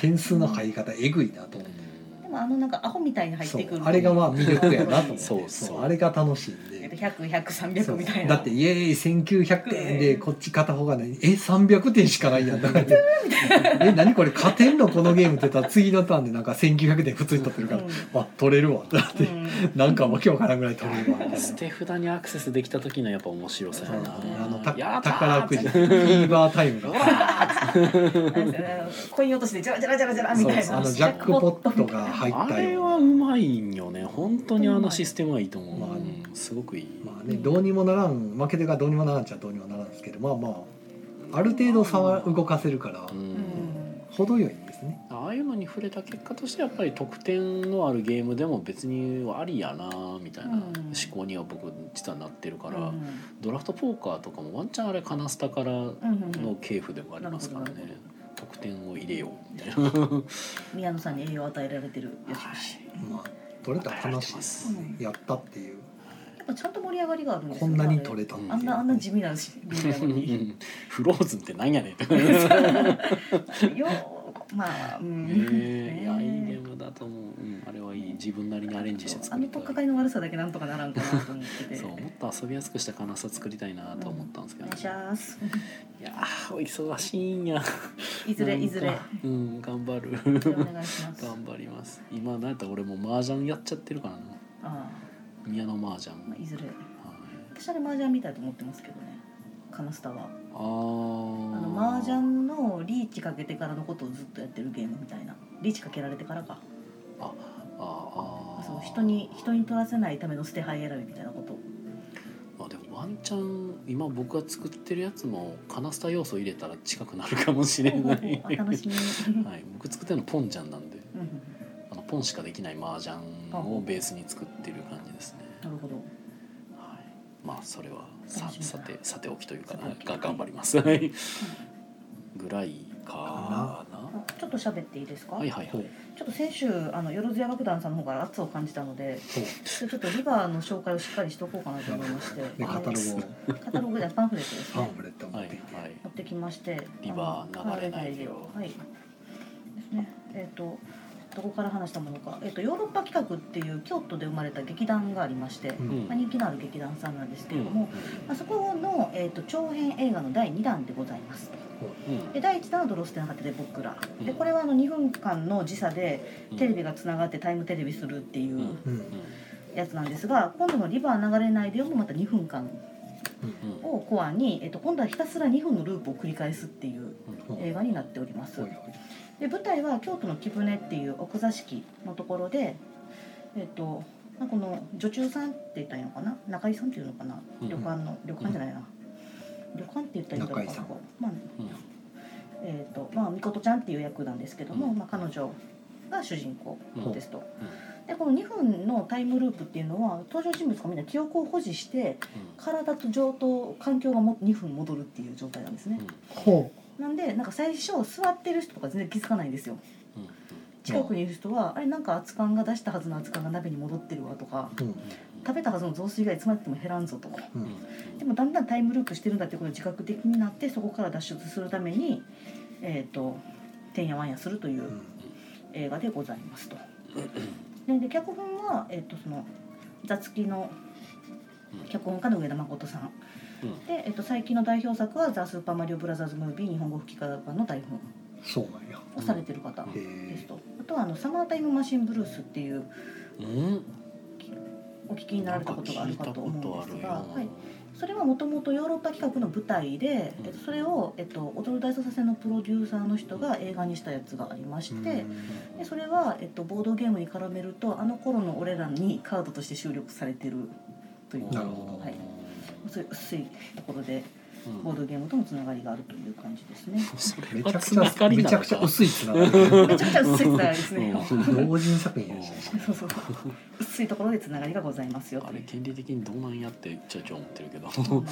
Speaker 2: 点数の入り方えぐいなと思って
Speaker 4: でもあのなんかアホみたいに入っ
Speaker 2: そ
Speaker 4: て
Speaker 2: う
Speaker 4: くる
Speaker 2: あれがまあ魅力やなと思って
Speaker 1: そうそう
Speaker 2: あれが楽しいん
Speaker 4: えっ
Speaker 2: で
Speaker 4: と100100300300みたい
Speaker 2: だ
Speaker 4: な
Speaker 2: って「イエーイ1900点でこっち片方がねえ300点しかないやん」だから 「え何これ勝てんのこのゲーム」って言ったら次のターンでなんか1900点普通に取ってるから
Speaker 4: うん
Speaker 2: 「あ取れるわ」だって
Speaker 4: うん
Speaker 2: なんかわけわからんぐらい取れるわみたい
Speaker 1: 捨
Speaker 2: な。
Speaker 1: て札にアクセスできた時のやっぱ面白さやな
Speaker 2: あの
Speaker 1: や
Speaker 2: た
Speaker 1: ったー
Speaker 2: 宝くじフィーバータイムが
Speaker 4: あれですよねあのコイン落としでジャラジャラジャラジャラみたいな
Speaker 2: そうあのジャックポットが入っ
Speaker 1: あ
Speaker 2: た
Speaker 1: れ
Speaker 2: ような
Speaker 1: はうまいんよね本当にあのシステムはいいと思う、
Speaker 2: まあね
Speaker 1: うんすごくいい、
Speaker 2: まあね、どうにもならん負けてがどうにもならんっちゃどうにもならんですけどまあまあある程度差は動かせるから
Speaker 1: うん
Speaker 4: うん
Speaker 2: 程よいんですね。
Speaker 1: ああいうのに触れた結果としてやっぱり得点のあるゲームでも別にありやなみたいな
Speaker 4: うん
Speaker 1: 思考には僕実はなってるから、
Speaker 4: うん
Speaker 1: ドラフトポーカーとかもワンチャンあれカナスタからの
Speaker 4: うんうんうん
Speaker 1: 系譜でもありますからね、
Speaker 4: なるほ
Speaker 1: 得点を入れようみたいな、は
Speaker 4: 宮野さんに栄養を与えられてるやつやし
Speaker 2: まあ取れたら楽しいですね
Speaker 4: う
Speaker 2: やったっていう
Speaker 4: やっぱちゃんと盛り上がりがあるんです
Speaker 2: こ
Speaker 4: よ
Speaker 2: んなに取
Speaker 4: れ
Speaker 2: れたっていう
Speaker 4: あんなあんな地味なしゲームな
Speaker 1: い
Speaker 4: のに。
Speaker 1: フローズンってなんやねんって、
Speaker 4: ようまあうん、
Speaker 1: ね
Speaker 4: ね
Speaker 1: いやいいゲームだと思う、うん、あれはいい自分なりにアレンジして
Speaker 4: あ
Speaker 1: 作
Speaker 4: の
Speaker 1: り
Speaker 4: 取っか
Speaker 1: た
Speaker 4: か
Speaker 1: い
Speaker 4: りの悪さだけなんとかならんかなと思ってて
Speaker 1: そうもっと遊びやすくしたカナスタ作りたいなと思ったんですけ
Speaker 4: お
Speaker 1: ど、
Speaker 4: 願いし
Speaker 1: い
Speaker 4: ます
Speaker 1: やーお忙しいんや
Speaker 4: いずれいずれ
Speaker 1: なんかうん頑 張る
Speaker 4: お願いします
Speaker 1: 頑張ります今なんやったら俺もう麻雀やっちゃってるからな
Speaker 4: あ
Speaker 1: 宮の麻雀、
Speaker 4: あ、まあ、いずれ
Speaker 1: はい
Speaker 4: 私あれ麻雀みたいと思ってますけどねカナスタは
Speaker 1: あ
Speaker 4: あ
Speaker 1: ー
Speaker 4: の麻雀のリーチかけてからのことをずっとやってるゲームみたいなリーチかけられてからか
Speaker 1: ああ
Speaker 4: そう人に人に取らせないための捨て牌選びみたいなこと
Speaker 1: あでもワンチャン今僕が作ってるやつもカナスタ要素入れたら近くなるかもしれ
Speaker 4: ほうほ
Speaker 1: な
Speaker 4: うほ
Speaker 1: いう
Speaker 4: あ楽しみに
Speaker 1: はい、僕作ってるのポンジャンなんで
Speaker 4: うんうん
Speaker 1: あのポンしかできない麻雀をベースに作ってる感じですね、
Speaker 4: なるほど
Speaker 1: はい、まあそれはさ
Speaker 4: 楽しみだ
Speaker 1: さてさておきというか
Speaker 4: さておき
Speaker 1: が頑張りますはいぐらいかな
Speaker 4: あちょっと喋っていいですか
Speaker 1: はいはいはい
Speaker 4: ちょっと先週あのよろずや楽団さんの方から圧を感じたのでちょっとリバーの紹介をしっかりしとこうかなと思いまして
Speaker 2: でカタログを
Speaker 4: カタログじゃパンフレットです
Speaker 2: パン
Speaker 4: ね
Speaker 2: フレット持
Speaker 1: は
Speaker 2: っ
Speaker 1: い
Speaker 2: てきて、
Speaker 1: はい
Speaker 4: 持ってきまして
Speaker 1: リバー
Speaker 4: あの
Speaker 1: 流れないでよ
Speaker 4: はいですねえっ、とどこから話したものか、えっとヨーロッパ企画っていう京都で生まれた劇団がありまして、
Speaker 2: うん
Speaker 1: うん
Speaker 4: まあ、人気のある劇団さんなんですけ
Speaker 1: うん
Speaker 4: れ
Speaker 1: う
Speaker 4: ど
Speaker 1: ん
Speaker 4: も、まあ、そこの、えっと長編映画の第2弾でございますで第1弾は「ドロステン果て」で僕らでこれはあの2分間の時差で
Speaker 1: うん
Speaker 4: テレビがつながってタイムテレビするっていううん
Speaker 2: う
Speaker 1: う
Speaker 2: ん
Speaker 1: ん
Speaker 4: やつなんですが今度の「リバー流れないでよ」もまた2分間をコアに、えっと、今度はひたすら2分のループを繰り返すっていう
Speaker 2: うん
Speaker 4: 映画になっております。
Speaker 2: はいはい
Speaker 4: で舞台は京都の貴船っていう奥座敷のところで、えっとまあ、この女中さんって言ったらいいのかな中居さんっていうのかな、
Speaker 1: うん
Speaker 4: 旅館の旅館じゃないな、旅館って言ったらいいのかな
Speaker 2: 中居さん
Speaker 4: まあえっとまあみことちゃんっていう役なんですけども、
Speaker 1: うん
Speaker 4: まあ、彼女が主人公ですと。
Speaker 1: う
Speaker 4: でこの2分のタイムループっていうのは登場人物がみんな記憶を保持して体と上と環境がも2分戻るっていう状態なんですね。
Speaker 2: ほ
Speaker 4: なんでなんか最初座ってる人とか全然気づかないんですよ。近くにいる人は「あれなんか熱燗が出したはずの熱燗が鍋に戻ってるわ」とか
Speaker 2: ううん
Speaker 4: 「食べたはずの雑炊がいつまでたっても減らんぞ」とか
Speaker 2: うん
Speaker 4: でもだんだんタイムループしてるんだってことを自覚的になってそこから脱出するためにえっ、とてんやわんやするといううん映画でございますと。でで脚本は、えっとその座付きの脚本家の上田誠さんで、えっと最近の代表作は「ザ・スーパーマリオブラザーズ・ムービー日本語吹き替え版」の台本
Speaker 2: そうなんや
Speaker 4: をされてる方
Speaker 2: へ
Speaker 4: です
Speaker 2: え
Speaker 4: と、あとはあの「サマータイムマシン・ブルース」っていうお聞きになられたことがあるかと思うんですが、はい、それはもともとヨーロッパ企画の舞台で、
Speaker 1: うん
Speaker 4: えっと、それを、えっと、踊る大捜査線のプロデューサーの人が映画にしたやつがありまして、でそれは、えっと、ボードゲームに絡めるとあの頃の俺らにカードとして収録されてるという
Speaker 2: なるほど
Speaker 4: はい、そういう薄いところでボードゲームとのつながりがあるという感じです ね。
Speaker 2: めちゃくちゃめちゃくちゃ薄いつながり
Speaker 4: めちゃくちゃ薄いつながりですね。
Speaker 2: 同人作品やし
Speaker 4: そうそう薄いところでつながりがございますよ
Speaker 1: あ
Speaker 4: とい
Speaker 1: れ
Speaker 4: う。
Speaker 1: 権利的にどうなんやってちょいちょい思ってるけど。
Speaker 4: まあまあまあまあ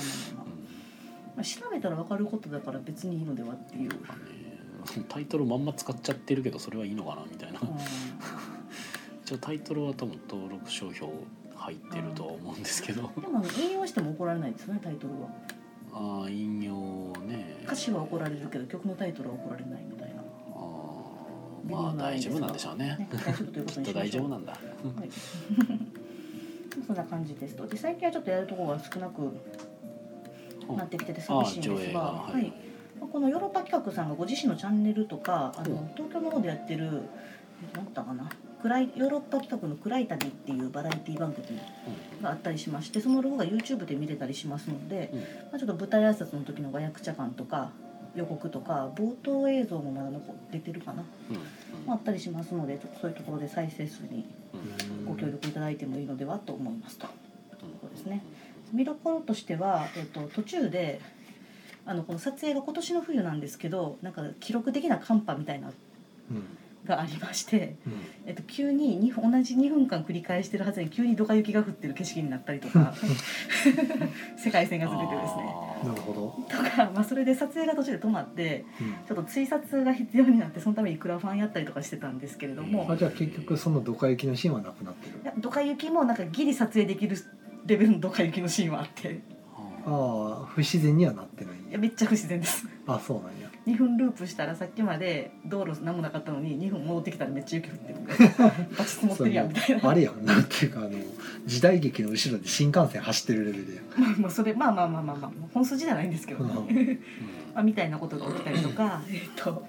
Speaker 4: まあ調べたら分かることだから別にいいのではっていう、
Speaker 1: タイトルまんま使っちゃってるけどそれはいいのかなみたいな
Speaker 4: うん
Speaker 1: 一応タイトルは多分登録商標入ってるとは思うんですけど
Speaker 4: でもあの引用しても怒られないですよねタイトルは
Speaker 1: ああ引用ね
Speaker 4: 歌詞は怒られるけど曲のタイトルは怒られないみたいな、ね、
Speaker 1: あーまあ大丈夫なんでしょう ね
Speaker 4: 大丈夫というこ
Speaker 1: き
Speaker 4: と
Speaker 1: っと
Speaker 4: にしま
Speaker 1: 大
Speaker 4: し
Speaker 1: 丈
Speaker 4: ょ
Speaker 1: 夫
Speaker 4: う
Speaker 1: なんだ
Speaker 4: はい そんな感じですとで最近はちょっとやるところが少なく
Speaker 1: うん
Speaker 4: なってきてて
Speaker 1: あ
Speaker 4: 寂
Speaker 1: あ
Speaker 4: しいん
Speaker 1: 上
Speaker 4: で
Speaker 1: 映
Speaker 4: す
Speaker 1: が
Speaker 4: が、
Speaker 1: は
Speaker 4: はいい、まあこのヨーロッパ企画さんがご自身のチャンネルとかあ
Speaker 1: う
Speaker 4: の東京の方でやってる何だったかな暗いヨーロッパ企画の「暗い旅」っていうバラエティ番組があったりしましてそのロゴが YouTube で見れたりしますので、
Speaker 1: うん
Speaker 4: まあ、ちょっと舞台挨拶の時の和訳茶感とか予告とか冒頭映像もまだ残っててるかな、
Speaker 1: うん
Speaker 4: まあ、あったりしますのでちょっとそういうところで再生数にご協力いただいてもいいのではと思いますと。そうですね見どころとしては、えっと途中であのこの撮影が今年の冬なんですけどなんか記録的な寒波みたいなの
Speaker 2: うん
Speaker 4: がありまして、
Speaker 2: うん
Speaker 4: えっと、急にに同じ2分間繰り返してるはずに急にドカ雪が降ってる景色になったりと か世界線がずれてですね。
Speaker 1: あー
Speaker 2: なるほど
Speaker 4: とか、まあ、それで撮影が途中で止まって
Speaker 2: うん
Speaker 4: ちょっと追撮が必要になってそのためにクラファンやったりとかしてたんですけれども
Speaker 2: あじゃあ結局そのドカ雪のシーンはなくなってる
Speaker 4: いやドカ雪もなんかギリ撮影できるレベルのドカ雪のシーンはあって
Speaker 1: あー
Speaker 2: ああ不自然にはなってないん
Speaker 4: い
Speaker 2: や
Speaker 4: やめっちゃ不自然です。
Speaker 2: あそうなんや
Speaker 4: 2分ループしたらさっきまで道路何もなかったのに2分戻ってきたらめっちゃ雪降 ってるみたいなバチ積もってるやんみたいな
Speaker 2: それもうあれやんなんていうかあの時代劇の後ろで新幹線走ってるレベルや
Speaker 4: まあそれまあまあまあまあまあ本筋じゃないんですけど、ね
Speaker 2: うん
Speaker 1: うん
Speaker 4: まあ、みたいなことが起きたりとかえっと。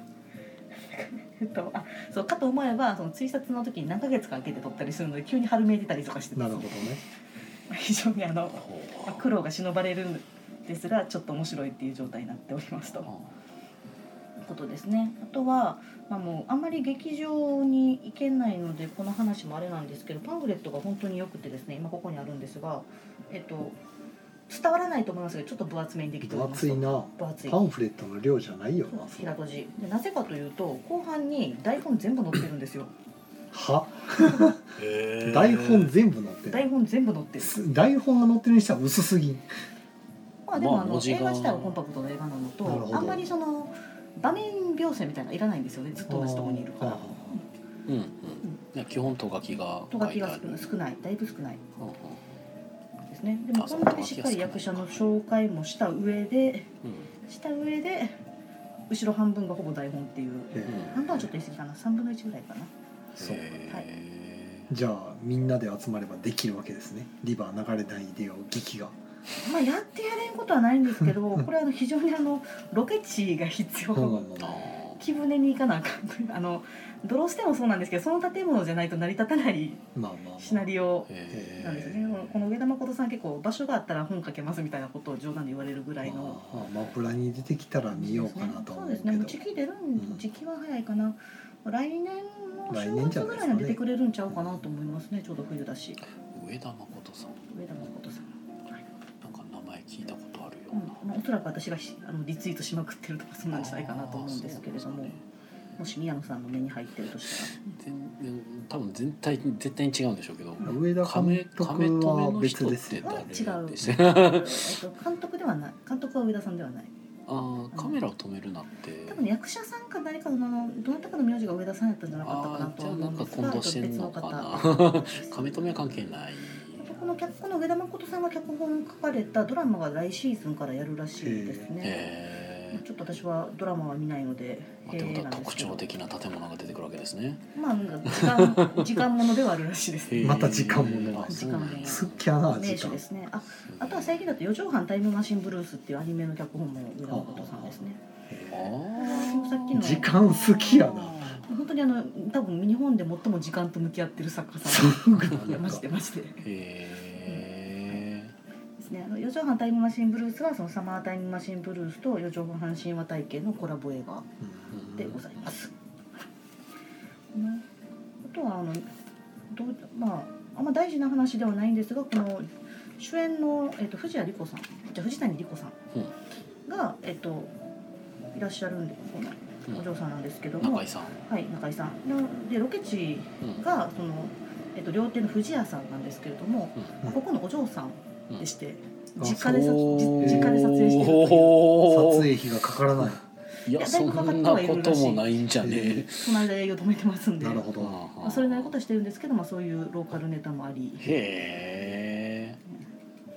Speaker 4: えっと、あそうかと思えばその追撮の時に何ヶ月か空けて撮ったりするので急に春めいてたりとかしてて
Speaker 2: な るほどね
Speaker 4: 非常にあの
Speaker 1: ほう
Speaker 4: まあ苦労が忍ばれるんですがちょっと面白いっていう状態になっておりますと。ことですねあとは、まあ、もうあんまり劇場に行けないのでこの話もあれなんですけどパンフレットが本当によくてですね今ここにあるんですが、えっと、伝わらないと思いますけどちょっと分厚めにできてお
Speaker 2: 分
Speaker 4: ります
Speaker 2: 厚いな
Speaker 4: 分厚い
Speaker 2: パンフレットの量じゃないよなそれ
Speaker 4: 平戸字でなぜかというと後半に台本全部載ってるんですよ
Speaker 2: は
Speaker 1: へー
Speaker 2: 台本全部載って
Speaker 4: 台
Speaker 2: る
Speaker 4: 本全部載ってる
Speaker 2: す台本が載ってるにしては薄すぎん
Speaker 4: まあでもあ
Speaker 1: まあ文
Speaker 4: の
Speaker 1: 字が
Speaker 4: 映画自体はコンパクトな映画なの
Speaker 2: なるほ
Speaker 4: と
Speaker 2: ど
Speaker 4: あんまりその場面描写みたいなのいらないんですよねずっと同じところにいるから
Speaker 2: あ
Speaker 1: うんうんいや基本と書きが
Speaker 4: と書きが
Speaker 1: 書いてある
Speaker 4: 少ないだいぶ少ない
Speaker 1: うんうん
Speaker 4: ですね。でも
Speaker 1: あ
Speaker 4: こ
Speaker 1: そうん
Speaker 4: だけしっかり役者の紹介もした上で
Speaker 1: う
Speaker 4: した上で後ろ半分がほぼ台本っていうん
Speaker 2: へ
Speaker 1: んう
Speaker 2: え
Speaker 1: ん
Speaker 4: 半分はちょっと言い過ぎかな3分の1ぐらいかな
Speaker 2: そう
Speaker 1: へ
Speaker 2: じゃあみんなで集まればできるわけですねリバー流れないでよ劇が
Speaker 4: まあやってやれんことはないんですけどこれはあの非常にあのロケ地が必
Speaker 2: まあまあ
Speaker 4: 要
Speaker 2: まあ
Speaker 1: ー
Speaker 2: まあ
Speaker 6: 木舟に行かなあかんというあのドローしてもそうなんですけどその建物じゃないと成り立たない
Speaker 2: まあまあまあ
Speaker 6: シナリオ
Speaker 1: えー
Speaker 6: なんですね、この上田誠さん結構場所があったら本書けますみたいなことを冗談で言われるぐらいの
Speaker 2: まあ、まあ、プラに出てきたら見ようかなとは
Speaker 4: そう
Speaker 2: 思う
Speaker 4: で
Speaker 2: け
Speaker 4: す
Speaker 2: ど
Speaker 4: ね。もう時期出るん、時期は早いかな。来年の
Speaker 2: 来年
Speaker 4: 正
Speaker 2: じゃない
Speaker 4: 月
Speaker 2: です
Speaker 4: ぐ
Speaker 2: かね
Speaker 4: らいには出てくれるんちゃうかなと思いますね。ちょうど冬だし。
Speaker 1: 上田誠さん
Speaker 4: 上田誠さん。
Speaker 1: なんか名前聞いたことあるよ
Speaker 4: う
Speaker 1: うんな、
Speaker 4: まあ、おそらく私がしあのリツイートしまくってるとかそんなんじゃないかなと思うんですけれども、
Speaker 1: あーそう
Speaker 4: もし宮野さんの目に入ってるとしたら、
Speaker 1: 全然多分全体絶対に違うんでしょうけど
Speaker 2: 上田
Speaker 1: 亀
Speaker 2: 監
Speaker 1: 亀
Speaker 2: 督
Speaker 1: 止め
Speaker 2: は
Speaker 1: の
Speaker 2: 別
Speaker 1: 人っ
Speaker 2: です
Speaker 1: て
Speaker 2: よ
Speaker 4: 亀
Speaker 1: 誰
Speaker 4: 亀
Speaker 1: で
Speaker 4: 止めの人って誰
Speaker 1: したっ
Speaker 4: え
Speaker 1: け
Speaker 4: っと監督ではない、監督は上田さんではない。
Speaker 1: あーカメラを止めるなって
Speaker 4: 多分役者さんか誰かのどなたかの名字が上田さんやったんじゃなかったかな
Speaker 1: あー
Speaker 4: と
Speaker 1: じゃ
Speaker 4: は
Speaker 1: あ
Speaker 4: 思
Speaker 1: な
Speaker 4: うんん
Speaker 1: か
Speaker 4: です
Speaker 1: 混
Speaker 4: が、ちょ
Speaker 1: 同
Speaker 4: っ
Speaker 1: してん
Speaker 4: と別
Speaker 1: の
Speaker 4: の
Speaker 1: か
Speaker 4: 方。
Speaker 1: な亀止めは関係ない
Speaker 4: この脚この上田誠さんが脚本を書かれたドラマが来シーズンからやるらしいですね。
Speaker 1: へ
Speaker 4: ちょっと私はドラマは見ないので、
Speaker 1: えってことは
Speaker 4: なんで
Speaker 1: 特
Speaker 4: すけど
Speaker 1: 徴的な建物が出てくるわけですね
Speaker 4: まあなんか時間時間ものではあるらしいですね。
Speaker 1: へー
Speaker 2: また時間もね
Speaker 1: あそうなんだ
Speaker 2: すっきゃな
Speaker 4: 名
Speaker 2: 時
Speaker 4: 手
Speaker 2: 間
Speaker 4: ですね。あ、あとは最近だと四畳半タイムマシンブルースっていうアニメの脚本も上田誠さんですね。
Speaker 1: あ
Speaker 4: さっき
Speaker 1: ー
Speaker 4: の
Speaker 2: 時間好きやな
Speaker 4: 本当にあの多分日本で最も時間と向き合ってる作家さん。
Speaker 2: そうか
Speaker 4: いやマジでマジで。
Speaker 1: へ
Speaker 4: ですね、あの四畳半タイムマシンブルースはそのサマータイムマシンブルースと四畳半神話体系のコラボ映画
Speaker 2: うん
Speaker 4: でございます。ねあとはあのどうまああんま大事な話ではないんですがこの主演の、えっと藤谷莉子さんじゃあ藤谷莉子さんが、えっといらっしゃるんでこ
Speaker 1: うん
Speaker 4: のお嬢さんなんですけども、
Speaker 1: 中井さん、
Speaker 4: はい中井さんのでロケ地
Speaker 1: うん
Speaker 4: がその、えっと料亭の藤谷さんなんですけれども、
Speaker 2: うん
Speaker 4: ここのお嬢さんでして、
Speaker 2: うん
Speaker 4: 実家でさ
Speaker 2: そう
Speaker 4: 実家で撮影してるという
Speaker 1: お
Speaker 2: 撮
Speaker 1: ー
Speaker 2: 影費がかからない
Speaker 1: いや
Speaker 4: や
Speaker 1: そ
Speaker 4: だい
Speaker 1: ん
Speaker 4: ぶかかって
Speaker 1: な
Speaker 4: はい
Speaker 1: こ
Speaker 4: るら
Speaker 1: と
Speaker 4: しい
Speaker 1: もないんじゃね
Speaker 4: その間営業止めてますんで
Speaker 2: なるほ
Speaker 1: え、
Speaker 2: ど、
Speaker 4: まあ、それなりのことはしてるんですけど、まあ、そういうローカルネタもあり
Speaker 1: へえ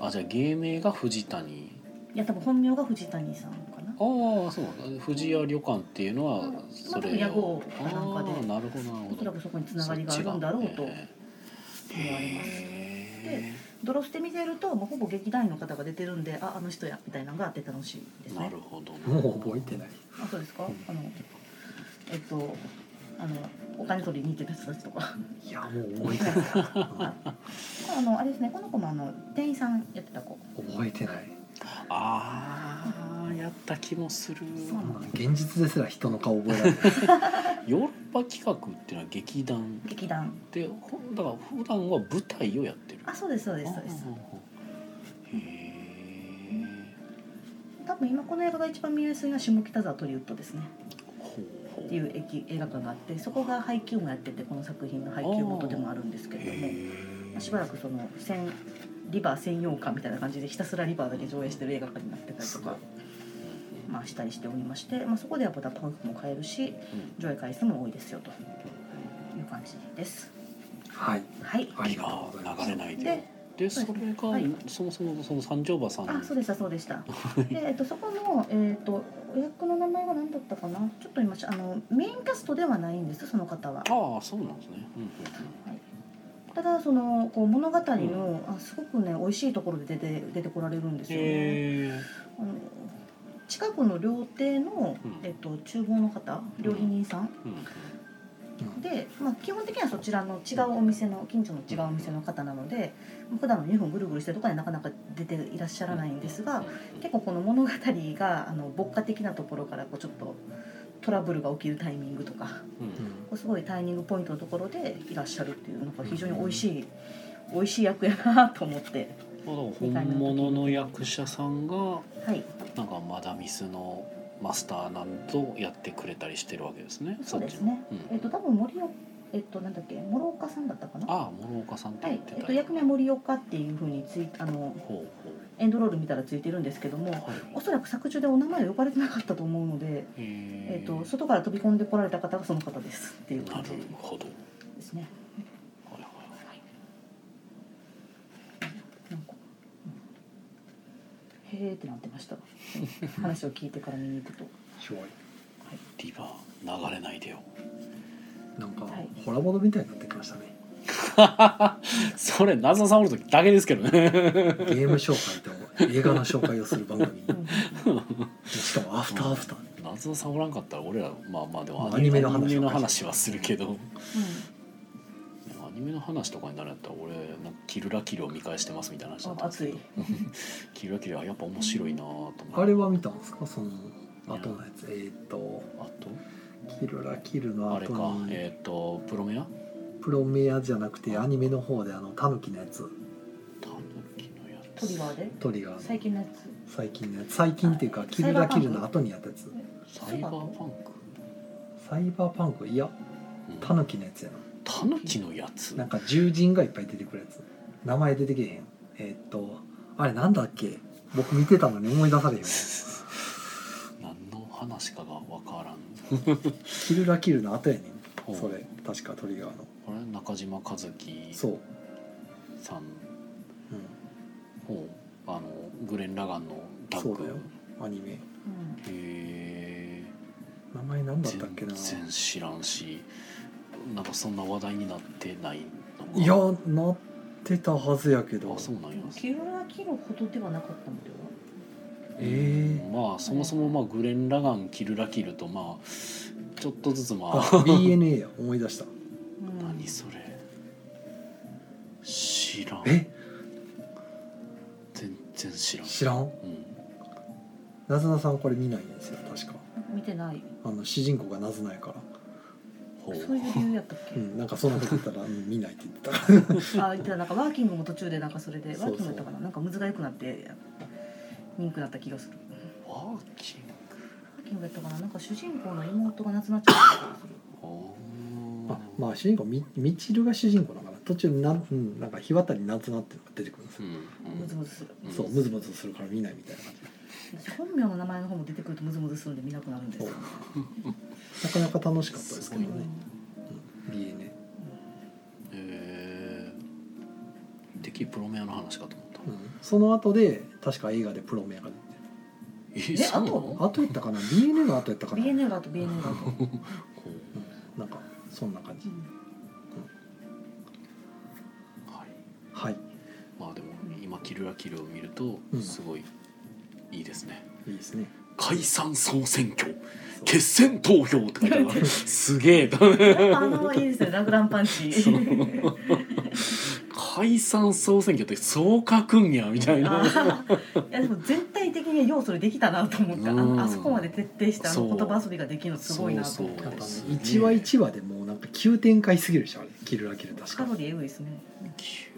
Speaker 1: あじゃあ芸名が藤谷
Speaker 4: いや多分本名が藤谷さんかな
Speaker 1: ああそうなんだ藤屋旅館っていうのは
Speaker 4: うん
Speaker 1: それを、
Speaker 4: まあ多分屋号かなんかで
Speaker 1: あーなるほどなる
Speaker 4: お
Speaker 1: ほ
Speaker 4: そら
Speaker 1: ど
Speaker 4: くそこにつながりがあるんだろうと思われます
Speaker 1: へ
Speaker 4: ドロスで見てるともうほぼ劇団員の方が出てるんでああの人やみたいなのがあって楽しい
Speaker 1: え
Speaker 4: です
Speaker 1: な
Speaker 4: ね
Speaker 1: るほど
Speaker 2: も
Speaker 1: ね
Speaker 2: う覚えてない
Speaker 4: あそうですかあのえっとあのお金取りに行ってた人たちとか
Speaker 2: いやもう覚えてない
Speaker 4: あのあれですねこの子もあの店員さんやってた子
Speaker 2: うん覚えてない
Speaker 1: ああやった気もする
Speaker 4: そう
Speaker 2: まあ現実ですら人の顔覚えられない
Speaker 1: ヨーロッパ企画っていうのは劇団
Speaker 4: 劇団
Speaker 1: でほだから普段は舞台をやってる
Speaker 4: あそうですそうですそうです
Speaker 1: あーへえ
Speaker 4: 多分今この映画が一番見やすいのは下北沢トリウッドですね
Speaker 1: ほうほ
Speaker 4: っ
Speaker 1: う
Speaker 4: ていう駅映画館があってそこが配給もやっててこの作品の配給元でもあるんですけれどもまあしばらくその線リバー専用館みたいな感じでひたすらリバーだけ上映してる映画館になってたりとか、まあ、したりしておりまして、まあ、そこではまたパンフも買えるし上映回数も多いですよという感じです。
Speaker 2: はい
Speaker 4: はい
Speaker 2: あり
Speaker 1: 気
Speaker 2: がとうござい
Speaker 1: が
Speaker 2: ます
Speaker 1: 流れないで
Speaker 4: で
Speaker 1: でそれが、
Speaker 4: はい
Speaker 1: そもそもその三条馬さん
Speaker 4: あそうでしたそう でしたで、えっと、そこの、えっと、お役の名前は何だったかなちょっと今しあのメインキャストではないんですその方は
Speaker 1: ああそうなんですね。うんうん
Speaker 4: ただそのこう物語の、あすごくね美味しいところで出て出てこられるんですよね。
Speaker 1: へえ
Speaker 4: あの近くの料亭の、
Speaker 1: うん
Speaker 4: えっと、厨房の方料理人さん
Speaker 1: うん
Speaker 4: で、まあ、基本的にはそちらの違うお店の近所の違うお店の方なので普段の日本ぐるぐるしてるとかになかなか出ていらっしゃらないんですが結構この物語があの牧歌的なところからこうちょっとトラブルが起きるタイミングとか
Speaker 1: うん
Speaker 4: こうすごいターニングポイントのところでいらっしゃるっていうなんか非常に美味しい、美味しい役やなと思って
Speaker 1: まあだから本物の役者さんが
Speaker 4: はい
Speaker 1: なんかマダミスのマスターなんとやってくれたりしてるわけですね。
Speaker 4: そうですね
Speaker 1: そっちも。う
Speaker 4: え
Speaker 1: ん
Speaker 4: っと多分森岡えっとなんだっけ諸岡さんだったかなは
Speaker 1: ああ諸岡さんって言
Speaker 4: い
Speaker 1: っ、て。
Speaker 4: えったと、役名は森岡っていうふうについあの
Speaker 1: ほう
Speaker 4: エンドロール見たらついてるんですけども
Speaker 1: ほう。はい。
Speaker 4: おそらく作中でお名前を呼ばれてなかったと思うので、え
Speaker 1: え
Speaker 4: っと外から飛び込んでこられた方がその方ですっていう
Speaker 1: な
Speaker 4: 感
Speaker 1: る
Speaker 4: じ
Speaker 1: ほど。
Speaker 4: ですね
Speaker 1: はいはいはい
Speaker 4: なんかうんへーってなってました話を聞いてから見に行くと
Speaker 2: すごい
Speaker 1: リバー流れないでよ。
Speaker 2: なんか
Speaker 4: はい
Speaker 2: ホラボドみたいになってきましたね
Speaker 1: それ謎さんおる時だけですけどね。
Speaker 2: ゲーム紹介と映画の紹介をする番組
Speaker 4: うん
Speaker 2: しかもアフターアフター
Speaker 1: な松尾さんおらんかったら俺らまあまあでも
Speaker 2: アニメの話
Speaker 1: アニメの話はするけどアニメの話とかになるんやったら俺なんかキルラキルを見返してますみたいな話だったんですけど
Speaker 7: あ
Speaker 1: キルラキルはやっぱ面白いなと思って
Speaker 2: あれは見たんですかその後のやつえーっ、と
Speaker 1: あ
Speaker 2: キルラキル
Speaker 1: と
Speaker 2: の
Speaker 1: あれ
Speaker 2: 後
Speaker 1: か
Speaker 2: に
Speaker 1: えっ、とプロメア
Speaker 2: プロメアじゃなくてアニメの方であのタヌキのやつ
Speaker 1: タヌキのや
Speaker 4: ト
Speaker 1: つ
Speaker 4: リガーで
Speaker 2: トリガーの
Speaker 4: 最近のや
Speaker 2: 最近のやつ最近っていうかキルラキルの後にやったやつ
Speaker 1: サイバーパンク
Speaker 2: サイバーパンクいや
Speaker 1: うん
Speaker 2: タヌキのやつやな
Speaker 1: タヌキのやつ
Speaker 2: なんか獣人がいっぱい出てくるやつ名前出てけえへんえーっ、とあれなんだっけ僕見てたのに思い出 されへんわ
Speaker 1: 何の話かがわからん
Speaker 2: キルラキルの後やね
Speaker 1: ほうん
Speaker 2: それ確かトリガーの
Speaker 1: あれ中島和樹
Speaker 2: そう、
Speaker 1: さん
Speaker 2: う
Speaker 1: をあのグレン・ラガンのタッ
Speaker 2: そう
Speaker 1: グ
Speaker 2: だよん、アニメ
Speaker 1: へ
Speaker 4: つ
Speaker 1: え
Speaker 2: 名前なんだったっけ
Speaker 1: 全
Speaker 2: な
Speaker 1: 然知らんしなんかそんな話題になってないのか
Speaker 2: いやなってたはずやけど
Speaker 1: あそうなんや
Speaker 4: キルラキルほどではなかったのでは
Speaker 2: ええ
Speaker 1: まあそもそもまあグレン・ラガンキル・ラキルとまあちょっとずつまあ
Speaker 2: あ DNA や思い出した
Speaker 1: 何それ知らん
Speaker 2: え
Speaker 1: 全然知らん、
Speaker 2: 知らん
Speaker 1: うん、
Speaker 2: なずなさんこれ見ないんですよ確か
Speaker 4: 見てない
Speaker 2: あの主人公がなずなやから、
Speaker 1: ほう
Speaker 4: そういう理由やったっ
Speaker 2: う
Speaker 4: け
Speaker 2: ん、なんかそんなこと言ったら うん見ないって言ってた
Speaker 4: あ言ってたなんかワーキングも途中でなんかそれで
Speaker 2: そうそう
Speaker 4: ワーキングやったかななんかむずがゆくなってミンクなった気がする
Speaker 1: ワーキン
Speaker 4: ワーキングやったかななんか主人公の妹が亡くなっちゃった気がする
Speaker 1: グ
Speaker 2: あまあ主人公みみちるが主人公だから途中な,、うん、なんか日渡りなずなっていうのが出てくるんです
Speaker 1: う
Speaker 2: よ、
Speaker 1: ん
Speaker 4: ムズムズする
Speaker 1: うん
Speaker 2: そうムズムズするから見ないみたいな感じ
Speaker 4: 私本名の名前の方も出てくるとムズムズするんで見なくなるんです
Speaker 2: そ
Speaker 4: よ
Speaker 2: うな かなか楽しかったですけど
Speaker 4: うん
Speaker 2: ね、うん、DNA
Speaker 1: えー、敵プロメアの話かと思った、
Speaker 2: うんその後で確か映画でプロメアが出て
Speaker 1: えーそうな
Speaker 4: あと
Speaker 1: の
Speaker 2: る後やったかな DNA の後やったかな
Speaker 4: BNL だと BNL だと
Speaker 1: ほう
Speaker 2: うんなんかそんな感じ
Speaker 1: はい、
Speaker 2: はい
Speaker 1: まあでも今「キルラキル」を見ると
Speaker 2: うん
Speaker 1: すごいいいですね、
Speaker 2: いいですね
Speaker 1: 解散総選挙
Speaker 2: そう
Speaker 1: 決選投票って書いてある すげえ
Speaker 4: あのいいですねラグランパンチ
Speaker 1: 解散総選挙ってそう書くんやみたいな
Speaker 4: あーいやでも全体的に要素でできたなと思った、あ
Speaker 1: うん
Speaker 4: のあそこまで徹底したあ
Speaker 1: そ
Speaker 4: の
Speaker 1: う
Speaker 4: 言葉遊びができるのすごいなと思っ
Speaker 1: そう
Speaker 4: た
Speaker 1: そう
Speaker 2: 一話一話でもうなんか急展開すぎるでしょあれキルラキル確
Speaker 4: カ
Speaker 2: か
Speaker 4: ロリーエグいですね
Speaker 1: 急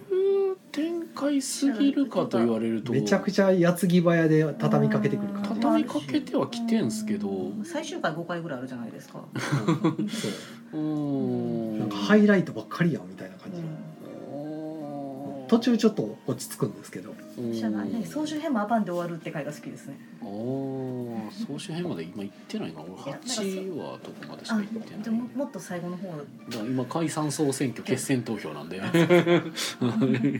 Speaker 1: 展開すぎるかと言われると
Speaker 2: めちゃくちゃ矢継ぎ早で畳みかけてくる感じ
Speaker 1: 畳みかけてはきてんすけどう
Speaker 4: 最終回5回ぐらいあるじゃないですか、
Speaker 2: うんそ
Speaker 1: ー
Speaker 2: うんなんかハイライトばっかりやんみたいな感じ、途中ちょっと落ち着くんですけど
Speaker 1: うん
Speaker 4: 知らないね総集編もアバンで終わるって回が好きですね
Speaker 1: あー総集編まで今行ってないな俺
Speaker 4: いやなんかそう
Speaker 1: 8話とかまでしか
Speaker 4: あ
Speaker 1: 行ってない
Speaker 4: でももっと最後の方
Speaker 1: だから今解散総選挙決選投票なんで、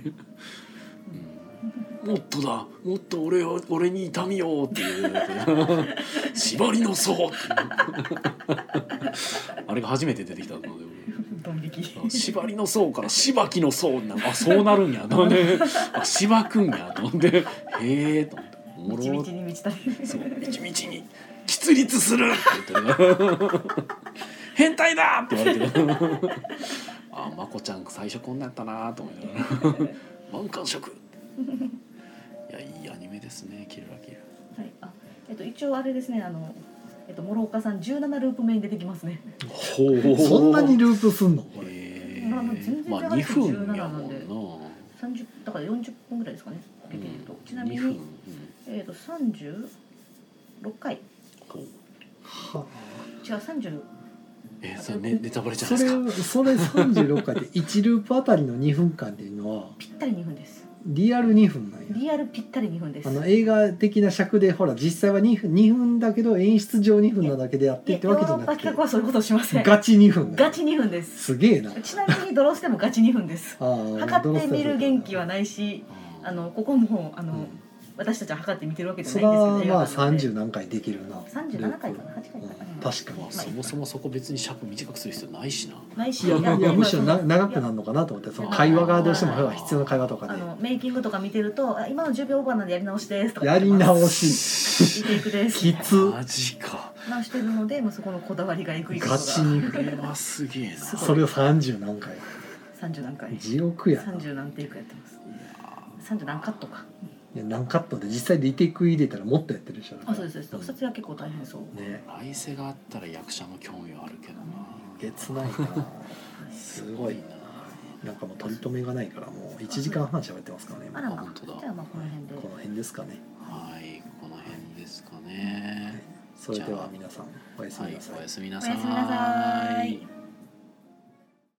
Speaker 1: うんもっとだもっと俺を俺に痛みをっていうやつ縛りの層っていうあれが初めて出てきたので
Speaker 4: ドン引き
Speaker 1: 俺縛りの層からしばきの層になんかあそうなるんやと思ってあしばくんやと思ってへえと思っておもろ
Speaker 4: 道々
Speaker 1: ー
Speaker 4: に満ちたり
Speaker 1: そう一日に喫立す るって言ってね変態だって言われてる あまこちゃん最初こんなんやったなと思いながら満感色いやいいアニメですね「キルラキル
Speaker 4: はいあえっと一応あれですねあのえっと諸岡さん17ループ目に出てきますね」
Speaker 1: ほう
Speaker 2: そんなにループすんのこれ
Speaker 1: え
Speaker 4: まあまあ全
Speaker 1: ま
Speaker 4: 然
Speaker 1: あ2
Speaker 4: 長いこと
Speaker 1: 分やもんな
Speaker 4: 1730だから40分ぐらいですかね
Speaker 1: う
Speaker 4: 平均
Speaker 1: ん
Speaker 4: とちなみ
Speaker 1: 2分
Speaker 4: に、えっと36回
Speaker 1: うん、
Speaker 2: は
Speaker 4: 違う30
Speaker 1: えそれ、ね、ネタバレ
Speaker 2: あ
Speaker 1: じゃない
Speaker 2: それ
Speaker 1: ですか
Speaker 2: それ36回で1ループあたりの2分間っていうのは
Speaker 4: ぴったり2分です
Speaker 2: リアル2分なんや
Speaker 4: リアルぴったり2分です
Speaker 2: あの映画的な尺でほら実際は2分 ,2 分だけど演出上2分なだけでやって
Speaker 4: で
Speaker 2: って
Speaker 4: ヨ
Speaker 2: わけ
Speaker 4: ー
Speaker 2: じ
Speaker 4: ロ
Speaker 2: ゃ
Speaker 4: ッパ
Speaker 2: なく
Speaker 4: 企画は
Speaker 2: て
Speaker 4: そういうことをしません
Speaker 2: ガチ2分
Speaker 4: ガチ2分です
Speaker 2: すげえな
Speaker 4: ちなみにドロスでもガチ2分です
Speaker 2: あー
Speaker 4: 測ってみる元気は
Speaker 2: ね
Speaker 4: ないし
Speaker 1: うん
Speaker 4: あのここもあの、
Speaker 2: うん
Speaker 4: 私たちは測って見てるわけじ
Speaker 2: そ
Speaker 4: ゃ
Speaker 2: れ
Speaker 4: ない
Speaker 2: は
Speaker 4: んですけど
Speaker 2: まあ30何回できるな
Speaker 4: 37回かな8回かな、
Speaker 2: うん確かに
Speaker 1: まあ、そもそもそこ別に尺短くする必要ないしな
Speaker 4: ないし
Speaker 2: いや
Speaker 4: あ
Speaker 2: い
Speaker 4: の
Speaker 2: やむしろな長くなるのかなと思ってその会話がどうしてもほら必要な会話とか
Speaker 4: あ
Speaker 2: で
Speaker 4: のメイキングとか見てるとあ「今の10秒オーバーなんでやり直しです」とか
Speaker 2: やり
Speaker 4: し
Speaker 2: 直し
Speaker 4: リテイクです
Speaker 2: きつ
Speaker 1: マジか
Speaker 4: なしてるので、まあ、そこのこだわりがえぐいことが
Speaker 2: ガチに
Speaker 1: これはすげえな
Speaker 4: すごい
Speaker 2: それを30何回
Speaker 4: 30何回
Speaker 2: 地獄やな
Speaker 4: 30何テイクやってます30何カットか
Speaker 2: いや何カットで実際リテイク入れたらもっとやってるでしょ
Speaker 4: あそうですそう
Speaker 2: うん
Speaker 4: ですそちら結構大変そう
Speaker 2: ね
Speaker 1: 来世があったら役者も興味はあるけどな
Speaker 2: 月ないなすごい
Speaker 1: な
Speaker 2: なんかもう取り留めがないからもう1時間半喋ってますからね
Speaker 4: あら
Speaker 1: あ
Speaker 4: ま
Speaker 1: 本当だ
Speaker 4: じゃあまあこの辺で
Speaker 2: この辺ですかね
Speaker 1: はいこの辺ですかね
Speaker 2: それでは皆さんおやす
Speaker 1: は
Speaker 2: み
Speaker 1: い
Speaker 2: なさい
Speaker 1: おやすみな
Speaker 8: お
Speaker 1: さ
Speaker 8: やすみなさ
Speaker 1: ー
Speaker 8: い
Speaker 1: い。